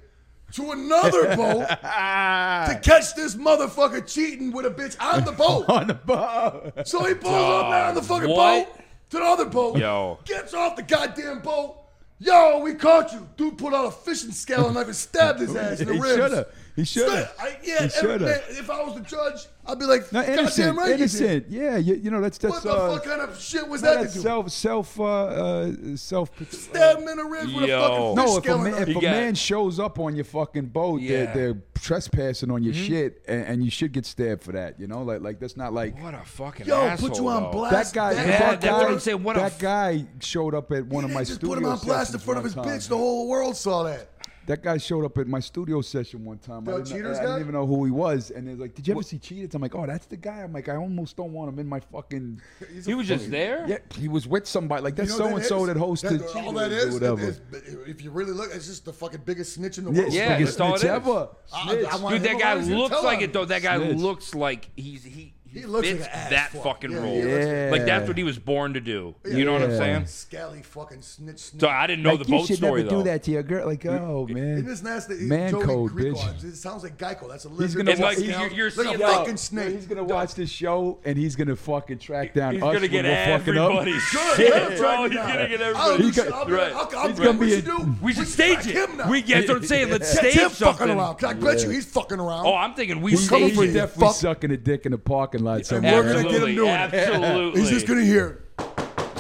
Speaker 2: to another boat
Speaker 1: Ah.
Speaker 2: to catch this motherfucker cheating with a bitch on the boat.
Speaker 3: on the bar.
Speaker 2: So he pulls up there on the fucking
Speaker 1: what?
Speaker 2: boat to the other boat.
Speaker 1: Yo.
Speaker 2: Gets off the goddamn boat. Yo, we caught you. Dude pulled out a fishing scale and like stabbed his ass in the
Speaker 3: He
Speaker 2: ribs.
Speaker 3: shoulda. He shoulda.
Speaker 2: Sta- I, yeah,
Speaker 3: He
Speaker 2: and-
Speaker 3: shoulda.
Speaker 2: man, if I was the judge, I'd be like,
Speaker 3: No, innocent,
Speaker 2: goddamn right, you did.
Speaker 3: innocent. Yeah, you, you know that's
Speaker 2: What
Speaker 3: that's
Speaker 2: the
Speaker 3: uh,
Speaker 2: fuck kind of shit was
Speaker 3: no,
Speaker 2: that to
Speaker 3: that's
Speaker 2: do?
Speaker 3: self self uh, uh self.
Speaker 2: Stab him in the ribs with a
Speaker 1: Yo.
Speaker 2: fucking fish
Speaker 3: No, if a
Speaker 2: scale. in
Speaker 3: man,
Speaker 2: the-
Speaker 3: if a
Speaker 1: got-
Speaker 3: man shows up on your fucking boat,
Speaker 1: Yeah.
Speaker 3: they're, they're trespassing on your
Speaker 2: Hmm?
Speaker 3: shit, and, and you should get stabbed for that. You know, like like that's not like
Speaker 1: What a fucking
Speaker 2: Yo,
Speaker 1: asshole,
Speaker 2: put you on
Speaker 1: though.
Speaker 2: blast.
Speaker 3: that guy.
Speaker 2: That-
Speaker 1: Yeah,
Speaker 3: that
Speaker 1: that's
Speaker 3: guy,
Speaker 1: what I'm saying. What a
Speaker 3: that
Speaker 1: f-
Speaker 3: guy showed up at one
Speaker 2: He
Speaker 3: of my
Speaker 2: didn't just
Speaker 3: studio
Speaker 2: put him on blast in
Speaker 3: sessions
Speaker 2: front of
Speaker 3: one
Speaker 2: his
Speaker 3: time.
Speaker 2: bitch. The whole world saw that.
Speaker 3: That guy showed up at my studio session one time.
Speaker 2: Yo,
Speaker 3: I, didn't,
Speaker 2: Cheaters
Speaker 3: I,
Speaker 2: guy?
Speaker 3: didn't even know who he was, and they're like, "Did you ever see Cheaters?" I'm like, "Oh, that's the guy." I'm like, "I almost don't want him in my fucking."
Speaker 1: He was just there.
Speaker 3: Yeah, he was with somebody. Like that's
Speaker 2: You know
Speaker 3: so
Speaker 2: what
Speaker 3: and so that
Speaker 2: is?
Speaker 3: hosted
Speaker 2: That-
Speaker 3: Cheaters
Speaker 2: all that
Speaker 3: or
Speaker 2: is,
Speaker 3: whatever.
Speaker 2: is- if you really look, it's just the fucking biggest snitch in the
Speaker 3: Yeah,
Speaker 2: world.
Speaker 3: it's
Speaker 1: Yeah,
Speaker 3: the biggest
Speaker 1: that's all it
Speaker 3: snitch
Speaker 1: is.
Speaker 3: ever.
Speaker 2: I- I- I
Speaker 3: Snitch.
Speaker 2: want
Speaker 1: Dude, that
Speaker 2: him
Speaker 1: guy
Speaker 2: around here.
Speaker 1: looks
Speaker 2: Tell
Speaker 1: like
Speaker 2: him.
Speaker 1: it though. That guy
Speaker 3: Snitch.
Speaker 1: looks like he's he he,
Speaker 2: He looks
Speaker 1: fits
Speaker 2: like an ass
Speaker 1: that
Speaker 2: fuck.
Speaker 1: fucking
Speaker 2: Yeah,
Speaker 1: role.
Speaker 2: he looks-
Speaker 3: Yeah.
Speaker 1: Like that's what he was born to do. You know what I'm
Speaker 3: Yeah.
Speaker 1: saying?
Speaker 2: Scally fucking snitch. snitch.
Speaker 1: So I didn't know
Speaker 3: Like,
Speaker 1: the boat
Speaker 3: you should
Speaker 1: story
Speaker 3: never
Speaker 1: though.
Speaker 3: do that to your girl. Like, oh man,
Speaker 2: Isn't this nasty?
Speaker 3: Man
Speaker 2: Joey
Speaker 3: code,
Speaker 2: Greco.
Speaker 3: bitch.
Speaker 2: It sounds like Geico. That's a lizard.
Speaker 3: gonna
Speaker 2: It's
Speaker 3: walk-
Speaker 2: like
Speaker 3: he's-
Speaker 2: scales.
Speaker 1: you're- you're
Speaker 2: like a
Speaker 1: seeing-
Speaker 2: fucking snake.
Speaker 3: He's gonna watch this show and he's gonna fucking track down
Speaker 1: He's
Speaker 3: us
Speaker 1: gonna get
Speaker 3: when we're
Speaker 1: everybody.
Speaker 3: fucking up.
Speaker 1: shit,
Speaker 2: Yeah,
Speaker 1: bro.
Speaker 2: right
Speaker 1: He's
Speaker 2: now.
Speaker 1: gonna get
Speaker 2: I'll
Speaker 1: everybody.
Speaker 2: do
Speaker 3: He
Speaker 2: shit.
Speaker 3: got-
Speaker 2: I'll be like,
Speaker 1: right.
Speaker 2: I'll- I'll-
Speaker 3: He's gonna
Speaker 2: what
Speaker 3: be
Speaker 2: you do?
Speaker 1: We should
Speaker 2: track
Speaker 1: stage it.
Speaker 2: him now.
Speaker 1: We that's what I'm saying. Let's
Speaker 2: That's him
Speaker 1: stage
Speaker 2: fucking
Speaker 1: something.
Speaker 2: around. 'cause I bet you he's fucking around.
Speaker 1: Oh, I'm thinking we
Speaker 3: He's,
Speaker 2: coming
Speaker 1: stage
Speaker 2: for
Speaker 1: it.
Speaker 2: you,
Speaker 3: definitely
Speaker 2: fuck.
Speaker 3: sucking a dick in the parking lot somewhere.
Speaker 2: we're gonna
Speaker 1: Absolutely,
Speaker 2: get him doing it.
Speaker 1: absolutely.
Speaker 2: he's just gonna hear.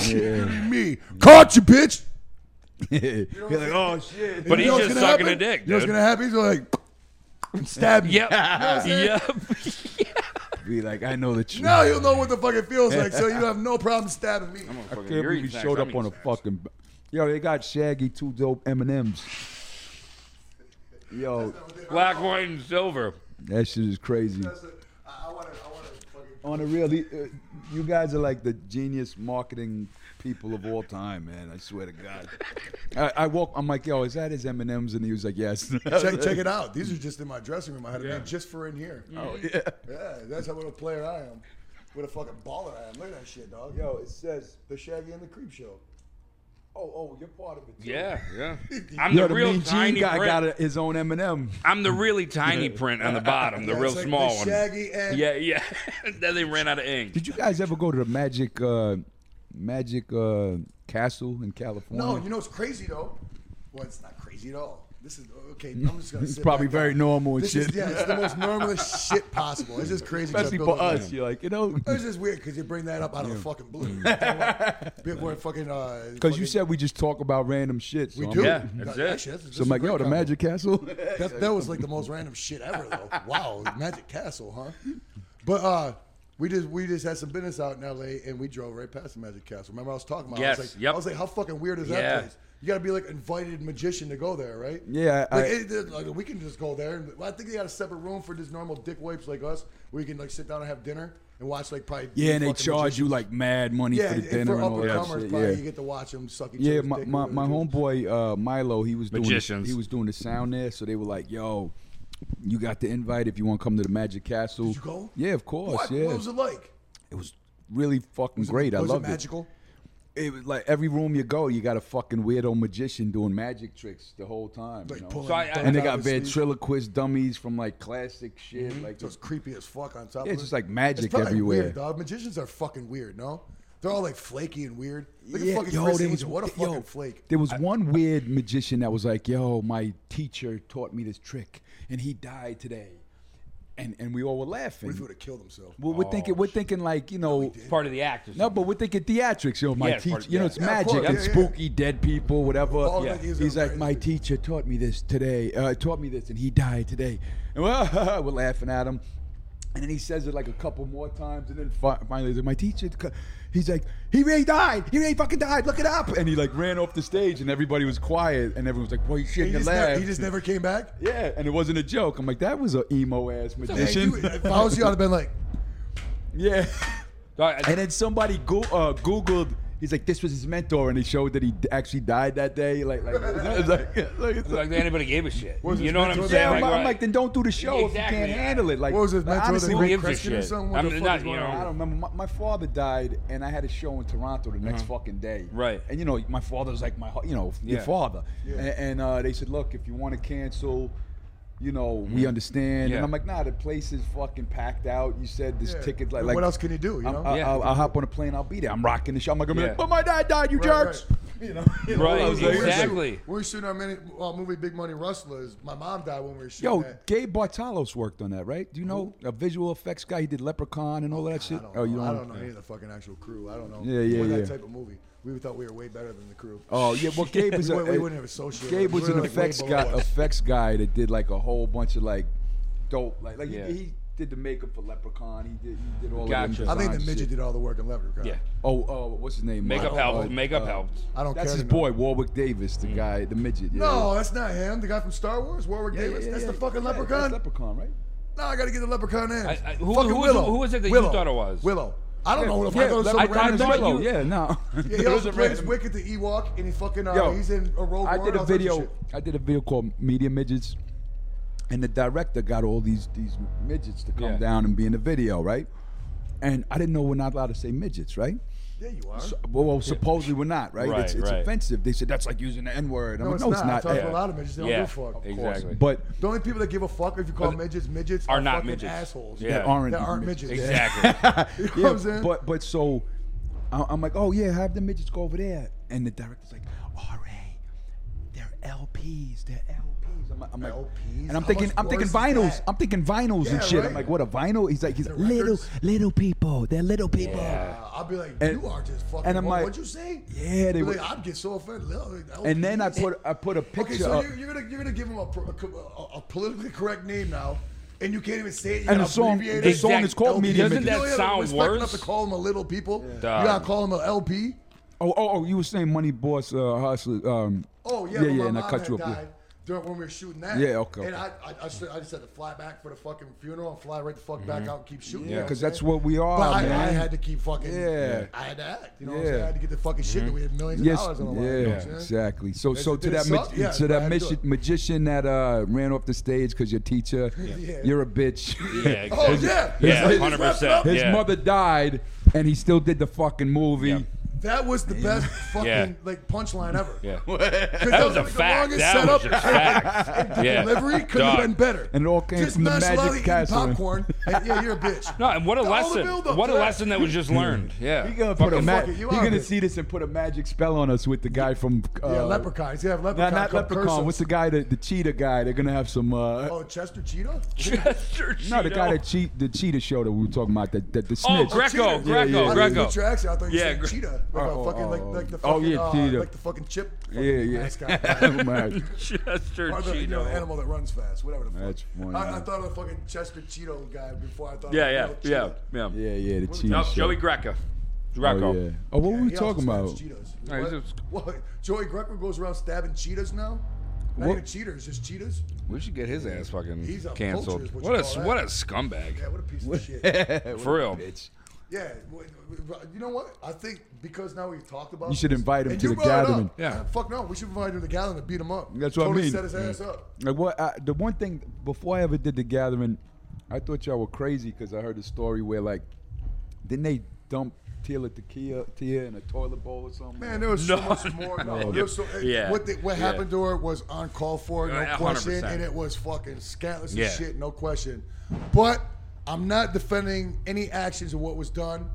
Speaker 2: "Give me caught you, bitch.
Speaker 3: You're like, oh shit.
Speaker 1: But
Speaker 2: You
Speaker 1: he's
Speaker 2: know what's
Speaker 1: just
Speaker 2: gonna
Speaker 1: sucking
Speaker 2: happen?
Speaker 1: a dick,
Speaker 2: You know what's
Speaker 1: dude.
Speaker 2: gonna happen? He's gonna like stab you.
Speaker 1: Yep.
Speaker 2: saying?
Speaker 1: Yep.
Speaker 3: Be like, I know the truth.
Speaker 2: Now you'll know what the fuck it feels like, so you have no problem stabbing me.
Speaker 3: I can't believe he showed up on a fucking. Yo, they got Shaggy two dope M and M's. Yo,
Speaker 1: black, white, and silver.
Speaker 3: that shit is crazy.
Speaker 2: I want to. I want to fucking.
Speaker 3: On the real, he- uh, you guys are like the genius marketing people of all time, man. I swear to God. I, I woke. I'm like, yo, is that his M and M's? And he was like, yes.
Speaker 2: check, check it out. These are just in my dressing room. I had a made just for in here.
Speaker 3: Oh, yeah.
Speaker 2: Yeah, that's how what a player I am. What a fucking baller I am. Look at that shit, dog.
Speaker 3: Yo, it says,
Speaker 2: the Shaggy and the Creep Show.
Speaker 3: oh, oh, you're part of it. Too.
Speaker 1: Yeah, yeah. I'm
Speaker 3: Yo,
Speaker 1: the
Speaker 3: the
Speaker 1: real
Speaker 3: mean Gene
Speaker 1: tiny
Speaker 3: guy
Speaker 1: print.
Speaker 3: got a, his own M and M.
Speaker 1: I'm the really tiny print on the bottom, the
Speaker 2: Yeah,
Speaker 1: real
Speaker 2: it's like
Speaker 1: small
Speaker 2: the
Speaker 1: one.
Speaker 2: Shaggy and
Speaker 1: Yeah, yeah. then they ran out of ink.
Speaker 3: Did you guys ever go to the Magic uh, Magic uh, Castle in California?
Speaker 2: No, you know what's crazy though? Well, it's not crazy at all. This is okay. I'm just gonna.
Speaker 3: It's
Speaker 2: sit
Speaker 3: probably
Speaker 2: back
Speaker 3: very
Speaker 2: down.
Speaker 3: normal and
Speaker 2: This
Speaker 3: shit.
Speaker 2: is yeah, it's the most normalest shit possible. It's just crazy. 'cause I
Speaker 3: Especially
Speaker 2: built
Speaker 3: for
Speaker 2: it up.
Speaker 3: us, you're like, you know,
Speaker 2: It's just weird because you bring that up out of the fucking blue. Big boy fucking. uh,
Speaker 3: because you
Speaker 2: fucking-
Speaker 3: said we just talk about random shit. So
Speaker 2: we
Speaker 3: I'm
Speaker 2: do.
Speaker 3: like-
Speaker 1: Yeah, that's it.
Speaker 2: Actually, that's- that's
Speaker 3: So I'm
Speaker 2: a
Speaker 3: like,
Speaker 2: great
Speaker 3: yo, the
Speaker 2: combo.
Speaker 3: Magic Castle.
Speaker 2: That, that was like the most random shit ever, though. Wow, Magic Castle, huh? But uh, we just we just had some business out in L.A. and we drove right past the Magic Castle. Remember I was talking about?
Speaker 1: Yes,
Speaker 2: I was like,
Speaker 1: yep.
Speaker 2: I was like, how fucking weird is
Speaker 1: Yeah.
Speaker 2: that place? You got to be like invited magician to go there, right?
Speaker 3: Yeah, I-
Speaker 2: Like, it- it- like, we can just go there. And, well, I think they got a separate room for just normal dick wipes like us, where you can like sit down and have dinner and watch like probably.
Speaker 3: yeah, and they
Speaker 2: fucking
Speaker 3: charge
Speaker 2: magicians.
Speaker 3: you like mad money
Speaker 2: Yeah,
Speaker 3: for the
Speaker 2: and
Speaker 3: dinner
Speaker 2: for
Speaker 3: and all
Speaker 2: upper
Speaker 3: that
Speaker 2: comers,
Speaker 3: shit.
Speaker 2: probably
Speaker 3: Yeah.
Speaker 2: you get to watch them suck each
Speaker 3: Yeah,
Speaker 2: other's
Speaker 3: my,
Speaker 2: dick
Speaker 3: my,
Speaker 2: or
Speaker 3: my
Speaker 2: whatever.
Speaker 3: homeboy uh, Milo, he was doing
Speaker 1: Magicians.
Speaker 3: he was doing the sound there, so they were like, "Yo, you got the invite if you want to come to the Magic Castle."
Speaker 2: Did you go?
Speaker 3: Yeah, of course.
Speaker 2: What?
Speaker 3: Yeah,
Speaker 2: What was it like?
Speaker 3: It was really fucking great. I
Speaker 2: was
Speaker 3: loved
Speaker 2: it magical?
Speaker 3: it. It was like every room you go, you got a fucking weirdo magician doing magic tricks the whole time. you
Speaker 2: Like
Speaker 3: know?
Speaker 2: pulling
Speaker 1: So I- I-
Speaker 2: dirt
Speaker 3: and they
Speaker 2: out
Speaker 3: got
Speaker 2: of his sleeve?
Speaker 3: ventriloquist dummies from like classic shit. Like
Speaker 2: Mm-hmm. So it's creepy as fuck on top.
Speaker 3: Yeah,
Speaker 2: of
Speaker 3: it's
Speaker 2: it.
Speaker 3: just like magic
Speaker 2: It's probably
Speaker 3: everywhere.
Speaker 2: Weird, dog. Magicians are fucking weird. No, they're all like flaky and weird. Look
Speaker 3: Yeah,
Speaker 2: at fucking
Speaker 3: yo,
Speaker 2: Chris
Speaker 3: there
Speaker 2: Angel.
Speaker 3: was-
Speaker 2: what a
Speaker 3: yo.
Speaker 2: fucking flake.
Speaker 3: There was one weird magician that was like, "Yo, my teacher taught me this trick, and he died today," and and we all were laughing.
Speaker 2: What if he Oh, would have killed himself?
Speaker 3: Well, we're thinking, we're thinking like you know,
Speaker 1: It's part of the act. Or
Speaker 3: no,
Speaker 1: something.
Speaker 3: but we're thinking theatrics. You know, my
Speaker 1: Yeah, it's
Speaker 3: teacher,
Speaker 1: part of-
Speaker 3: you know,
Speaker 1: yeah.
Speaker 3: it's
Speaker 2: Yeah, of
Speaker 3: magic
Speaker 2: course,
Speaker 3: and
Speaker 2: yeah, yeah.
Speaker 3: spooky, dead people, whatever.
Speaker 2: Oh,
Speaker 3: yeah.
Speaker 2: like he's
Speaker 3: He's,
Speaker 2: a
Speaker 3: like,
Speaker 2: crazy
Speaker 3: my
Speaker 2: dude."
Speaker 3: teacher taught me this today. Uh, taught me this, and he died today. And we're, we're laughing at him. And then he says it like a couple more times, and then fi- finally, he's like, my teacher, c- he's like, he really died. He really fucking died. Look it up. And he like ran off the stage, and everybody was quiet, and everyone was like, boy, you
Speaker 2: He
Speaker 3: shouldn't have
Speaker 2: just, never,
Speaker 3: laughed.
Speaker 2: he just never came back.
Speaker 3: yeah, and it wasn't a joke. I'm like, that was a emo ass
Speaker 2: Hey,
Speaker 3: magician.
Speaker 2: dude, if I was you, I'd have been like,
Speaker 3: yeah.
Speaker 1: I- I-
Speaker 3: And then somebody go, uh, Googled. He's like, this was his mentor, and they showed that he d- actually died that day. Like, like, it's like, it's like, it's
Speaker 1: like
Speaker 3: like
Speaker 1: anybody gave a shit.
Speaker 2: Was
Speaker 1: you
Speaker 2: his
Speaker 1: know what
Speaker 2: mentor
Speaker 1: I'm
Speaker 2: there?
Speaker 1: saying?
Speaker 3: yeah,
Speaker 2: Yeah,
Speaker 3: I'm, I'm
Speaker 1: why-
Speaker 3: like, then don't do the show if
Speaker 1: Exactly.
Speaker 3: you can't handle it. Like,
Speaker 2: What was his
Speaker 3: like,
Speaker 2: mentor, the
Speaker 3: honestly,
Speaker 1: Who
Speaker 2: Rick
Speaker 1: gives a
Speaker 2: Christian or
Speaker 1: shit?
Speaker 2: something? What
Speaker 1: I'm
Speaker 2: the fuck
Speaker 1: not,
Speaker 2: is
Speaker 1: you
Speaker 2: going
Speaker 1: know.
Speaker 2: on?
Speaker 3: I don't remember. My, my father died, and I had a show in Toronto the next fucking day.
Speaker 1: Uh-huh. Right.
Speaker 3: And you know, my father was like my, hu- you know,
Speaker 1: Yeah.
Speaker 3: your father.
Speaker 2: Yeah.
Speaker 3: And, and uh, they said, look, if you want to cancel, you know, we understand.
Speaker 1: Mm-hmm. Yeah.
Speaker 3: And I'm like, nah, the place is fucking packed out. You said this
Speaker 2: Yeah.
Speaker 3: ticket, like,
Speaker 2: What
Speaker 3: like-
Speaker 2: else can you do, you
Speaker 3: I'm-
Speaker 2: know?
Speaker 3: I'll,
Speaker 1: Yeah.
Speaker 3: I'll, I'll hop on a plane. I'll be there. I'm rocking the show. I'm like,
Speaker 1: Yeah.
Speaker 3: but my dad died, you
Speaker 2: Right,
Speaker 3: jerks.
Speaker 2: right. You know, you know,
Speaker 1: Right,
Speaker 2: I was like- we were shooting-
Speaker 1: exactly.
Speaker 2: we were shooting our mini, uh, movie Big Money Rustlers. My mom died when we were shooting
Speaker 3: Yo,
Speaker 2: that.
Speaker 3: Gabe Bartalos worked on that, right? Do you know a visual effects guy? He did Leprechaun and all that shit.
Speaker 2: I don't,
Speaker 3: oh, you
Speaker 2: know.
Speaker 3: don't.
Speaker 2: I don't know any of the fucking actual crew. I don't know.
Speaker 3: Yeah, yeah,
Speaker 2: We're
Speaker 3: yeah.
Speaker 2: that type of movie. We thought we were way better than the crew.
Speaker 3: Oh yeah, well Gabe was
Speaker 2: We
Speaker 3: a,
Speaker 2: wouldn't- we wouldn't have associated
Speaker 3: Gabe
Speaker 2: it.
Speaker 3: was
Speaker 2: We
Speaker 3: an
Speaker 2: were, like, way
Speaker 3: effects
Speaker 2: below
Speaker 3: guy,
Speaker 2: us.
Speaker 3: effects guy that did like a whole bunch of like dope, like like he-
Speaker 1: Yeah.
Speaker 3: he, did the makeup for Leprechaun. He did he did all
Speaker 1: Gotcha.
Speaker 3: of the
Speaker 2: I think the
Speaker 3: design
Speaker 2: midget
Speaker 3: shit.
Speaker 2: did all the work in Leprechaun.
Speaker 1: yeah.
Speaker 3: Oh, oh, what's his name?
Speaker 1: Makeup
Speaker 3: Michael,
Speaker 1: helped.
Speaker 3: uh,
Speaker 1: Makeup Mm.
Speaker 3: uh,
Speaker 1: helped.
Speaker 2: I don't
Speaker 3: That's
Speaker 2: care.
Speaker 3: his
Speaker 2: to know.
Speaker 3: boy, Warwick Davis, the guy, the midget. yeah.
Speaker 2: No, that's not him. The guy from Star Wars, Warwick
Speaker 3: Yeah, yeah,
Speaker 2: Davis.
Speaker 3: yeah,
Speaker 2: that's
Speaker 3: yeah.
Speaker 2: the fucking
Speaker 3: Yeah,
Speaker 2: leprechaun.
Speaker 3: That's Leprechaun, right?
Speaker 2: no, I gotta get the leprechaun in.
Speaker 1: I- I- who-
Speaker 2: fucking
Speaker 1: who was-
Speaker 2: Willow.
Speaker 1: who was it that you
Speaker 2: Willow.
Speaker 1: thought it was?
Speaker 2: Willow. I don't know. Who the
Speaker 3: Yeah,
Speaker 2: fuck those
Speaker 3: I,
Speaker 2: some
Speaker 3: I,
Speaker 2: random
Speaker 3: thought
Speaker 2: Willow.
Speaker 3: you. Yeah, no.
Speaker 2: Yeah,
Speaker 3: It
Speaker 2: he
Speaker 3: was
Speaker 2: also
Speaker 3: a
Speaker 2: plays
Speaker 3: random-
Speaker 2: Wicked the Ewok, and he fucking uh,
Speaker 3: Yo,
Speaker 2: he's in a Rogue
Speaker 3: I
Speaker 2: One,
Speaker 3: did
Speaker 2: all sorts
Speaker 3: a
Speaker 2: of
Speaker 3: video.
Speaker 2: shit.
Speaker 3: I did a video called Media Midgets, and the director got all these these midgets to come
Speaker 1: Yeah.
Speaker 3: down and be in the video, right? And I didn't know we're not allowed to say midgets, right?
Speaker 2: Yeah, you are.
Speaker 3: So, well, well, supposedly we're not, right?
Speaker 1: Right,
Speaker 3: it's it's
Speaker 1: right.
Speaker 3: offensive. They said that's like using the N word.
Speaker 2: no, it's
Speaker 3: no,
Speaker 2: not. I
Speaker 3: it's not.
Speaker 2: talk to
Speaker 1: Yeah.
Speaker 2: a lot of midgets. They don't
Speaker 1: Yeah.
Speaker 2: give a fuck.
Speaker 1: Of course. Exactly.
Speaker 3: But
Speaker 2: The only people that give a fuck if you call midgets midgets
Speaker 1: Are
Speaker 2: are,
Speaker 1: not
Speaker 2: fucking
Speaker 1: midgets.
Speaker 2: assholes.
Speaker 1: Yeah.
Speaker 3: that aren't,
Speaker 2: that aren't midgets.
Speaker 1: Exactly.
Speaker 2: You know
Speaker 3: Yeah,
Speaker 2: what I'm saying?
Speaker 3: But but so I- I'm like, oh yeah, have the midgets go over there, and the director's like, RA, they're LPs, they're LPs. I'm, like- I'm like,
Speaker 2: LPs?
Speaker 3: and I'm
Speaker 2: How
Speaker 3: thinking,
Speaker 2: much
Speaker 3: I'm
Speaker 2: worse
Speaker 3: thinking
Speaker 2: is
Speaker 3: vinyls.
Speaker 2: that?
Speaker 3: I'm thinking vinyls
Speaker 2: Yeah,
Speaker 3: and shit.
Speaker 2: right.
Speaker 3: I'm like, what a vinyl? He's like, he's
Speaker 2: The
Speaker 3: little
Speaker 2: records?
Speaker 3: little people. They're little people.
Speaker 1: Yeah.
Speaker 2: Uh, I'll be like,
Speaker 3: And-
Speaker 2: you are just fucking.
Speaker 3: and I'm
Speaker 2: what,
Speaker 3: like-
Speaker 2: would you say?
Speaker 3: Yeah, they
Speaker 2: Be
Speaker 3: were-
Speaker 2: like, I'd get so offended. Lil- like,
Speaker 3: And then I
Speaker 2: LPs.
Speaker 3: put I put a picture.
Speaker 2: Okay, so
Speaker 3: up-
Speaker 2: you're, you're gonna you're gonna give him a, pro- a, co- a, a politically correct name now, and you can't even say it. You gotta
Speaker 3: And the song-
Speaker 2: abbreviate
Speaker 3: the
Speaker 2: it.
Speaker 3: song is called
Speaker 2: LP.
Speaker 3: Media
Speaker 1: Doesn't Midget. that
Speaker 2: You don't have
Speaker 1: sound
Speaker 2: respect enough
Speaker 1: worse?
Speaker 2: to call them a little people. You
Speaker 1: Dog.
Speaker 2: gotta call them a LP.
Speaker 3: oh oh oh, you were saying Money Boss uh, Hustler. Um,
Speaker 2: Oh yeah,
Speaker 3: yeah
Speaker 2: but
Speaker 3: yeah,
Speaker 2: my
Speaker 3: and
Speaker 2: mom
Speaker 3: I cut
Speaker 2: had
Speaker 3: you up. yeah.
Speaker 2: died during when we were shooting that.
Speaker 3: Yeah, okay,
Speaker 2: And I
Speaker 3: okay.
Speaker 2: I, I, just, I just had to fly back for the fucking funeral and fly right the fuck
Speaker 1: Mm-hmm.
Speaker 2: back out and keep shooting. you
Speaker 3: Yeah,
Speaker 2: know
Speaker 3: because
Speaker 2: I'm
Speaker 3: that's
Speaker 2: saying?
Speaker 3: what we are,
Speaker 2: But I,
Speaker 3: man.
Speaker 2: I had to keep fucking.
Speaker 3: Yeah.
Speaker 2: I had to act. You know what I'm
Speaker 3: Yeah.
Speaker 2: saying? I had to get the fucking shit that we had millions of dollars on the line.
Speaker 3: yeah,
Speaker 2: you know what I'm saying?
Speaker 3: exactly. So, so
Speaker 2: it
Speaker 3: to that,
Speaker 2: suck?
Speaker 3: mag-
Speaker 2: Yeah,
Speaker 3: to
Speaker 2: I
Speaker 3: that
Speaker 2: had to do
Speaker 3: magi-
Speaker 2: it.
Speaker 3: magician that uh, ran off the stage because your teacher,
Speaker 2: Yeah.
Speaker 3: you're a bitch.
Speaker 1: yeah, exactly. Yeah,
Speaker 2: Oh yeah, They just
Speaker 1: hundred
Speaker 2: wrapped it up.
Speaker 1: percent.
Speaker 3: His
Speaker 1: yeah.
Speaker 3: mother died, and he still did the fucking movie.
Speaker 1: Yeah.
Speaker 2: That was the best fucking
Speaker 1: Yeah.
Speaker 2: like punchline ever.
Speaker 1: Yeah.
Speaker 2: 'Cause
Speaker 1: That was a
Speaker 2: like, the
Speaker 1: fact.
Speaker 2: longest
Speaker 1: That
Speaker 2: setup
Speaker 1: was a fact.
Speaker 2: and
Speaker 1: Yeah.
Speaker 2: Delivery could
Speaker 1: Dog.
Speaker 2: have been better.
Speaker 3: And it all came
Speaker 2: Just
Speaker 3: from the
Speaker 2: nonchalantly
Speaker 3: magic
Speaker 2: eating
Speaker 3: castle.
Speaker 2: popcorn. and, yeah, you're a bitch.
Speaker 1: No, and what a
Speaker 2: All the
Speaker 1: lesson!
Speaker 2: build-up
Speaker 1: What
Speaker 2: to
Speaker 1: a
Speaker 2: that.
Speaker 1: lesson that was just learned. Yeah.
Speaker 3: He gonna put a
Speaker 1: Fucking
Speaker 3: ma-
Speaker 2: fuck it, you
Speaker 3: he
Speaker 2: are
Speaker 3: gonna
Speaker 2: bitch.
Speaker 3: see this and put a magic spell on us with the guy from uh,
Speaker 2: yeah, leprechaun. He's gonna have
Speaker 3: nah,
Speaker 2: leprechaun.
Speaker 3: not
Speaker 2: come
Speaker 3: leprechaun.
Speaker 2: curse him.
Speaker 3: What's the guy that the cheetah guy? They're gonna have some. Uh,
Speaker 2: Oh, Chester Cheetah.
Speaker 1: Chester
Speaker 3: no, the
Speaker 1: Cheeto.
Speaker 3: guy that cheat the cheetah show that we were talking about. That that the
Speaker 1: Oh,
Speaker 3: snitch.
Speaker 1: Greco,
Speaker 2: Cheetah.
Speaker 1: Greco,
Speaker 3: Yeah, yeah,
Speaker 2: I
Speaker 1: Greco.
Speaker 2: didn't get your accent. I thought you
Speaker 1: Yeah,
Speaker 2: said
Speaker 1: Gre-
Speaker 2: cheetah. Like
Speaker 3: Oh,
Speaker 2: a fucking,
Speaker 3: oh,
Speaker 2: like,
Speaker 3: oh.
Speaker 2: like the
Speaker 3: Oh,
Speaker 2: fucking,
Speaker 3: yeah,
Speaker 2: uh,
Speaker 3: cheetah.
Speaker 2: like the fucking chip.
Speaker 3: Yeah, yeah.
Speaker 2: mascot.
Speaker 3: Oh, my.
Speaker 1: Chester
Speaker 2: Or the, you know, the
Speaker 1: Cheeto.
Speaker 2: animal that runs fast, whatever the fuck.
Speaker 3: That's funny,
Speaker 2: I, I
Speaker 3: man.
Speaker 2: thought of the fucking Chester Cheeto guy before I thought.
Speaker 1: Yeah,
Speaker 2: of
Speaker 1: yeah,
Speaker 2: the
Speaker 1: yeah,
Speaker 2: Cheetah.
Speaker 1: yeah.
Speaker 3: Yeah, yeah, the cheetah.
Speaker 1: No,
Speaker 3: show.
Speaker 1: Joey Greco. Greco.
Speaker 3: Oh, yeah. oh what were we
Speaker 2: He also
Speaker 3: talking about?
Speaker 2: stabs Cheetos.
Speaker 1: Yeah, he's
Speaker 2: What? What? Joey Greco goes around stabbing cheetahs now. Not
Speaker 3: What?
Speaker 2: even cheaters, just cheetahs.
Speaker 1: We should get his ass fucking
Speaker 2: He's a vulture
Speaker 1: canceled.
Speaker 2: is what
Speaker 1: What
Speaker 2: you
Speaker 1: a
Speaker 2: call that.
Speaker 1: what a scumbag.
Speaker 2: Yeah, what a piece of shit.
Speaker 1: For real.
Speaker 2: Yeah, w- w- you know what? I think because now we've talked about.
Speaker 3: You should
Speaker 2: this,
Speaker 3: invite him
Speaker 2: and
Speaker 3: to
Speaker 2: you
Speaker 3: the
Speaker 2: brought it up.
Speaker 3: gathering.
Speaker 1: Yeah.
Speaker 2: fuck no, we should invite him to the gathering to beat him up.
Speaker 3: That's what I
Speaker 2: Totally
Speaker 3: mean.
Speaker 2: Set his ass up.
Speaker 3: Like what? I, the one thing before I ever did the gathering, I thought y'all were crazy because I heard a story where like, didn't they dump Tila tequila Tia in a toilet bowl or something?
Speaker 2: Man, there was so
Speaker 1: No.
Speaker 2: much more. No, there was so, it-
Speaker 1: Yeah.
Speaker 2: What, the, what
Speaker 1: Yeah.
Speaker 2: happened to her was uncalled for, no
Speaker 1: Uh,
Speaker 2: question,
Speaker 1: 100%.
Speaker 2: and it was fucking scandalous
Speaker 1: Yeah.
Speaker 2: as shit, no question. But I'm not defending any actions of what was done.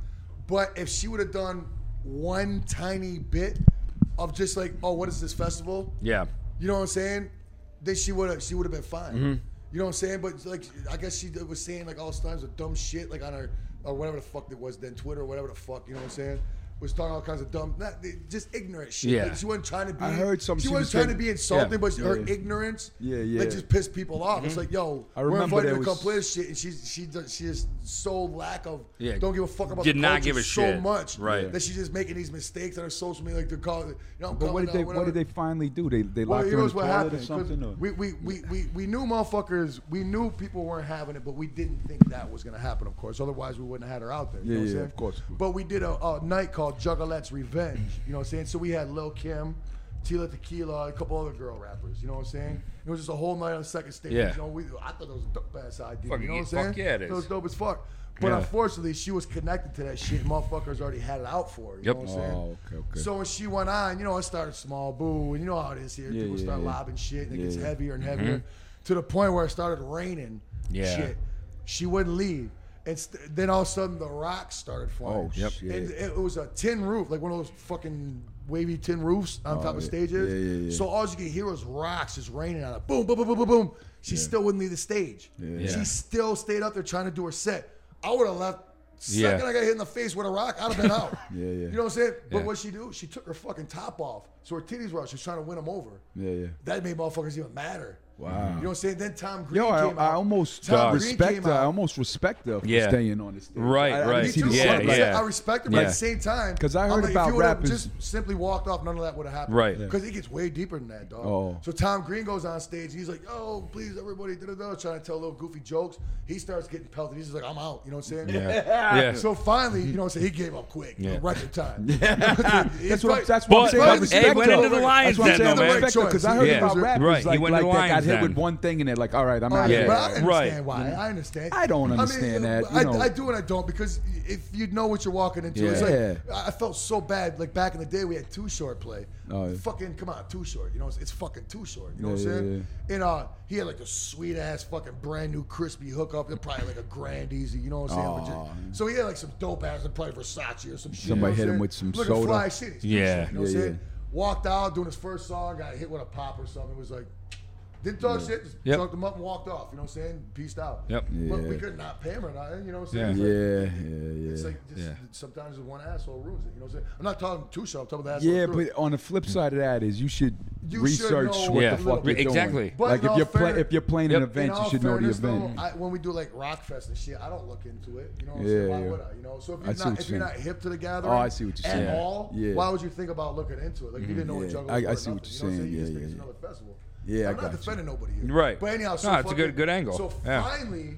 Speaker 2: But if she would have done one tiny bit of just like, oh, what is this festival?
Speaker 1: Yeah.
Speaker 2: You know what I'm saying? Then she would have she would have been fine.
Speaker 3: Mm-hmm.
Speaker 2: You know what I'm saying? But like I guess she was saying like all kinds of dumb shit like on her or whatever the fuck it was then Twitter or whatever the fuck. You know what I'm saying? was talking all kinds of dumb, not, just ignorant shit.
Speaker 1: Yeah.
Speaker 2: Like, she wasn't trying to be.
Speaker 3: I heard some-
Speaker 2: She,
Speaker 3: she
Speaker 2: wasn't
Speaker 3: was
Speaker 2: trying
Speaker 3: saying-
Speaker 2: to be insulting,
Speaker 3: yeah,
Speaker 2: but
Speaker 3: yeah,
Speaker 2: her
Speaker 3: yeah.
Speaker 2: ignorance,
Speaker 3: Yeah, yeah. Mm-hmm.
Speaker 2: that just pissed people off. It's like, yo,
Speaker 3: I
Speaker 2: we're
Speaker 3: remember
Speaker 2: invited
Speaker 3: there
Speaker 2: to come
Speaker 3: was-
Speaker 2: play this shit, and she's she does, she is so lack of
Speaker 1: Yeah.
Speaker 2: don't give a fuck about
Speaker 1: Did
Speaker 2: the
Speaker 1: not
Speaker 2: culture
Speaker 1: give a
Speaker 2: so
Speaker 1: shit.
Speaker 2: much
Speaker 1: Right.
Speaker 2: that she's just making these mistakes on her social media, like they're calling, you know.
Speaker 3: But what did they? What did they finally do? They they
Speaker 2: Well,
Speaker 3: locked
Speaker 2: it
Speaker 3: her in the
Speaker 2: was what
Speaker 3: toilet or
Speaker 2: happened. 'cause
Speaker 3: something? Or?
Speaker 2: We, we, we, we, we knew motherfuckers, we knew people weren't having it, but we didn't think that was going to happen, of course. Otherwise, we wouldn't have had her out there. You
Speaker 3: Yeah,
Speaker 2: know what I'm
Speaker 3: yeah,
Speaker 2: saying?
Speaker 3: of course.
Speaker 2: But we did a, a night called Juggalettes Revenge. You know what I'm saying? So we had Lil Kim, Tila Tequila, a couple other girl rappers. You know what I'm saying? It was just a whole night on the second stage.
Speaker 1: Yeah.
Speaker 2: You know, we, I thought that was a dope ass idea.
Speaker 1: Fucking
Speaker 2: you know
Speaker 1: yeah,
Speaker 2: what I'm saying?
Speaker 1: fuck yeah, it is.
Speaker 2: was dope as fuck. But
Speaker 1: Yeah.
Speaker 2: unfortunately, she was connected to that shit. and Motherfuckers already had it out for her. You
Speaker 1: Yep.
Speaker 2: know what I'm saying?
Speaker 3: Oh, okay, okay.
Speaker 2: So when she went on, you know, it started small, boo, and you know how it is here.
Speaker 3: Yeah,
Speaker 2: People
Speaker 3: yeah,
Speaker 2: start
Speaker 3: yeah.
Speaker 2: lobbing shit, and it gets
Speaker 3: Yeah.
Speaker 2: heavier and heavier, to the point where it started raining.
Speaker 1: Mm-hmm. Yeah.
Speaker 2: Shit. She wouldn't leave. And st- then all of a sudden, the rocks started flying.
Speaker 3: Oh, Yep. shit.
Speaker 2: And it was a tin roof, like one of those fucking wavy tin roofs on top of
Speaker 3: Oh, yeah.
Speaker 2: stages.
Speaker 3: Yeah, yeah, yeah.
Speaker 2: So all you could hear was rocks just raining on it. Boom, boom, boom, boom, boom, boom. She still wouldn't leave the stage.
Speaker 3: Yeah.
Speaker 2: She still stayed up there trying to do her set. I would have left.
Speaker 1: Yeah.
Speaker 2: Second, I got hit in the face with a rock. I'd have been out.
Speaker 3: Yeah, yeah.
Speaker 2: You know what I'm saying? But
Speaker 1: Yeah.
Speaker 2: what she do? She took her fucking top off, so her titties were out. She was trying to win them over.
Speaker 3: Yeah, yeah.
Speaker 2: That made motherfuckers even madder.
Speaker 3: Wow.
Speaker 2: You know what I'm saying? Then Tom Green
Speaker 3: Yo, I,
Speaker 2: came out.
Speaker 3: I almost uh,
Speaker 2: Tom Green
Speaker 3: respect
Speaker 2: came
Speaker 3: her. I
Speaker 2: out.
Speaker 3: almost respect her for
Speaker 1: Yeah.
Speaker 3: staying on this. Stage.
Speaker 1: Right,
Speaker 3: I, I
Speaker 1: right.
Speaker 2: Me
Speaker 3: didn't see
Speaker 2: too.
Speaker 3: the
Speaker 1: Yeah,
Speaker 3: fuck,
Speaker 2: Like,
Speaker 3: like,
Speaker 1: yeah.
Speaker 2: I respect her, but
Speaker 1: Yeah.
Speaker 2: at the same time,
Speaker 3: 'Cause I
Speaker 2: I'm
Speaker 3: heard
Speaker 2: like, if
Speaker 3: about
Speaker 2: you would've
Speaker 3: rappers-
Speaker 2: Just simply walked off. None of that would have happened.
Speaker 1: Right. Yeah.
Speaker 2: Because it gets way deeper than that, dog.
Speaker 3: Oh.
Speaker 2: So Tom Green goes on stage. He's like, "Yo, please, everybody," da da da, trying to tell little goofy jokes. He starts getting pelted. He's just like, "I'm out." You know what I'm saying?
Speaker 1: Yeah. Yeah.
Speaker 2: So finally, you know what I'm saying? He gave up quick.
Speaker 1: Yeah.
Speaker 2: Yeah. Record time.
Speaker 3: That's what, I'm, that's
Speaker 1: But,
Speaker 3: what I'm saying. I
Speaker 1: but
Speaker 3: respect
Speaker 1: hey, went
Speaker 3: her.
Speaker 1: into the Lions
Speaker 3: That's what I'm
Speaker 1: then,
Speaker 3: saying.
Speaker 1: though,
Speaker 3: I
Speaker 1: man.
Speaker 3: respect her because I heard
Speaker 1: Yeah.
Speaker 3: about
Speaker 1: Right,
Speaker 3: rappers
Speaker 1: he
Speaker 3: like,
Speaker 1: went
Speaker 3: like
Speaker 1: into the
Speaker 3: that got
Speaker 1: Lions
Speaker 3: hit with
Speaker 1: then.
Speaker 3: one thing and they're like, all right, I'm
Speaker 2: Oh,
Speaker 3: out.
Speaker 2: yeah,
Speaker 1: Yeah.
Speaker 2: but I understand
Speaker 1: Right.
Speaker 2: why. I understand.
Speaker 3: I don't understand that, you
Speaker 2: I,
Speaker 3: know.
Speaker 2: I do and I don't because if you know what you're walking into, it's
Speaker 3: Yeah.
Speaker 2: like I felt so bad. Like back in the day, we had two short play.
Speaker 3: Oh, yeah.
Speaker 2: Fucking come on, too short. You know, it's, it's fucking too short. You know
Speaker 3: Yeah,
Speaker 2: what I'm
Speaker 3: yeah,
Speaker 2: saying? And uh, he had like a sweet ass fucking brand new crispy hookup. They're probably like a grand easy. You know what I'm saying? But
Speaker 3: Aw.
Speaker 2: just- so he had like some dope ass, and probably Versace or some shit.
Speaker 3: Somebody
Speaker 2: you
Speaker 3: hit him
Speaker 2: know what I'm
Speaker 3: with some
Speaker 2: saying? Looking
Speaker 3: soda.
Speaker 2: fly shitty.
Speaker 1: Yeah.
Speaker 2: you know what I'm
Speaker 3: Yeah,
Speaker 2: saying?
Speaker 3: yeah.
Speaker 2: Walked out doing his first song, got hit with a pop or something. It was like. Didn't talk shit, just
Speaker 1: Yep.
Speaker 2: chucked him up and walked off. You know what I'm saying? Peaced out.
Speaker 1: Yep.
Speaker 2: But we
Speaker 3: Yeah.
Speaker 2: could not pay him or nothing. You know what I'm saying?
Speaker 3: Yeah,
Speaker 2: It's like-
Speaker 3: yeah,
Speaker 2: It's
Speaker 3: yeah.
Speaker 2: like just,
Speaker 1: Yeah.
Speaker 2: sometimes one asshole ruins it. You know what I'm saying? I'm not talking too sharp. I'm talking about the asshole.
Speaker 3: Yeah,
Speaker 2: through it.
Speaker 3: but on the flip side of that is you should
Speaker 2: You should
Speaker 3: research
Speaker 2: know
Speaker 3: what
Speaker 1: Hmm. Yeah.
Speaker 3: the fuck you're doing.
Speaker 1: Exactly.
Speaker 2: But
Speaker 3: Like
Speaker 2: in
Speaker 3: if
Speaker 2: all
Speaker 3: you're play,
Speaker 2: fair-
Speaker 3: if you're playing an
Speaker 1: Yep.
Speaker 2: In
Speaker 3: event, you
Speaker 2: all
Speaker 3: should know the
Speaker 2: fairness, though,
Speaker 3: event.
Speaker 2: I, when we do like Rockfest and shit, I don't look into it. You know what I'm
Speaker 3: Yeah,
Speaker 2: saying? Why
Speaker 3: yeah.
Speaker 2: would I? You know, so if
Speaker 3: I
Speaker 2: you're,
Speaker 3: see
Speaker 2: not,
Speaker 3: what
Speaker 2: if
Speaker 3: you're
Speaker 2: you're not
Speaker 3: saying.
Speaker 2: hip to the gathering
Speaker 3: Oh, I see what you're
Speaker 2: at
Speaker 3: saying.
Speaker 2: all,
Speaker 3: Yeah.
Speaker 2: why would you think about looking into it? Like if you didn't know what
Speaker 3: Yeah.
Speaker 2: juggalos
Speaker 3: I- I
Speaker 2: were or
Speaker 3: see what
Speaker 2: nothing, you
Speaker 3: you're
Speaker 2: know
Speaker 3: saying.
Speaker 2: You just
Speaker 3: Yeah,
Speaker 2: think it's
Speaker 3: yeah,
Speaker 2: another festival.
Speaker 3: Yeah, I
Speaker 2: I'm
Speaker 3: got
Speaker 2: not
Speaker 3: you.
Speaker 2: defending nobody here.
Speaker 1: Right.
Speaker 2: But anyhow, so
Speaker 1: No, it's a
Speaker 2: fucking-
Speaker 1: good- good angle.
Speaker 2: So
Speaker 1: Yeah.
Speaker 2: finally,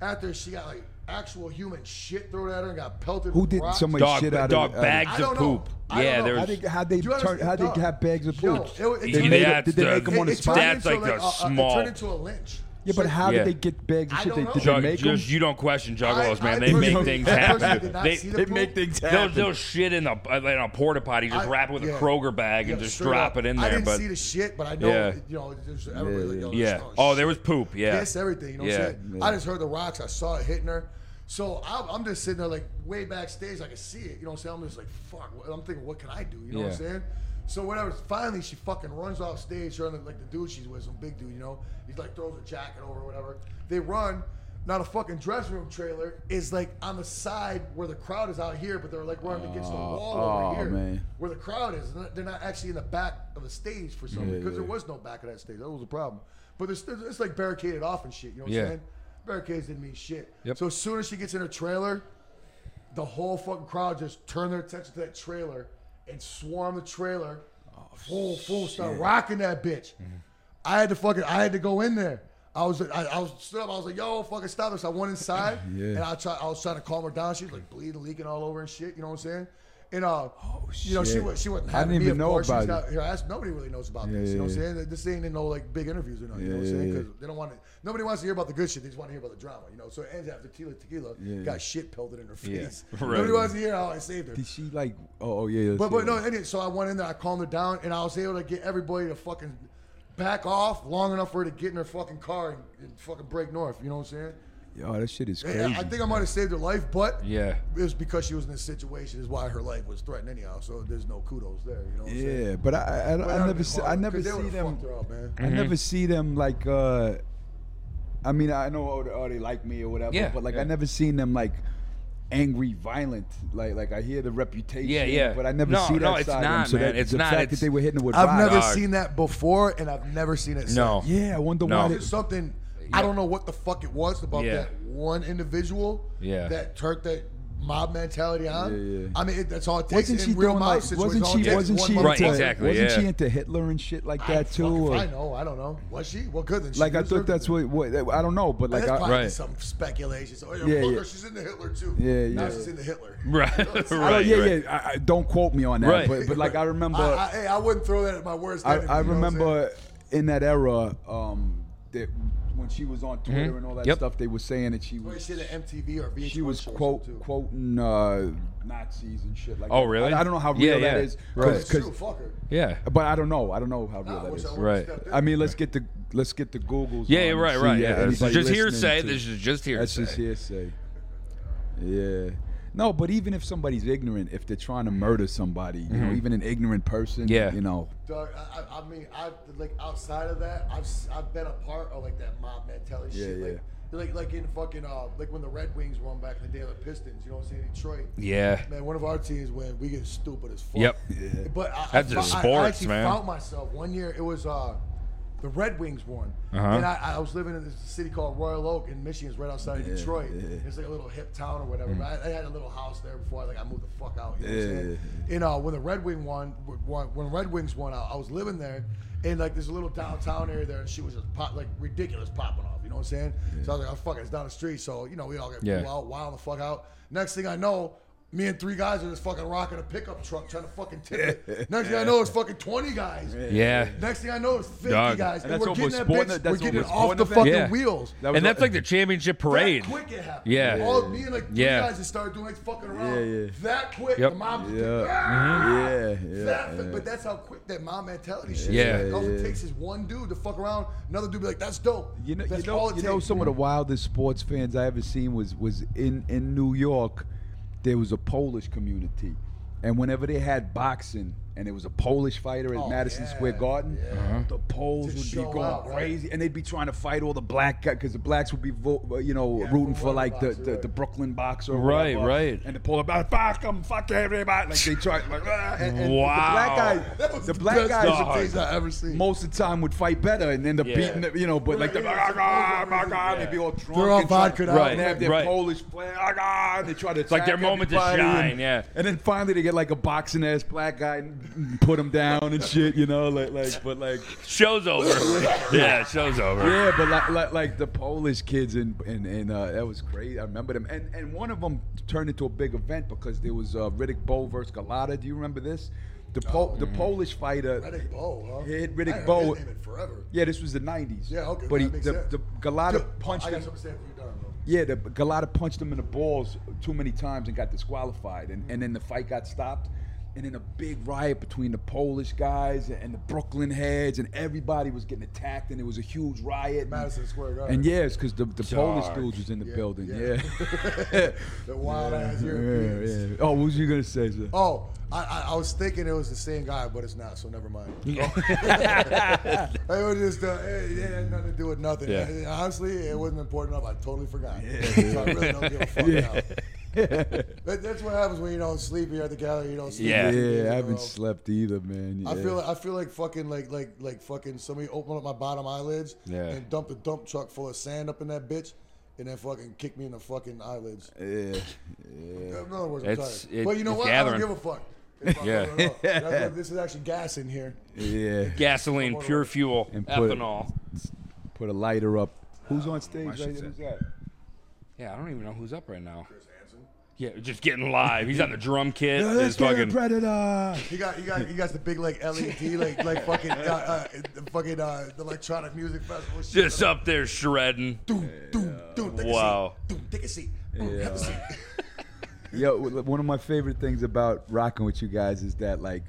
Speaker 2: after she got like actual human shit thrown at her and got pelted.
Speaker 3: Who
Speaker 2: with
Speaker 3: did
Speaker 2: rocks,
Speaker 3: somebody
Speaker 1: Dog,
Speaker 3: shit out
Speaker 1: dog
Speaker 3: of? out of-
Speaker 1: bags
Speaker 2: I
Speaker 1: of
Speaker 2: don't know.
Speaker 1: poop.
Speaker 2: I don't
Speaker 1: yeah,
Speaker 2: know.
Speaker 1: there's.
Speaker 3: How they how they
Speaker 2: Do you
Speaker 3: turn, how they
Speaker 2: understand?
Speaker 3: have bags of
Speaker 2: Yo,
Speaker 3: poop?
Speaker 2: it- it
Speaker 3: They
Speaker 2: turned
Speaker 3: made
Speaker 1: into-
Speaker 3: it- did they
Speaker 1: that's
Speaker 3: make them
Speaker 1: the-
Speaker 3: on the
Speaker 2: It- it turned
Speaker 3: spot?
Speaker 1: That's
Speaker 2: into,
Speaker 1: like a
Speaker 2: uh, uh,
Speaker 1: small-
Speaker 2: It turned into a lynch.
Speaker 3: Yeah, but
Speaker 2: So-
Speaker 3: how
Speaker 1: Yeah.
Speaker 3: did they get bags of
Speaker 2: I
Speaker 3: shit? They,
Speaker 2: don't know.
Speaker 3: did they
Speaker 1: Jug-
Speaker 3: make
Speaker 1: just,
Speaker 3: them?
Speaker 1: you don't question juggalos,
Speaker 2: I-
Speaker 1: man.
Speaker 2: I
Speaker 1: they
Speaker 2: personally-
Speaker 1: make things
Speaker 2: I personally
Speaker 1: happen.
Speaker 2: did not
Speaker 1: They,
Speaker 2: see the They make poop.
Speaker 3: things
Speaker 1: They'll, they'll shit in a like in a porta potty, just
Speaker 2: I-
Speaker 1: wrap it with
Speaker 2: yeah.
Speaker 1: a Kroger bag and
Speaker 2: Yeah,
Speaker 1: just
Speaker 2: straight
Speaker 1: drop
Speaker 2: up.
Speaker 1: it in
Speaker 2: I
Speaker 1: there.
Speaker 2: didn't
Speaker 1: But
Speaker 2: see the shit, but I know,
Speaker 1: Yeah.
Speaker 2: you know, there's everybody like, yo,
Speaker 1: yeah.
Speaker 2: there's-
Speaker 1: Oh,
Speaker 2: shit.
Speaker 1: there was poop. Yeah.
Speaker 2: Piss, everything. You know
Speaker 1: Yeah.
Speaker 2: what I'm saying? I just heard the rocks. I saw it hitting her. So I'm, I'm just sitting there, like, way backstage. I can see it. You know what I'm saying? I'm just like, fuck. what- I'm thinking, what can I do? You know what I'm
Speaker 1: Yeah.
Speaker 2: saying? So whatever. Finally, she fucking runs off stage. Her and, like, the dude she's with, some big dude, you know? He's like, throws a jacket over or whatever. They run. Now the fucking dressing room trailer is like on the side where the crowd is out here, but they're like running against the
Speaker 3: Oh,
Speaker 2: wall
Speaker 3: oh,
Speaker 2: over here
Speaker 3: man.
Speaker 2: where the crowd is. They're not- They're not actually in the back of the stage for some
Speaker 3: Yeah,
Speaker 2: because there
Speaker 3: yeah.
Speaker 2: was no back of that stage. That was a problem. But there's, there's- it's like barricaded off and shit. You know what
Speaker 1: Yeah.
Speaker 2: I'm saying? Barricades didn't mean shit.
Speaker 1: Yep.
Speaker 2: So as soon as she gets in her trailer, the whole fucking crowd just turned their attention to that trailer and swarmed the trailer.
Speaker 3: Oh,
Speaker 2: full, full, start rocking that bitch.
Speaker 3: Mm-hmm.
Speaker 2: I had to fucking, I had to go in there. I was, I, I was stood up. I was like, "Yo, fucking stop this!" I went inside,
Speaker 3: Yeah.
Speaker 2: and I try, I was trying to calm her down. She was like bleeding, leaking all over and shit. You know what I'm saying? And uh,
Speaker 3: Oh,
Speaker 2: you know, she
Speaker 3: shit.
Speaker 2: was, she wasn't
Speaker 3: I
Speaker 2: having
Speaker 3: didn't
Speaker 2: me,
Speaker 3: even
Speaker 2: of
Speaker 3: know
Speaker 2: course. She's
Speaker 3: about it.
Speaker 2: not- her ass- nobody really knows about this. You know what I'm
Speaker 3: yeah,
Speaker 2: saying? This ain't in no like big interviews or nothing. you know what I'm
Speaker 3: Yeah,
Speaker 2: saying?
Speaker 3: yeah,
Speaker 2: Because they don't want to. Nobody wants to hear about the good shit. They just want to hear about the drama. You know. So it ends after Tequila Tequila
Speaker 3: Yeah.
Speaker 2: got shit pelted in her face.
Speaker 1: Right.
Speaker 2: Nobody wants to hear how I saved her.
Speaker 3: Did she like? Oh, oh, yeah.
Speaker 2: But but no, anyway, so I went in there, I calmed her down, and I was able to get everybody to fucking back off long enough for her to get in her fucking car and, and fucking break north. You know what I'm saying?
Speaker 3: Yo, that shit is crazy.
Speaker 2: Yeah, I think I might have saved her life, but
Speaker 1: Yeah.
Speaker 2: it was because she was in this situation is why her life was threatened anyhow. So there's no kudos there. You know what I'm saying?
Speaker 3: Yeah, but I, I,
Speaker 2: But that
Speaker 3: I, I
Speaker 2: would've
Speaker 3: never,
Speaker 2: been
Speaker 3: see, I
Speaker 2: horrible,
Speaker 3: never
Speaker 2: 'cause they
Speaker 3: see
Speaker 2: would've
Speaker 3: them.
Speaker 2: fucked her out, man.
Speaker 1: Mm-hmm.
Speaker 3: I never see them like. uh I mean, I know oh, they- oh, they like me or whatever,
Speaker 1: Yeah,
Speaker 3: but like
Speaker 1: yeah.
Speaker 3: I never seen them like angry, violent. Like like I hear the reputation.
Speaker 1: Yeah, yeah.
Speaker 3: But I never
Speaker 1: No,
Speaker 3: see that
Speaker 1: no, it's
Speaker 3: side. of
Speaker 1: not,
Speaker 3: him. So
Speaker 1: man.
Speaker 3: that,
Speaker 1: It's
Speaker 3: the
Speaker 1: not,
Speaker 3: fact
Speaker 1: it's- Uh,
Speaker 3: that they were hitting it with.
Speaker 2: I've
Speaker 3: vibes.
Speaker 2: never
Speaker 1: Dog.
Speaker 2: seen that before, and I've never seen it.
Speaker 1: No.
Speaker 2: since.
Speaker 3: Yeah, I wonder
Speaker 1: No.
Speaker 3: why.
Speaker 2: There's
Speaker 3: They,
Speaker 2: something I don't know what the fuck it was about
Speaker 1: Yeah.
Speaker 2: that one individual.
Speaker 1: Yeah.
Speaker 2: that turned that mob mentality on.
Speaker 3: Yeah, yeah.
Speaker 2: I mean, it, that's all it takes.
Speaker 3: wasn't she
Speaker 2: in real
Speaker 3: throwing
Speaker 2: mob
Speaker 3: like?
Speaker 2: situations,
Speaker 3: Wasn't
Speaker 2: all it
Speaker 3: she?
Speaker 2: takes
Speaker 3: Wasn't
Speaker 2: one
Speaker 3: she?
Speaker 2: motherfucker.
Speaker 1: Right,
Speaker 3: into,
Speaker 1: exactly,
Speaker 3: Wasn't
Speaker 1: yeah.
Speaker 3: she into Hitler and shit like
Speaker 2: I
Speaker 3: that
Speaker 2: fuck
Speaker 3: too?
Speaker 2: if
Speaker 3: or-
Speaker 2: I know. I don't know. Was she? Well, good. Then she
Speaker 3: like I
Speaker 2: was
Speaker 3: thought
Speaker 2: with
Speaker 3: that's
Speaker 2: him.
Speaker 3: what, what. I don't know, but like
Speaker 2: That's
Speaker 3: I. oh,
Speaker 2: probably
Speaker 1: Right.
Speaker 2: some speculation. So, oh, yeah,
Speaker 3: Yeah,
Speaker 2: fuck
Speaker 3: yeah.
Speaker 2: her, she's into Hitler too.
Speaker 3: Yeah,
Speaker 2: Now
Speaker 3: yeah.
Speaker 2: she's into Hitler.
Speaker 1: Right,
Speaker 3: I don't-
Speaker 1: right,
Speaker 3: Oh, yeah,
Speaker 1: right.
Speaker 3: yeah. I, I, don't quote me on that,
Speaker 1: Right.
Speaker 3: but, but like I remember,
Speaker 2: I,
Speaker 3: I,
Speaker 2: I, hey, I wouldn't throw that at my worst
Speaker 3: I,
Speaker 2: enemy, you know what I'm saying?
Speaker 3: remember in that era um, that when she was on Twitter and all that
Speaker 1: Mm-hmm. Yep.
Speaker 3: stuff, they were saying that she
Speaker 2: Wait,
Speaker 3: was
Speaker 2: she did an MTV or VH1
Speaker 3: she was
Speaker 2: show or
Speaker 3: quote
Speaker 2: something, too.
Speaker 3: quoting uh, Nazis and shit like.
Speaker 1: Oh,
Speaker 3: that.
Speaker 1: really?
Speaker 3: I, I don't know how
Speaker 1: Yeah,
Speaker 3: real that
Speaker 1: yeah.
Speaker 3: is,
Speaker 2: Right.
Speaker 3: cause,
Speaker 2: That's true.
Speaker 3: 'cause-
Speaker 2: Fuck her.
Speaker 1: Yeah.
Speaker 3: but I don't know. I don't know how real
Speaker 2: Nah, I
Speaker 3: that
Speaker 2: wish
Speaker 3: is.
Speaker 2: I would've
Speaker 1: Right.
Speaker 2: stepped in.
Speaker 3: I mean, let's get the let's get the Googles.
Speaker 1: Yeah,
Speaker 3: on
Speaker 1: yeah,
Speaker 3: and
Speaker 1: right,
Speaker 3: see,
Speaker 1: right. Yeah, this is
Speaker 3: anybody
Speaker 1: just
Speaker 3: listening
Speaker 1: hearsay.
Speaker 3: to-
Speaker 1: This is just
Speaker 3: That's just
Speaker 1: hearsay.
Speaker 3: hearsay. Yeah. No, but even if somebody's ignorant, if they're trying to murder somebody, you know, even an ignorant person,
Speaker 1: Mm-hmm. Yeah.
Speaker 3: you know,
Speaker 2: Doug, I, I- I mean, I like outside of that, I've s- I've been a part of like that mob mentality
Speaker 3: Yeah,
Speaker 2: shit. Like, like like in fucking uh like when the Red Wings won back in the day, like Pistons. You know what I'm saying? Detroit.
Speaker 1: Yeah.
Speaker 2: Man, one of our teams when we get stupid as fuck.
Speaker 1: Yep.
Speaker 2: But I,
Speaker 1: That's
Speaker 2: I,
Speaker 1: just
Speaker 2: I- I
Speaker 1: sports,
Speaker 2: actually
Speaker 1: man.
Speaker 2: found myself one year. It was uh, the Red Wings won,
Speaker 1: Uh-huh.
Speaker 2: and I, I was living in this city called Royal Oak in Michigan, it's right outside of Detroit. It's like a little hip town or whatever.
Speaker 1: Mm.
Speaker 2: But I, I had a little house there before I like I moved the fuck out. You know what I'm saying? And uh, when the Red Wing won, won when Red Wings won, I, I was living there. And like this little downtown area there, and she was just pop like ridiculous popping off. You know what I'm saying? So I was like, oh fuck, it, it's down the street. So you know we all get
Speaker 1: Yeah.
Speaker 2: wild, wild the fuck out. Next thing I know, me and three guys are just fucking rocking a pickup truck trying to fucking tip it. Next thing I know, it's fucking 20 guys.
Speaker 1: Yeah.
Speaker 2: Next thing I know, it's 50
Speaker 1: Dog.
Speaker 2: guys. And,
Speaker 3: And that's
Speaker 2: we're
Speaker 3: what
Speaker 2: getting
Speaker 3: was
Speaker 2: that
Speaker 3: born-
Speaker 2: bitch,
Speaker 3: that's
Speaker 2: we're
Speaker 3: what
Speaker 2: getting
Speaker 3: was
Speaker 2: it
Speaker 3: born
Speaker 2: off the
Speaker 3: event.
Speaker 2: fucking
Speaker 1: Yeah.
Speaker 2: wheels.
Speaker 3: That was
Speaker 1: And that's
Speaker 3: what-
Speaker 1: like the championship
Speaker 2: That
Speaker 1: parade.
Speaker 2: quick it happened.
Speaker 1: Yeah.
Speaker 2: All me and like three
Speaker 1: Yeah.
Speaker 2: guys just started doing like fucking around.
Speaker 3: Yeah, yeah.
Speaker 2: That quick.
Speaker 1: Yep.
Speaker 2: The mom
Speaker 3: yeah, yeah, yeah.
Speaker 2: that, But that's how quick that mob mentality shit
Speaker 1: Yeah.
Speaker 2: is. Like, all
Speaker 3: Yeah,
Speaker 2: it
Speaker 3: yeah.
Speaker 2: takes is one dude to fuck around. Another dude be like, that's dope.
Speaker 3: You know, you
Speaker 2: that's
Speaker 3: know,
Speaker 2: all it
Speaker 3: you know
Speaker 2: takes.
Speaker 3: some of the wildest sports fans I ever seen was was in in New York. There was a Polish community, and whenever they had boxing, and there was a Polish fighter at
Speaker 2: Oh,
Speaker 3: Madison
Speaker 2: yeah,
Speaker 3: Square Garden,
Speaker 2: yeah.
Speaker 3: the Poles
Speaker 2: To
Speaker 3: would
Speaker 2: show
Speaker 3: be going
Speaker 2: out, right?
Speaker 3: crazy, and they'd be trying to fight all the black guys because the blacks would be vo- uh, you know
Speaker 2: Yeah,
Speaker 3: rooting
Speaker 2: for
Speaker 3: for
Speaker 2: whatever
Speaker 3: like the,
Speaker 2: boxer,
Speaker 3: the,
Speaker 2: right.
Speaker 3: the Brooklyn boxer, or
Speaker 1: Right,
Speaker 3: whatever.
Speaker 1: right.
Speaker 3: and the Polish about fuck them, fuck everybody, like they try like "Ah," and, and
Speaker 1: Wow.
Speaker 2: That
Speaker 3: the black guy,
Speaker 2: was
Speaker 3: the
Speaker 2: best
Speaker 3: black guy
Speaker 2: fucking things I ever seen.
Speaker 3: most of the time would fight better and end up
Speaker 1: Yeah.
Speaker 3: beating the, you know, but like the
Speaker 2: Yeah, it's a
Speaker 3: "Ah,
Speaker 2: Polish
Speaker 3: ah,
Speaker 2: reason."
Speaker 3: ah," they'd be all drunk.
Speaker 2: They're all
Speaker 3: and try-
Speaker 2: vodka'd
Speaker 1: out.
Speaker 3: And they have their
Speaker 1: Right.
Speaker 3: Polish flag, "Ah, ah," and they try to
Speaker 1: like their
Speaker 3: attack
Speaker 1: moment to
Speaker 3: everybody,
Speaker 1: shine,
Speaker 3: and-
Speaker 1: yeah.
Speaker 3: And then finally they get like a boxing ass black guy and put him down and shit, you know, like like but like
Speaker 1: Show's over. yeah, show's over.
Speaker 3: yeah, but like like, like the Polish kids and and and uh, that was crazy. I remember them, and and one of them turned into a big event because there was uh, Riddick Bowe versus Galata. Do you remember this? The po- the
Speaker 1: Mm.
Speaker 3: Polish fighter
Speaker 2: Riddick Bowe, huh?
Speaker 3: He hit
Speaker 2: I
Speaker 3: Riddick
Speaker 2: haven't heard
Speaker 3: Bowe.
Speaker 2: his name in forever.
Speaker 3: Yeah, this was the '90s.
Speaker 2: Yeah, okay,
Speaker 3: But he,
Speaker 2: that makes
Speaker 3: the,
Speaker 2: sense.
Speaker 3: the Galata
Speaker 2: Dude,
Speaker 3: punched
Speaker 2: I got
Speaker 3: him.
Speaker 2: something to say after you're done, bro.
Speaker 3: Yeah, the Galata punched him in the balls too many times and got disqualified, and, and then the fight got stopped. And then a big riot between the Polish guys and the Brooklyn heads, and everybody was getting attacked, and it was a huge riot. and-
Speaker 2: Madison Square Garden.
Speaker 3: And yeah, it's because the, the Polish dudes was in the
Speaker 2: Yeah,
Speaker 3: building. Yeah.
Speaker 2: yeah.
Speaker 3: Yeah.
Speaker 2: The wild ass Europeans.
Speaker 3: yeah. Oh, what was you gonna say, sir?
Speaker 2: Oh, I, I, I was thinking it was the same guy, but it's not, so never mind. it was just, uh, it, it had nothing to do with nothing.
Speaker 1: Yeah.
Speaker 2: And honestly, it wasn't important enough. I totally forgot. So I really don't give a fuck now. That, that's what happens when you don't sleep. You're at the gallery, you don't sleep.
Speaker 1: Yeah.
Speaker 2: two days in
Speaker 3: Yeah,
Speaker 2: a
Speaker 3: I haven't
Speaker 2: row.
Speaker 3: slept either, man. Yeah.
Speaker 2: um, I feel like I feel like fucking like like like fucking somebody opened up my bottom eyelids
Speaker 1: Yeah.
Speaker 2: and dumped a dump truck full of sand up in that bitch and then fucking kicked me in the fucking eyelids.
Speaker 3: Yeah.
Speaker 2: In other words, I'm
Speaker 1: It's-
Speaker 2: tired.
Speaker 1: it-
Speaker 2: but you know
Speaker 1: it's
Speaker 2: what? I
Speaker 1: gathering.
Speaker 2: don't give a fuck. If I-
Speaker 1: Yeah.
Speaker 2: I don't know. That's what- this is actually gas in here.
Speaker 3: Yeah.
Speaker 1: Gasoline, pure fuel,
Speaker 3: And put-
Speaker 1: ethanol.
Speaker 3: Put a lighter up. Who's on stage?
Speaker 1: I
Speaker 3: Right
Speaker 1: should
Speaker 3: there?
Speaker 1: say.
Speaker 3: Who's that?
Speaker 1: Yeah, I don't even know who's up right now. Yeah, just getting live. He's on the drum kit. Just fucking.
Speaker 3: predator.
Speaker 2: He got, he got, he got the big like LED, like like fucking, uh, uh, the fucking uh, the electronic music festival. Shit.
Speaker 1: Just up there shredding.
Speaker 2: Doom, doom, doom. Take
Speaker 1: Wow.
Speaker 2: A seat. Doom, take a seat. Doom, have a seat. Oh,
Speaker 3: Yo, w- one of my favorite things about rocking with you guys is that like,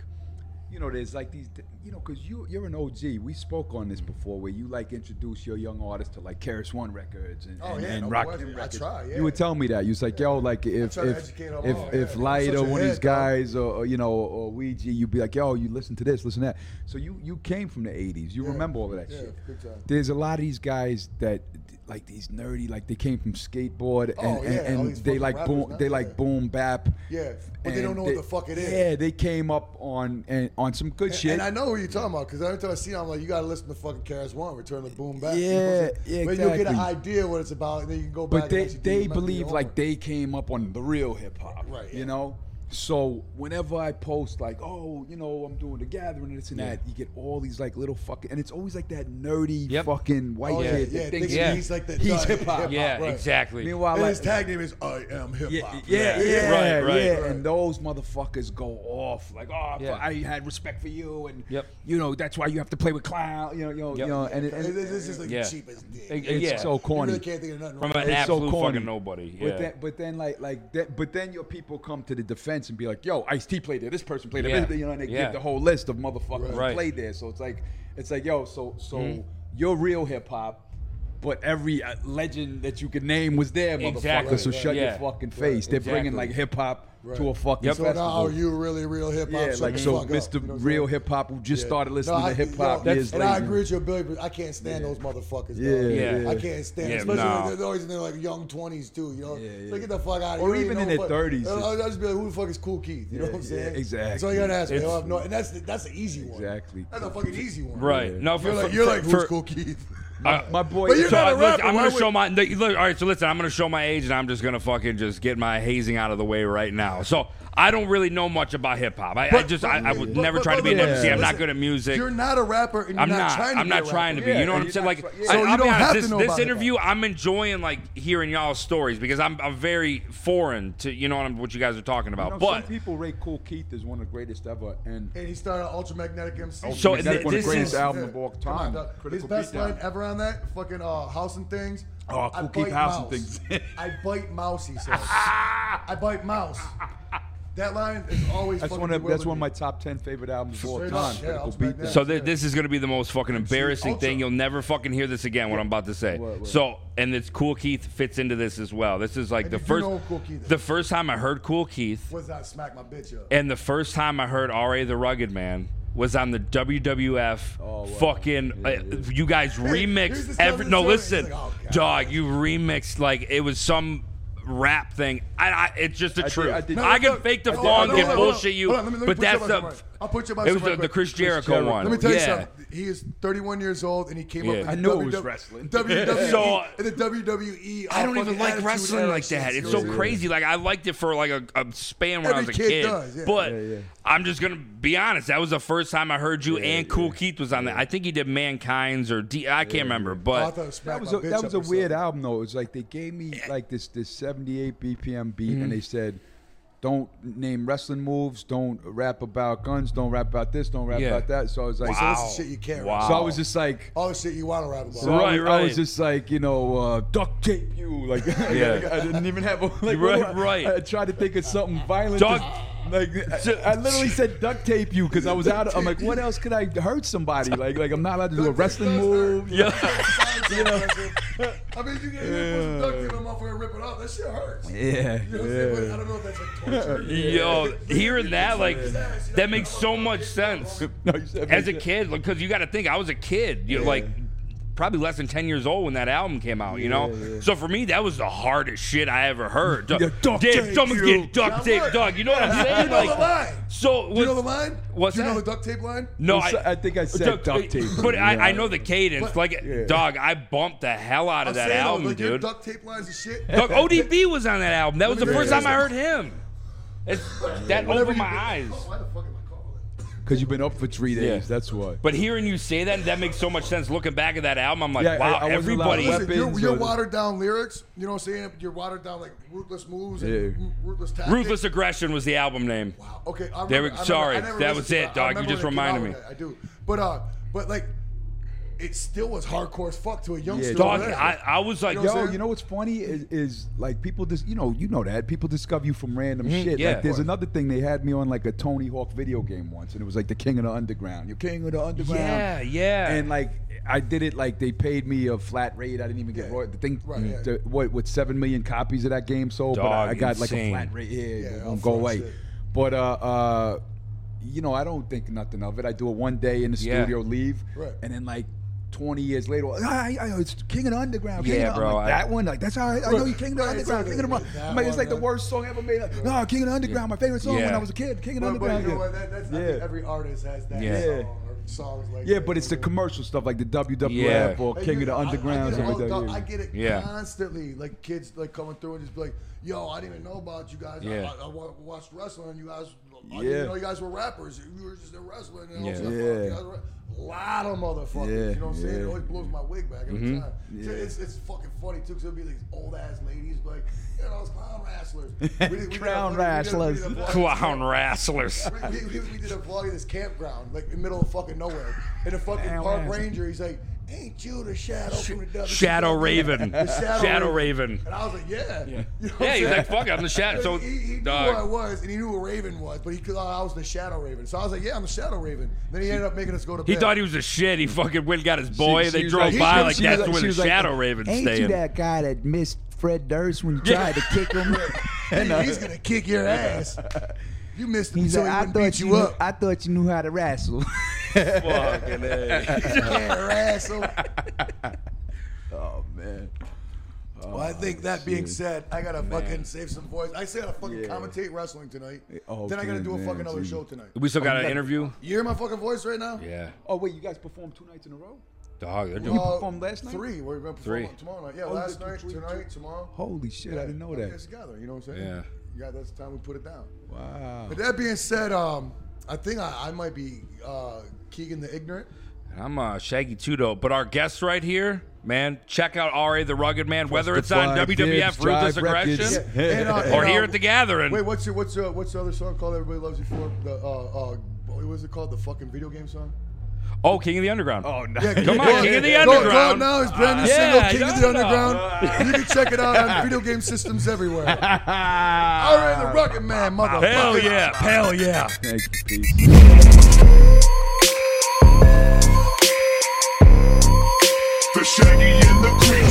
Speaker 3: you know, there's like these, you know, because you you're an OG. We spoke on this before, where you like introduce your young artists to like Karis One records and,
Speaker 2: Oh,
Speaker 3: and,
Speaker 2: yeah,
Speaker 3: and
Speaker 2: no
Speaker 3: Rock
Speaker 2: question.
Speaker 3: Them
Speaker 2: I
Speaker 3: records.
Speaker 2: try, yeah.
Speaker 3: You were telling me that you was like, yo, like if
Speaker 2: try to
Speaker 3: if
Speaker 2: educate 'em
Speaker 3: if,
Speaker 2: all,
Speaker 3: if
Speaker 2: yeah.
Speaker 3: Light
Speaker 2: Such a
Speaker 3: or one of these
Speaker 2: head, dog.
Speaker 3: guys or, or, you know or Ouija, you'd be like, yo, you listen to this, listen to that. So you you came from the '80s. You remember all of that
Speaker 2: Yeah,
Speaker 3: shit.
Speaker 2: big time.
Speaker 3: There's a lot of these guys that like these nerdy, like they came from skateboard and,
Speaker 2: Oh,
Speaker 3: and,
Speaker 2: yeah, all
Speaker 3: and
Speaker 2: these
Speaker 3: they
Speaker 2: fucking
Speaker 3: like
Speaker 2: rappers
Speaker 3: boom,
Speaker 2: now,
Speaker 3: they
Speaker 2: yeah.
Speaker 3: like boom bap.
Speaker 2: Yeah, but they don't
Speaker 3: and
Speaker 2: know what the fuck it is.
Speaker 3: Yeah, they came up on and on some good shit.
Speaker 2: And I know who you're talking about because every time I see it, I'm like, you gotta listen to fucking Karis One, Return the Boom Back. you know what I'm
Speaker 3: Yeah,
Speaker 2: saying?
Speaker 3: yeah,
Speaker 2: But you'll get an
Speaker 3: exactly.
Speaker 2: idea what it's about, and then you can go back.
Speaker 3: but
Speaker 2: and
Speaker 3: they
Speaker 2: actually do
Speaker 3: they
Speaker 2: your
Speaker 3: believe like
Speaker 2: homework.
Speaker 3: they came up on the real hip hop,
Speaker 2: Right,
Speaker 3: You
Speaker 2: yeah.
Speaker 3: know. So whenever I post like, oh, you know, I'm doing the gathering and this and
Speaker 1: Yeah.
Speaker 3: that, you get all these like little fucking, and it's always like that nerdy
Speaker 1: Yep.
Speaker 3: fucking white
Speaker 2: Oh, yeah,
Speaker 3: kid
Speaker 2: yeah,
Speaker 3: that thinks
Speaker 2: thinking
Speaker 1: Yeah.
Speaker 2: he's like the
Speaker 3: he's
Speaker 2: the
Speaker 3: hip hop.
Speaker 1: yeah,
Speaker 2: right.
Speaker 1: exactly.
Speaker 3: Meanwhile,
Speaker 2: And
Speaker 3: like,
Speaker 2: his tag name is I am hip
Speaker 3: yeah,
Speaker 2: hop.
Speaker 3: yeah, yeah, yeah,
Speaker 1: Right, right.
Speaker 3: yeah.
Speaker 2: Right.
Speaker 3: And those motherfuckers go off like, oh,
Speaker 1: Yeah.
Speaker 3: I had respect for you, and
Speaker 1: Yep.
Speaker 3: you know that's why you have to play with clown, you know, you know,
Speaker 1: Yep.
Speaker 3: you know, and, it, and
Speaker 2: This this is like
Speaker 1: Yeah.
Speaker 2: the cheapest dick.
Speaker 1: Ex-
Speaker 3: it's
Speaker 1: yeah.
Speaker 3: so
Speaker 2: You
Speaker 3: corny.
Speaker 2: really can't think of nothing.
Speaker 1: From
Speaker 2: wrong.
Speaker 1: an
Speaker 3: It's so
Speaker 1: absolute
Speaker 3: corny.
Speaker 1: fucking nobody. Yeah.
Speaker 3: But then, but then, like, like that. But then your people come to the defense and be like, "Yo, Ice T played there. This person played there.
Speaker 1: Yeah.
Speaker 3: this- You know, and they
Speaker 1: Yeah.
Speaker 3: give the whole list of motherfuckers
Speaker 1: Right. Mm-hmm.
Speaker 3: who played there. So it's like, it's like, yo, so, so you're real hip hop, but every uh, legend that you could name was there, motherfucker.
Speaker 1: Exactly.
Speaker 3: So shut
Speaker 1: Yeah.
Speaker 3: your fucking face. They're bringing
Speaker 1: Exactly.
Speaker 3: like hip hop to a fucking
Speaker 1: Yep. So
Speaker 2: So
Speaker 3: festival.
Speaker 2: now are you really real hip hop?
Speaker 3: yeah,
Speaker 2: Shut
Speaker 3: like
Speaker 2: the
Speaker 3: so,
Speaker 2: fuck up.
Speaker 3: Mr.
Speaker 2: You know what I'm
Speaker 3: real
Speaker 2: saying?
Speaker 3: hip hop who just
Speaker 2: Yeah.
Speaker 3: started listening
Speaker 2: No, I-
Speaker 3: to hip hop
Speaker 2: yo,
Speaker 3: years
Speaker 2: And
Speaker 3: later.
Speaker 2: I agree with you, Billy. But I can't stand those motherfuckers. dog.
Speaker 3: Yeah,
Speaker 1: yeah.
Speaker 2: I can't stand.
Speaker 1: Yeah,
Speaker 2: especially
Speaker 1: nah.
Speaker 2: when they're always in their like young twenties too. You know,
Speaker 3: Yeah, yeah.
Speaker 2: like get the fuck out of
Speaker 3: Or
Speaker 2: here. You
Speaker 3: even
Speaker 2: know
Speaker 3: in their
Speaker 2: what-
Speaker 3: 30s.
Speaker 2: I'll, I'll just be like, who the fuck is Cool Keith? You know
Speaker 3: Yeah,
Speaker 2: what I'm
Speaker 3: yeah,
Speaker 2: saying?
Speaker 3: exactly.
Speaker 2: That's all you gotta ask me.
Speaker 1: It's-
Speaker 2: I have no, and that's the, that's the easy one.
Speaker 3: Exactly.
Speaker 2: That's a fucking easy one.
Speaker 1: right.
Speaker 3: Yeah.
Speaker 1: No, for,
Speaker 2: You're like
Speaker 1: for-
Speaker 2: you're like
Speaker 1: for-
Speaker 2: who's
Speaker 1: for-
Speaker 2: Cool Keith?
Speaker 1: uh,
Speaker 3: My boy,
Speaker 2: But you're
Speaker 1: so
Speaker 2: not a
Speaker 1: I- look,
Speaker 2: rapper,
Speaker 1: I'm
Speaker 2: why
Speaker 1: gonna
Speaker 2: would-
Speaker 1: show my. Look, all right, so listen, I'm gonna show my age, and I'm just gonna fucking just get my hazing out of the way right now. So I don't really know much about hip hop. I, I
Speaker 2: But-
Speaker 1: just
Speaker 2: but-
Speaker 1: I, I would
Speaker 2: but-
Speaker 1: never
Speaker 2: but-
Speaker 1: try to
Speaker 2: but
Speaker 1: be an
Speaker 2: listen,
Speaker 1: MC. I'm not
Speaker 2: listen,
Speaker 1: good at music.
Speaker 2: You're not a rapper, and you're
Speaker 1: I'm not.
Speaker 2: trying to
Speaker 1: I'm
Speaker 2: be a
Speaker 1: not trying to
Speaker 2: rapper.
Speaker 1: be.
Speaker 3: Yeah,
Speaker 1: you know what
Speaker 3: and
Speaker 1: I'm
Speaker 3: you're
Speaker 1: saying?
Speaker 3: not
Speaker 1: Like,
Speaker 3: try- yeah.
Speaker 1: I,
Speaker 2: So you
Speaker 1: I'll be
Speaker 2: don't
Speaker 1: honest,
Speaker 2: have to
Speaker 1: this,
Speaker 2: know
Speaker 1: this
Speaker 2: about hip
Speaker 1: interview, I'm enjoying like hearing y'all's stories because I'm, I'm very foreign to you know what, I'm, what you guys are talking about.
Speaker 3: You know,
Speaker 1: but
Speaker 3: some people rate Cool Keith as one of the greatest ever, and
Speaker 2: And he started Ultramagnetic MC.
Speaker 1: So
Speaker 2: He's
Speaker 1: th- this
Speaker 2: one of the
Speaker 1: is-
Speaker 2: greatest album
Speaker 3: Yeah.
Speaker 2: of all
Speaker 3: Come on,
Speaker 2: time.
Speaker 3: dog.
Speaker 2: His
Speaker 3: Critical
Speaker 2: best
Speaker 3: Beatdown.
Speaker 2: line ever on that fucking uh, House and Things.
Speaker 3: Oh,
Speaker 2: I
Speaker 3: Cool Keith
Speaker 2: bite
Speaker 3: House and
Speaker 2: mouse.
Speaker 3: Things.
Speaker 2: I bite mouse. He says. I bite mouse. That line is always.
Speaker 3: that's
Speaker 2: fucking
Speaker 3: one of that's
Speaker 2: bewildering
Speaker 3: one of my
Speaker 2: me.
Speaker 3: top ten favorite albums of all
Speaker 2: Straight
Speaker 3: time.
Speaker 2: up, yeah,
Speaker 3: Critical
Speaker 2: Ultimate
Speaker 3: Beatdown.
Speaker 2: Dance.
Speaker 1: So th- this is going to be the most fucking embarrassing
Speaker 2: Ultra.
Speaker 1: thing. You'll never fucking hear this again. What I'm about to say.
Speaker 3: What, what?
Speaker 1: So and it's Cool Keith fits into this as well. This is like
Speaker 2: And
Speaker 1: the
Speaker 2: you do
Speaker 1: first
Speaker 2: know who Cool Keith is.
Speaker 1: the first time I heard Cool Keith,
Speaker 2: Was I smack my bitch up?
Speaker 1: and the first time I heard R.A. the Rugged Man was on the WWF
Speaker 3: Oh, wow.
Speaker 1: fucking.
Speaker 3: Yeah,
Speaker 1: uh, you guys
Speaker 2: here's
Speaker 1: remixed
Speaker 2: the
Speaker 1: every.
Speaker 2: Southern
Speaker 1: No,
Speaker 2: Soul. It's
Speaker 1: listen,
Speaker 2: like, oh, God.
Speaker 1: dog, you remixed like it was some. Rap thing, I, I it's just the
Speaker 3: did-
Speaker 1: truth. I,
Speaker 3: I did-
Speaker 1: can
Speaker 2: look,
Speaker 1: fake the
Speaker 2: I did-
Speaker 1: fog
Speaker 2: no,
Speaker 1: and
Speaker 2: no, no,
Speaker 1: bullshit you,
Speaker 2: hold on, let me- let me
Speaker 1: but
Speaker 2: put you
Speaker 1: that's
Speaker 2: up
Speaker 1: the.
Speaker 2: on something. I'll put you up on
Speaker 1: It was
Speaker 2: something
Speaker 1: the,
Speaker 2: right
Speaker 1: the
Speaker 2: quick.
Speaker 1: Chris
Speaker 2: Chris
Speaker 1: Jericho
Speaker 3: Jericho.
Speaker 1: one.
Speaker 2: Let me tell
Speaker 1: yeah.
Speaker 2: you something. He is 31 years old, and he came
Speaker 1: Yeah.
Speaker 2: up. With E,
Speaker 1: I
Speaker 2: the
Speaker 3: knew it
Speaker 2: WW-
Speaker 3: was wrestling.
Speaker 2: WWE,
Speaker 1: So-
Speaker 2: and the WWE.
Speaker 1: I don't
Speaker 2: uh,
Speaker 1: even
Speaker 2: fucking
Speaker 1: like
Speaker 2: Attitude
Speaker 1: wrestling
Speaker 2: Era
Speaker 1: like that.
Speaker 2: shit.
Speaker 1: It's so
Speaker 2: Yeah.
Speaker 1: crazy. Like I liked it for like a, a span when I was
Speaker 2: Every
Speaker 1: a
Speaker 2: kid
Speaker 1: kid.
Speaker 2: does, yeah.
Speaker 1: But
Speaker 3: Yeah, yeah.
Speaker 1: I'm just gonna be honest. That was the first time I heard you and Cool Keith was on that. I think he did Mankind's or D. I can't remember,
Speaker 2: Oh, I
Speaker 1: but
Speaker 2: thought it was Smack
Speaker 3: That was
Speaker 2: My
Speaker 3: a,
Speaker 2: Bitch
Speaker 3: that was
Speaker 2: Up
Speaker 3: a
Speaker 2: or
Speaker 3: weird
Speaker 2: something.
Speaker 3: album though. It was like they gave me like this this 78 BPM beat, and
Speaker 1: Mm-hmm.
Speaker 3: they said, "Don't name wrestling moves. Don't rap about guns. Don't rap about this. Don't rap
Speaker 1: Yeah.
Speaker 3: about that." So I was like,
Speaker 1: Wow.
Speaker 2: This is shit you can't.
Speaker 1: Wow.
Speaker 3: so I was just like,
Speaker 2: All the shit you want to rap about.
Speaker 3: so I, was,
Speaker 1: Right,
Speaker 3: I
Speaker 1: right.
Speaker 3: was just like, you know, uh, duct tape you. Like,
Speaker 1: Yeah.
Speaker 3: I didn't even have a like,
Speaker 1: Right,
Speaker 3: what do I-
Speaker 1: right.
Speaker 3: I tried to think of something violent.
Speaker 1: Duct-
Speaker 3: to- like I, I literally said duct tape you because I was out. Of, I'm like, what else could I hurt somebody? Like, like I'm not allowed to do a wrestling move.
Speaker 1: yeah.
Speaker 2: I mean, you get yeah. duct tape and motherfucker rip it off. That shit hurts.
Speaker 3: Yeah,
Speaker 2: You know what I'm saying? But I
Speaker 3: yeah.
Speaker 2: don't know if that's like torture.
Speaker 1: Yo, hearing that like that makes so much sense.
Speaker 3: No, you said-
Speaker 1: As a kid, because you got to think, I was a kid. You're like probably less than 10 years old when that album came out, you know? So for me, that was the hardest shit I ever heard. Duh,
Speaker 3: Yeah, duct
Speaker 1: Damn,
Speaker 3: tape,
Speaker 1: someone's
Speaker 3: you.
Speaker 1: getting duct
Speaker 2: That
Speaker 1: taped,
Speaker 2: worked.
Speaker 1: dog. You know what I'm saying?
Speaker 2: You know the
Speaker 1: Like,
Speaker 2: line.
Speaker 1: so
Speaker 2: You know the
Speaker 1: was-
Speaker 2: line?
Speaker 1: What's
Speaker 2: Do you know
Speaker 1: that?
Speaker 2: the duct tape line?
Speaker 1: No, uh,
Speaker 3: Well, so- I think I said duct tape.
Speaker 1: But
Speaker 3: Yeah.
Speaker 1: I, I know the cadence. like,
Speaker 3: Yeah.
Speaker 1: dog, I bumped the hell out of
Speaker 2: I'm
Speaker 1: that
Speaker 2: saying, though,
Speaker 1: album,
Speaker 2: like, Your
Speaker 1: dude.
Speaker 2: duct tape lines and shit.
Speaker 1: Dog, ODB was on that album. That was the
Speaker 2: me
Speaker 1: first
Speaker 2: tell
Speaker 1: time
Speaker 2: you
Speaker 1: I heard him. It's, that
Speaker 2: Whatever
Speaker 1: opened
Speaker 2: you
Speaker 1: my
Speaker 2: do-
Speaker 1: eyes.
Speaker 2: Oh, Why the fuck am I calling?
Speaker 3: Because you've been up for three days.
Speaker 1: Yeah.
Speaker 3: That's why.
Speaker 1: But hearing you say that, that makes so much sense. Looking back at that album, I'm like,
Speaker 3: Yeah, I-
Speaker 1: wow,
Speaker 3: I wasn't
Speaker 1: everybody.
Speaker 3: allowed to
Speaker 2: Listen, your,
Speaker 3: Weapons
Speaker 2: your
Speaker 3: or the-
Speaker 2: watered down lyrics, you know what I'm saying? Your watered down like ruthless moves and
Speaker 3: Yeah.
Speaker 2: ru- ruthless tactics.
Speaker 1: Ruthless Aggression was the album name.
Speaker 2: Wow. Okay. I
Speaker 1: There we-
Speaker 2: remember, I
Speaker 1: sorry,
Speaker 2: remember- I never
Speaker 1: that
Speaker 2: listened
Speaker 1: was
Speaker 2: to
Speaker 1: it,
Speaker 2: I
Speaker 1: dog. You
Speaker 2: remember
Speaker 1: just
Speaker 2: when it came out
Speaker 1: reminded
Speaker 2: with that, I do. But uh, but like, it still was hardcore as fuck to a youngster.
Speaker 3: Yeah,
Speaker 1: Dog,
Speaker 2: over there.
Speaker 1: I, I was like,
Speaker 2: You know what I'm
Speaker 3: Yo,
Speaker 2: saying?
Speaker 3: you know what's funny is, is like people just you know you know that people discover you from random
Speaker 2: Mm-hmm.
Speaker 3: shit.
Speaker 1: yeah.
Speaker 3: Like there's another thing they had me on like a Tony Hawk video game once, and it was like the King of the Underground. You're King of the Underground.
Speaker 1: yeah, yeah.
Speaker 3: And like I did it like they paid me a flat rate. I didn't even get
Speaker 2: Yeah.
Speaker 3: roy the thing. mm,
Speaker 2: Right, yeah.
Speaker 3: the- what with seven million copies of that game sold, but I,
Speaker 1: Dog,
Speaker 3: I got
Speaker 1: insane.
Speaker 3: like a flat rate. Yeah,
Speaker 2: Yeah,
Speaker 3: it won't
Speaker 2: upfront
Speaker 3: go away.
Speaker 2: shit.
Speaker 3: But uh, uh, you know, I don't think nothing of it. I do it one day in the
Speaker 1: Yeah.
Speaker 3: studio, leave,
Speaker 2: Right.
Speaker 3: and then like 20 years later, I, I, I- it's King of the Underground. King
Speaker 1: Yeah,
Speaker 3: of the,
Speaker 1: bro,
Speaker 3: I'm like,
Speaker 1: I-
Speaker 3: that one, like that's how I, I know you King of the
Speaker 2: Right,
Speaker 3: Underground.
Speaker 2: it's
Speaker 3: King of the
Speaker 2: like
Speaker 3: Underground.
Speaker 2: that
Speaker 3: I'm like, it's
Speaker 2: one,
Speaker 3: like the
Speaker 2: that-
Speaker 3: worst song ever made. Like, no, King of the Underground, my favorite song when
Speaker 1: Yeah.
Speaker 3: I was a kid. King of the
Speaker 2: But, but
Speaker 3: Underground.
Speaker 2: you know
Speaker 3: yeah.
Speaker 2: what? That, that's, I think
Speaker 3: Yeah.
Speaker 2: every artist has that
Speaker 1: Yeah.
Speaker 2: song or songs like
Speaker 3: Yeah,
Speaker 2: that,
Speaker 3: but it's the
Speaker 2: you know?
Speaker 3: commercial stuff like the WWF
Speaker 1: Yeah.
Speaker 3: or
Speaker 2: Hey,
Speaker 3: King
Speaker 2: you-
Speaker 3: of the
Speaker 2: I-
Speaker 3: Underground.
Speaker 2: I,
Speaker 3: stuff like
Speaker 2: get it, all
Speaker 3: that,
Speaker 2: the-
Speaker 3: yeah.
Speaker 2: I get it
Speaker 1: Yeah.
Speaker 2: constantly. Like kids like coming through and just be like, "Yo, I didn't even know about you guys. I-
Speaker 1: Yeah.
Speaker 2: I, I, wa- watched wrestling. and You guys, I didn't
Speaker 3: Yeah.
Speaker 2: even know you guys were rappers. You were just in wrestling. And all
Speaker 1: Yeah.
Speaker 2: stuff.
Speaker 3: Yeah.
Speaker 2: You guys were- a lot of motherfuckers.
Speaker 3: Yeah,
Speaker 2: You know what I'm saying? It
Speaker 3: yeah.
Speaker 2: always blows my wig back every
Speaker 1: Mm-hmm.
Speaker 2: time. So
Speaker 3: Yeah.
Speaker 2: It's, it's fucking funny too, because it'll be these old ass ladies, like, you know, those clown wrestlers. We did- we did a
Speaker 3: Crown
Speaker 2: fucking- we did a- we did a
Speaker 3: wrestlers.
Speaker 2: fucking-
Speaker 1: Clown wrestlers.
Speaker 2: we, we, we did a vlog in this campground, like in the middle of fucking nowhere. And the fucking
Speaker 3: Man,
Speaker 2: park
Speaker 3: man.
Speaker 2: ranger, he's like, "Ain't you the shadow from the W?"
Speaker 1: Shadow Raven.
Speaker 2: The
Speaker 1: Shadow, Raven.
Speaker 2: And I was like, "Yeah, yeah." You know what
Speaker 1: Yeah,
Speaker 2: I'm
Speaker 1: he's
Speaker 2: saying?
Speaker 1: like, fuck, I'm the shadow. So,
Speaker 2: He- he, he knew who I
Speaker 1: dog.
Speaker 2: was, and he knew who Raven was, but he thought I was the Shadow Raven. So I was like, "Yeah, I'm the Shadow Raven." Then he ended up making us go to bed.
Speaker 1: He thought he was a shit. He fucking went and got his boy.
Speaker 3: she
Speaker 1: they
Speaker 3: was
Speaker 1: drove
Speaker 3: like-
Speaker 1: by
Speaker 3: she
Speaker 1: like
Speaker 3: was
Speaker 1: that's
Speaker 3: like-
Speaker 1: where
Speaker 3: she
Speaker 1: the
Speaker 3: was like,
Speaker 1: Shadow Raven's staying.
Speaker 3: guy that missed Fred Durst when you
Speaker 1: Yeah.
Speaker 3: to kick him? uh,
Speaker 2: He- he's gonna kick your ass. You missed him,
Speaker 4: He's
Speaker 2: so
Speaker 4: like,
Speaker 2: he
Speaker 4: I
Speaker 2: wouldn't beat
Speaker 4: thought
Speaker 2: you,
Speaker 4: you, knew,
Speaker 2: up.
Speaker 4: I thought you knew how to wrestle.
Speaker 1: Fucking A.
Speaker 2: yeah, wrestle.
Speaker 3: oh man.
Speaker 2: Well, I think that being
Speaker 3: shit.
Speaker 2: said, I gotta fucking save some voice. I say I gotta fucking
Speaker 3: Yeah.
Speaker 2: commentate wrestling tonight.
Speaker 3: oh,
Speaker 2: then I gotta
Speaker 3: good,
Speaker 2: do a
Speaker 3: man,
Speaker 2: fucking other
Speaker 3: gee.
Speaker 2: show tonight.
Speaker 1: We still got an
Speaker 3: yeah.
Speaker 1: interview.
Speaker 2: You hear my fucking voice right now?
Speaker 1: Yeah,
Speaker 3: Oh wait, you guys performed two nights in a row?
Speaker 1: dog. They're doing.
Speaker 2: Uh,
Speaker 3: performed last night?
Speaker 2: Three. We're gonna perform
Speaker 1: Three.
Speaker 2: tomorrow night. Yeah,
Speaker 3: Oh,
Speaker 2: last
Speaker 3: two,
Speaker 2: night,
Speaker 3: three,
Speaker 2: tonight, tomorrow.
Speaker 3: Holy shit, I didn't know
Speaker 2: Yeah,
Speaker 3: that.
Speaker 2: It's together. You know what I'm saying?
Speaker 1: Yeah.
Speaker 2: Yeah, that's the time we put it down.
Speaker 3: Wow.
Speaker 2: But that being said, um, I think I, I might be uh, Keegan the Ignorant.
Speaker 1: I'm uh, Shaggy Tudo, but our guest right here, man, check out RA the Rugged Man, whether it's on
Speaker 3: Justified,
Speaker 1: WWF
Speaker 3: Dibs,
Speaker 1: Ruthless
Speaker 3: Drive Records.
Speaker 1: Aggression
Speaker 3: Yeah.
Speaker 2: And, uh,
Speaker 1: or
Speaker 2: and, uh,
Speaker 1: here at the Gathering.
Speaker 2: Wait, what's your what's your what's the other song called? Everybody loves you for the uh uh. What was it called? The fucking video game song.
Speaker 1: oh, King of the Underground.
Speaker 3: Oh no.
Speaker 2: Yeah,
Speaker 1: Come on,
Speaker 2: go-
Speaker 1: King of the
Speaker 2: go- go
Speaker 1: Underground.
Speaker 2: now. His brand new
Speaker 1: Yeah,
Speaker 2: single, King of the
Speaker 1: yeah.
Speaker 2: Underground. You can check it out on video game systems everywhere. All right, the Rocket Man, motherfucker.
Speaker 1: Hell yeah! Hell yeah!
Speaker 3: Thank you, peace.
Speaker 5: The Shaggy and the Creek.